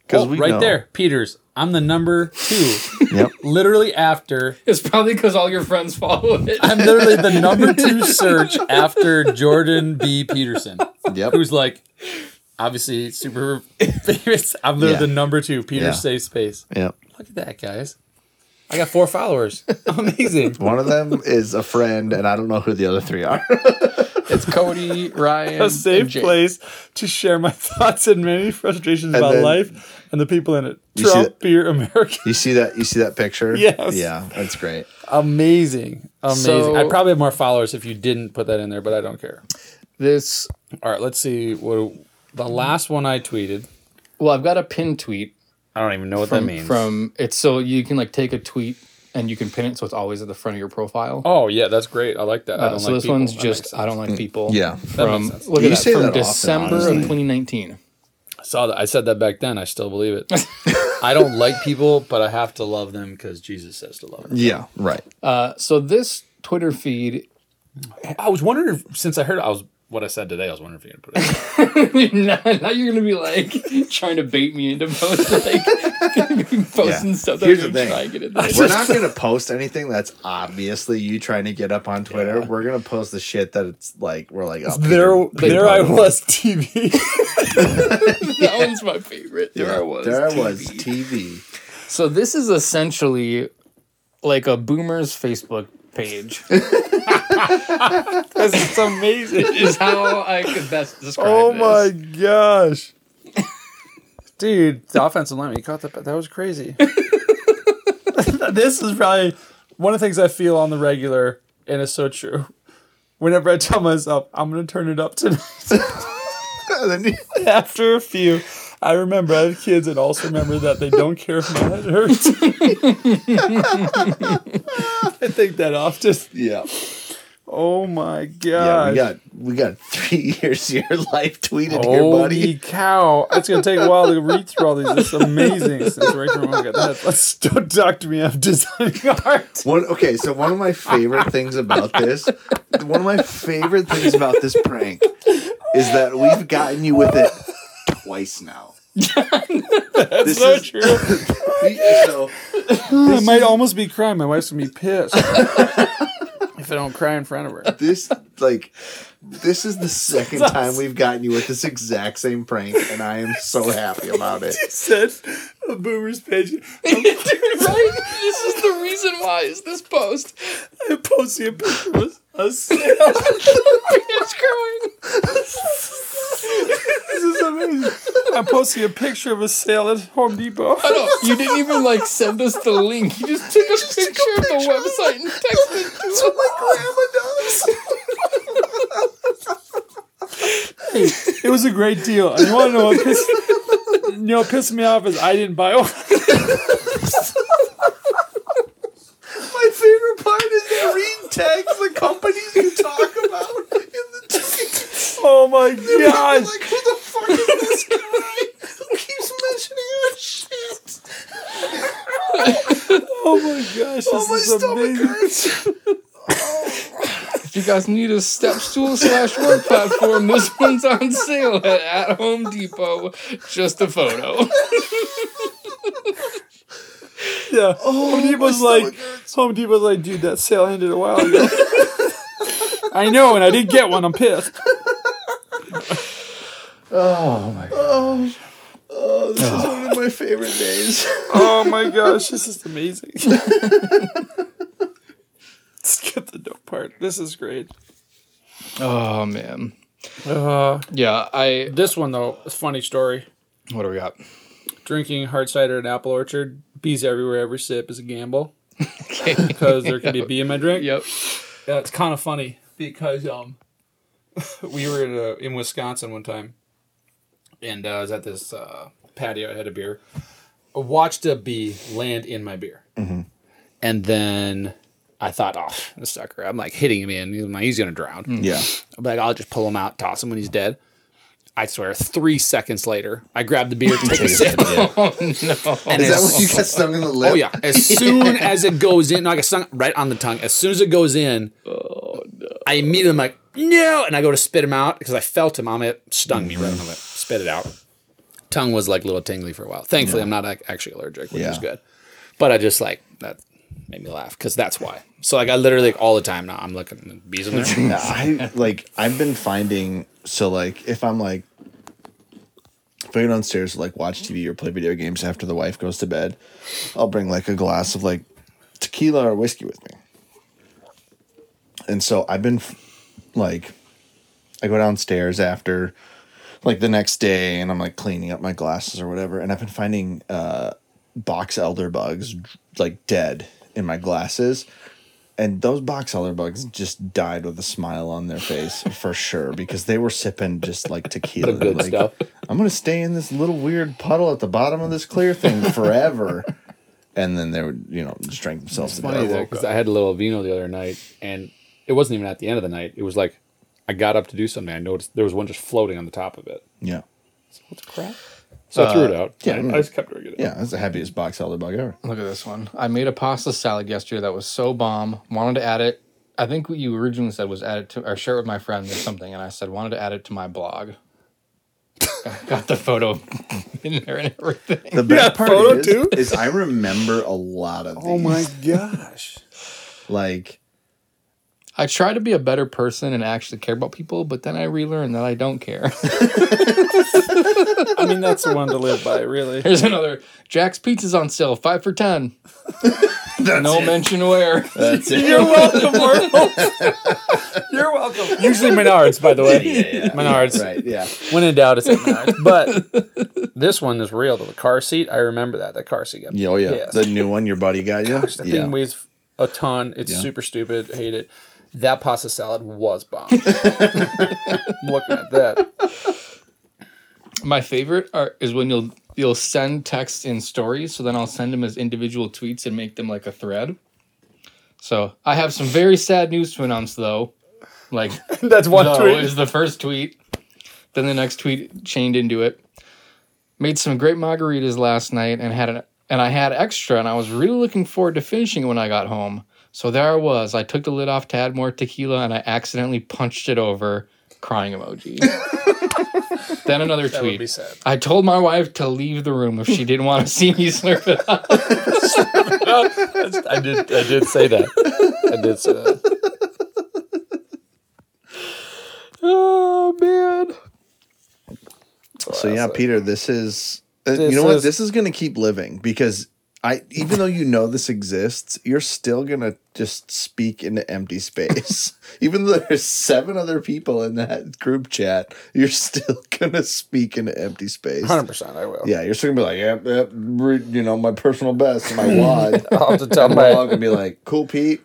Speaker 5: 'Cause
Speaker 4: Oh,
Speaker 5: we
Speaker 4: right
Speaker 5: know.
Speaker 4: there, Peters. I'm the number two.
Speaker 5: Yep.
Speaker 4: literally after.
Speaker 3: It's probably because all your friends follow it.
Speaker 4: I'm literally the number two search after Jordan B. Peterson,
Speaker 5: Yep.
Speaker 4: who's like obviously super famous. I'm literally
Speaker 5: Yeah.
Speaker 4: the number two. Peter's
Speaker 5: Yeah.
Speaker 4: safe space.
Speaker 5: Yep.
Speaker 4: Look at that, guys. I got four followers.
Speaker 5: <laughs>
Speaker 4: Amazing.
Speaker 5: One of them is a friend, and I don't know who the other three are.
Speaker 3: <laughs> It's Cody, Ryan, <laughs>
Speaker 4: a safe
Speaker 3: and Jake.
Speaker 4: place to share my thoughts and many frustrations about
Speaker 5: then-
Speaker 4: life and the people in it.
Speaker 5: see
Speaker 4: Trump,
Speaker 5: that-
Speaker 4: beer, America.
Speaker 5: You see that? You see that picture?
Speaker 4: Yes.
Speaker 5: Yeah, that's great.
Speaker 4: <laughs> Amazing. Amazing.
Speaker 3: So-
Speaker 4: I'd probably have more followers if you didn't put that in there, but I don't care.
Speaker 3: This.
Speaker 4: All right, let's see what the last one I tweeted.
Speaker 3: Well, I've got a pin tweet
Speaker 4: I don't even know what
Speaker 3: from,
Speaker 4: that means.
Speaker 3: from it's so you can like take a tweet and you can pin it so it's always at the front of your profile.
Speaker 4: Oh yeah, that's great. I like that. I
Speaker 3: Uh,
Speaker 4: don't
Speaker 3: so
Speaker 4: like
Speaker 3: this
Speaker 4: people.
Speaker 3: one's
Speaker 4: That
Speaker 3: just
Speaker 4: makes
Speaker 3: I don't like people.
Speaker 5: Mm, Yeah.
Speaker 3: From
Speaker 4: sense.
Speaker 3: look
Speaker 5: You
Speaker 3: at
Speaker 5: say
Speaker 3: that from
Speaker 5: that often,
Speaker 3: December of
Speaker 5: honestly.
Speaker 3: 2019.
Speaker 4: sense. I saw that. I said that back then. I still believe <laughs> it. I don't like people, but I have to love them because Jesus says to love them.
Speaker 5: Yeah. Right.
Speaker 3: Uh, so this Twitter feed, <laughs>
Speaker 4: I was wondering if, since I heard I was what I said today. I was wondering if you would put it. <laughs> in.
Speaker 3: now, now you're gonna be like <laughs> trying to bait me into
Speaker 5: <laughs>
Speaker 3: post, like <laughs> posting
Speaker 5: Yeah.
Speaker 3: stuff.
Speaker 5: Here's the
Speaker 3: I'm gonna
Speaker 5: thing.
Speaker 3: try and get in there.
Speaker 5: <laughs> We're not going to post anything that's obviously you trying to get up on Twitter. We're going to post the shit that it's like we're like oh, Peter- Peter Parker.
Speaker 4: TV. <laughs>
Speaker 3: That one's my favorite. There I was.
Speaker 5: There I was. TV.
Speaker 3: So this is essentially like a boomer's Facebook page.
Speaker 4: it's amazing.
Speaker 3: is how I could best describe.
Speaker 4: Oh
Speaker 3: this.
Speaker 4: my gosh, dude! The offensive lineman he caught that. That was crazy. <laughs> this is probably one of the things I feel on the regular, and it's so true. Whenever I tell myself I'm gonna turn it up tonight.
Speaker 5: And <laughs> then you-
Speaker 4: <laughs> after a few, I remember I have kids and also remember that they don't care if my head hurts. <laughs> I think that often.
Speaker 5: yeah.
Speaker 4: Oh my
Speaker 1: Yeah,
Speaker 4: god.
Speaker 1: we got we
Speaker 5: <laughs>
Speaker 1: got three years of your life tweeted here,
Speaker 4: Holy
Speaker 1: buddy.
Speaker 4: cow. It's going to take a while to read through all these. It's amazing. Since right from when I got that. Let's don't talk to me. I'm designing <laughs> art.
Speaker 1: One, okay, so one of my favorite things about this, one of my favorite things about this prank is that we've gotten you with it twice now. That's so
Speaker 4: true.
Speaker 1: so
Speaker 4: I might almost be crying. My wife's going to be pissed <laughs> if I don't cry in front of her.
Speaker 1: <laughs> this like this is the second time we've gotten you with this exact same prank, and I am so happy about it.
Speaker 4: Said a boomer's <laughs> pigeon.
Speaker 6: <laughs> right? This is the reason why is this post.
Speaker 4: I posted a picture with us.
Speaker 6: <laughs> It's growing.
Speaker 4: This is amazing. I'm posting a picture of a sale at Home Depot.
Speaker 6: I know. You didn't even like send us the link. You just took a, picture, of the website and texted it to us.
Speaker 4: It was a great deal. And you want to know what pissed, you know, what pissed me off is I didn't buy one.
Speaker 1: My favorite part is they read tags the companies you talk about in the ticket.
Speaker 4: Oh <laughs> my gosh.
Speaker 1: Like, who the fuck is this guy who keeps mentioning our shit?
Speaker 4: Oh my gosh. This
Speaker 1: My
Speaker 4: is
Speaker 1: stomach
Speaker 4: amazing.
Speaker 1: hurts.
Speaker 6: If you guys need a step stool slash work platform, this one's on sale at, at Home Depot. Just a photo. <laughs>
Speaker 4: Yeah. Home Depot's like, Home Depot's like, dude, that sale ended a while ago. <laughs> I know, and I didn't get one. I'm pissed.
Speaker 1: Oh, this is one of my favorite days.
Speaker 4: <laughs> Oh my gosh, this is amazing. <laughs> Skip the dope part. This is great.
Speaker 3: Oh man.
Speaker 4: Uh,
Speaker 3: Yeah, I
Speaker 4: this one though, is a funny story.
Speaker 3: what do we got?
Speaker 4: drinking hard cider at Apple Orchard. Bees everywhere. Every sip is a gamble <laughs> because there could be a bee in my drink.
Speaker 3: Yep.
Speaker 4: Yeah, it's kind of funny because um, <laughs> we were in, uh in Wisconsin one time, and uh, I was at this uh, patio. I had a beer. I watched a bee land in my beer, and then I thought, "Oh, this sucker!" I'm like hitting him in. He's- my- He's gonna drown.
Speaker 1: Yeah.
Speaker 4: I'm like, "I'll just pull him out, toss him when he's dead." I swear, three seconds later, I grabbed the beer, take a sip.
Speaker 1: Oh,
Speaker 4: And
Speaker 1: Is that
Speaker 4: as-
Speaker 1: when you got stung in the lip?
Speaker 4: Oh yeah. As soon as it goes in, no, I got stung right on the tongue. As soon as it goes in, I immediately am like, no, and I go to spit him out because I felt him on it, stung
Speaker 2: Mm.
Speaker 4: me right on the lip, spit it out. Tongue was like a little tingly for a while. Thankfully, I'm not like, actually allergic, which is
Speaker 1: Yeah.
Speaker 4: good. But I just like that made me laugh because that's why. So like I literally like, all the time now I'm looking bees in there.
Speaker 1: Yeah, <laughs> I like I've been finding so like if I'm like if I go downstairs to like watch TV or play video games after the wife goes to bed, I'll bring like a glass of like tequila or whiskey with me. And so I've been f- like I go downstairs after like the next day and I'm like cleaning up my glasses or whatever and I've been finding uh box elder bugs like dead in my glasses and those box elder bugs just died with a smile on their face for sure because they were sipping just
Speaker 4: <laughs>
Speaker 1: like tequila.
Speaker 4: good
Speaker 1: like,
Speaker 4: stuff.
Speaker 1: I'm gonna stay in this little weird puddle at the bottom of this clear thing forever. and then they would, you know, just drank themselves to
Speaker 4: funny
Speaker 1: death.
Speaker 4: though because I had a little vino the other night, and it wasn't even at the end of the night. It was like I got up to do something. I noticed there was one just floating on the top of it.
Speaker 1: Yeah.
Speaker 4: So I threw it out.
Speaker 1: yeah,
Speaker 4: I,
Speaker 1: yeah.
Speaker 4: I just kept drinking it.
Speaker 1: Yeah, that's the happiest box elder bug ever.
Speaker 3: Look at this one. I made a pasta salad yesterday that was so bomb. Wanted to add it. I think what you originally said was add it to or share it with my friend or something, and I said wanted to add it to my blog. <laughs> Got the photo <laughs> in there and everything.
Speaker 1: <laughs> The best part
Speaker 4: photo
Speaker 1: is,
Speaker 4: too?
Speaker 1: is I remember a lot <laughs> of these.
Speaker 4: Oh my gosh.
Speaker 1: Like,
Speaker 3: I try to be a better person and actually care about people, but then I relearn that I don't care. <laughs>
Speaker 4: I mean, that's the one to live by, really.
Speaker 3: Here's another Jack's Pizza's on sale, five for ten. no mention where.
Speaker 1: that's it. <laughs>
Speaker 4: You're welcome, Arnold. You're welcome. Usually Menards, by the way. Menards.
Speaker 1: Right, yeah.
Speaker 4: When in doubt, it's
Speaker 1: <laughs>
Speaker 4: at Menards. But this one is real. The car seat, I remember that. That car seat. Got
Speaker 1: Yeah, oh yeah.
Speaker 4: Yes.
Speaker 1: The new one your buddy got you.
Speaker 4: That
Speaker 1: yeah.
Speaker 4: thing weighs a ton. It's super stupid. Hate it. That pasta salad
Speaker 1: <laughs>
Speaker 4: was bomb. <laughs> Looking at that. <laughs>
Speaker 3: My favorite are, is when you'll you'll send texts in stories, so then I'll send them as individual tweets and make them like a thread. So I have some very sad news to announce, though. Like
Speaker 4: That's one
Speaker 3: no
Speaker 4: tweet.
Speaker 3: is the first tweet. Then the next tweet chained into it. Made some great margaritas last night and had an and I had extra and I was really looking forward to finishing it when I got home. So there I was. I took the lid off to add more tequila and I accidentally punched it over. Crying emoji. then another
Speaker 4: That would be
Speaker 3: tweet.
Speaker 4: sad.
Speaker 3: I told my wife to leave the room if she didn't want to see me slurp it up.
Speaker 4: That's- I did. I did say that. I did say <laughs> that.
Speaker 3: Oh man.
Speaker 1: So yeah, Peter, this is uh,
Speaker 4: This
Speaker 1: you know what?
Speaker 4: is-
Speaker 1: This is going to keep living because I even though you know this exists, you're still going to just speak into empty space. <laughs> even though there's seven other people in that group chat, you're still <laughs> going to speak into empty space.
Speaker 4: Hundred percent. I will.
Speaker 1: Yeah, you're still gonna be like, yep, yep, re- you know, my personal best, my
Speaker 4: <laughs>
Speaker 1: wad.
Speaker 4: I'll have
Speaker 1: <laughs>
Speaker 4: to tell
Speaker 1: My wad
Speaker 4: my.
Speaker 1: gonna be like, cool, Pete.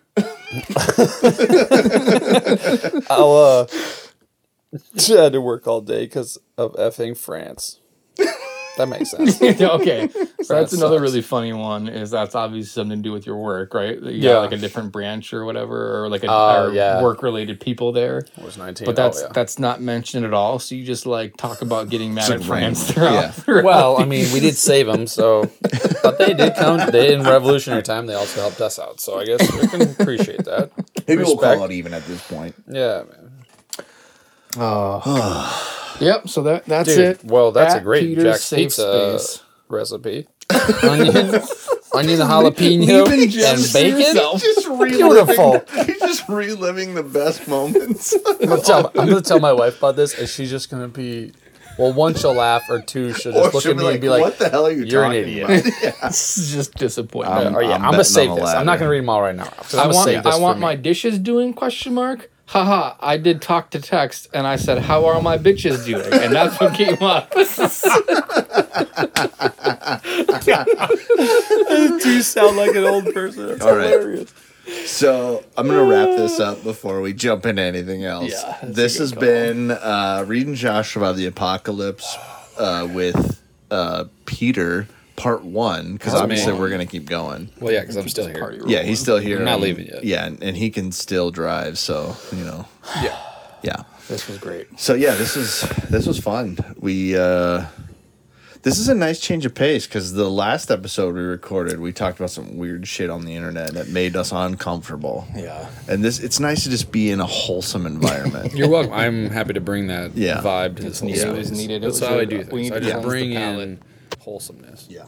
Speaker 4: I'll. <laughs> Uh, I had to work all day because of effing France. That makes <laughs>
Speaker 3: <laughs>
Speaker 4: sense.
Speaker 3: okay. <laughs> So that's
Speaker 4: That
Speaker 3: another
Speaker 4: sucks.
Speaker 3: really funny one. Is that's obviously something to do with your work, right? That You
Speaker 4: Yeah.
Speaker 3: got like a different branch or whatever, or like a
Speaker 4: Oh, yeah.
Speaker 3: work related people there.
Speaker 4: I was nineteen.
Speaker 3: But that's
Speaker 4: oh, yeah.
Speaker 3: that's not mentioned at all. So you just like talk about getting mad at
Speaker 1: like
Speaker 3: France throughout.
Speaker 1: Yeah.
Speaker 3: throughout
Speaker 4: <laughs> well. I mean, we did save them, so but they did come. They in revolutionary time. They also helped us out. So I guess we can appreciate that.
Speaker 1: Maybe we'll call
Speaker 4: Respect.
Speaker 1: it even at this point.
Speaker 4: Yeah, man.
Speaker 3: <laughs> Yep. So that that's
Speaker 4: Dude,
Speaker 3: it.
Speaker 4: well, that's a
Speaker 3: At
Speaker 4: great
Speaker 3: Peter's
Speaker 4: Jack's
Speaker 3: safe
Speaker 4: pizza
Speaker 3: space. <laughs>
Speaker 4: recipe. Onion, <laughs> onion jalapeno,
Speaker 1: Even
Speaker 4: and
Speaker 1: just <laughs>
Speaker 4: bacon.
Speaker 1: He's just reliving.
Speaker 4: Beautiful.
Speaker 1: He's just reliving the best moments.
Speaker 4: I'm gonna, tell, I'm gonna tell my wife about this, and she's just gonna be, well, one she'll laugh or two she'll just
Speaker 1: Or
Speaker 4: look
Speaker 1: she'll
Speaker 4: at
Speaker 1: be
Speaker 4: me
Speaker 1: like,
Speaker 4: and be like,
Speaker 1: "What the hell are you
Speaker 4: "You're an
Speaker 1: talking
Speaker 4: idiot."
Speaker 1: about?"
Speaker 4: <laughs>
Speaker 3: This is just disappointment.
Speaker 4: "Oh yeah,
Speaker 1: I'm
Speaker 4: I'm, gonna
Speaker 1: betting
Speaker 4: save
Speaker 1: on the
Speaker 4: this. I'm not
Speaker 1: latter.
Speaker 4: gonna read them all right now. I'm
Speaker 3: I
Speaker 4: gonna
Speaker 3: want
Speaker 4: save this
Speaker 3: I
Speaker 4: for
Speaker 3: want
Speaker 4: me.
Speaker 3: my dishes doing question mark. Haha, I did talk to text and I said, How are my bitches doing? And that's what came up.
Speaker 2: <laughs>
Speaker 4: <laughs> You sound like an old person. That's
Speaker 1: All right. So I'm gonna wrap
Speaker 4: <sighs>
Speaker 1: this up before we jump into anything else.
Speaker 3: Yeah, that's
Speaker 1: this has been uh, reading Joshua the Apocalypse uh, with uh, Peter part one because obviously
Speaker 4: me.
Speaker 1: we're gonna keep going.
Speaker 4: Well, yeah, because I'm still here.
Speaker 1: Yeah, he's still here.
Speaker 4: not
Speaker 1: and-
Speaker 4: leaving yet.
Speaker 1: Yeah, and, and he can still drive. So you know.
Speaker 4: <sighs> Yeah.
Speaker 1: Yeah.
Speaker 3: This was great.
Speaker 1: So yeah, this is this was fun. We uh, this is a nice change of pace because the last episode we recorded, we talked about some weird shit on the internet that made us uncomfortable.
Speaker 4: Yeah.
Speaker 1: And this, it's nice to just be in a wholesome
Speaker 4: <laughs>
Speaker 1: environment.
Speaker 2: You're welcome. I'm happy to bring that
Speaker 1: Yeah.
Speaker 2: vibe to this whole
Speaker 3: needed. It
Speaker 2: series.
Speaker 3: was needed. It
Speaker 2: That's
Speaker 3: was
Speaker 2: how
Speaker 3: a-
Speaker 2: I do
Speaker 3: we
Speaker 2: things. I
Speaker 3: need to
Speaker 2: just
Speaker 3: cleanse the
Speaker 2: bring
Speaker 3: palate.
Speaker 2: in wholesomeness.
Speaker 1: yeah.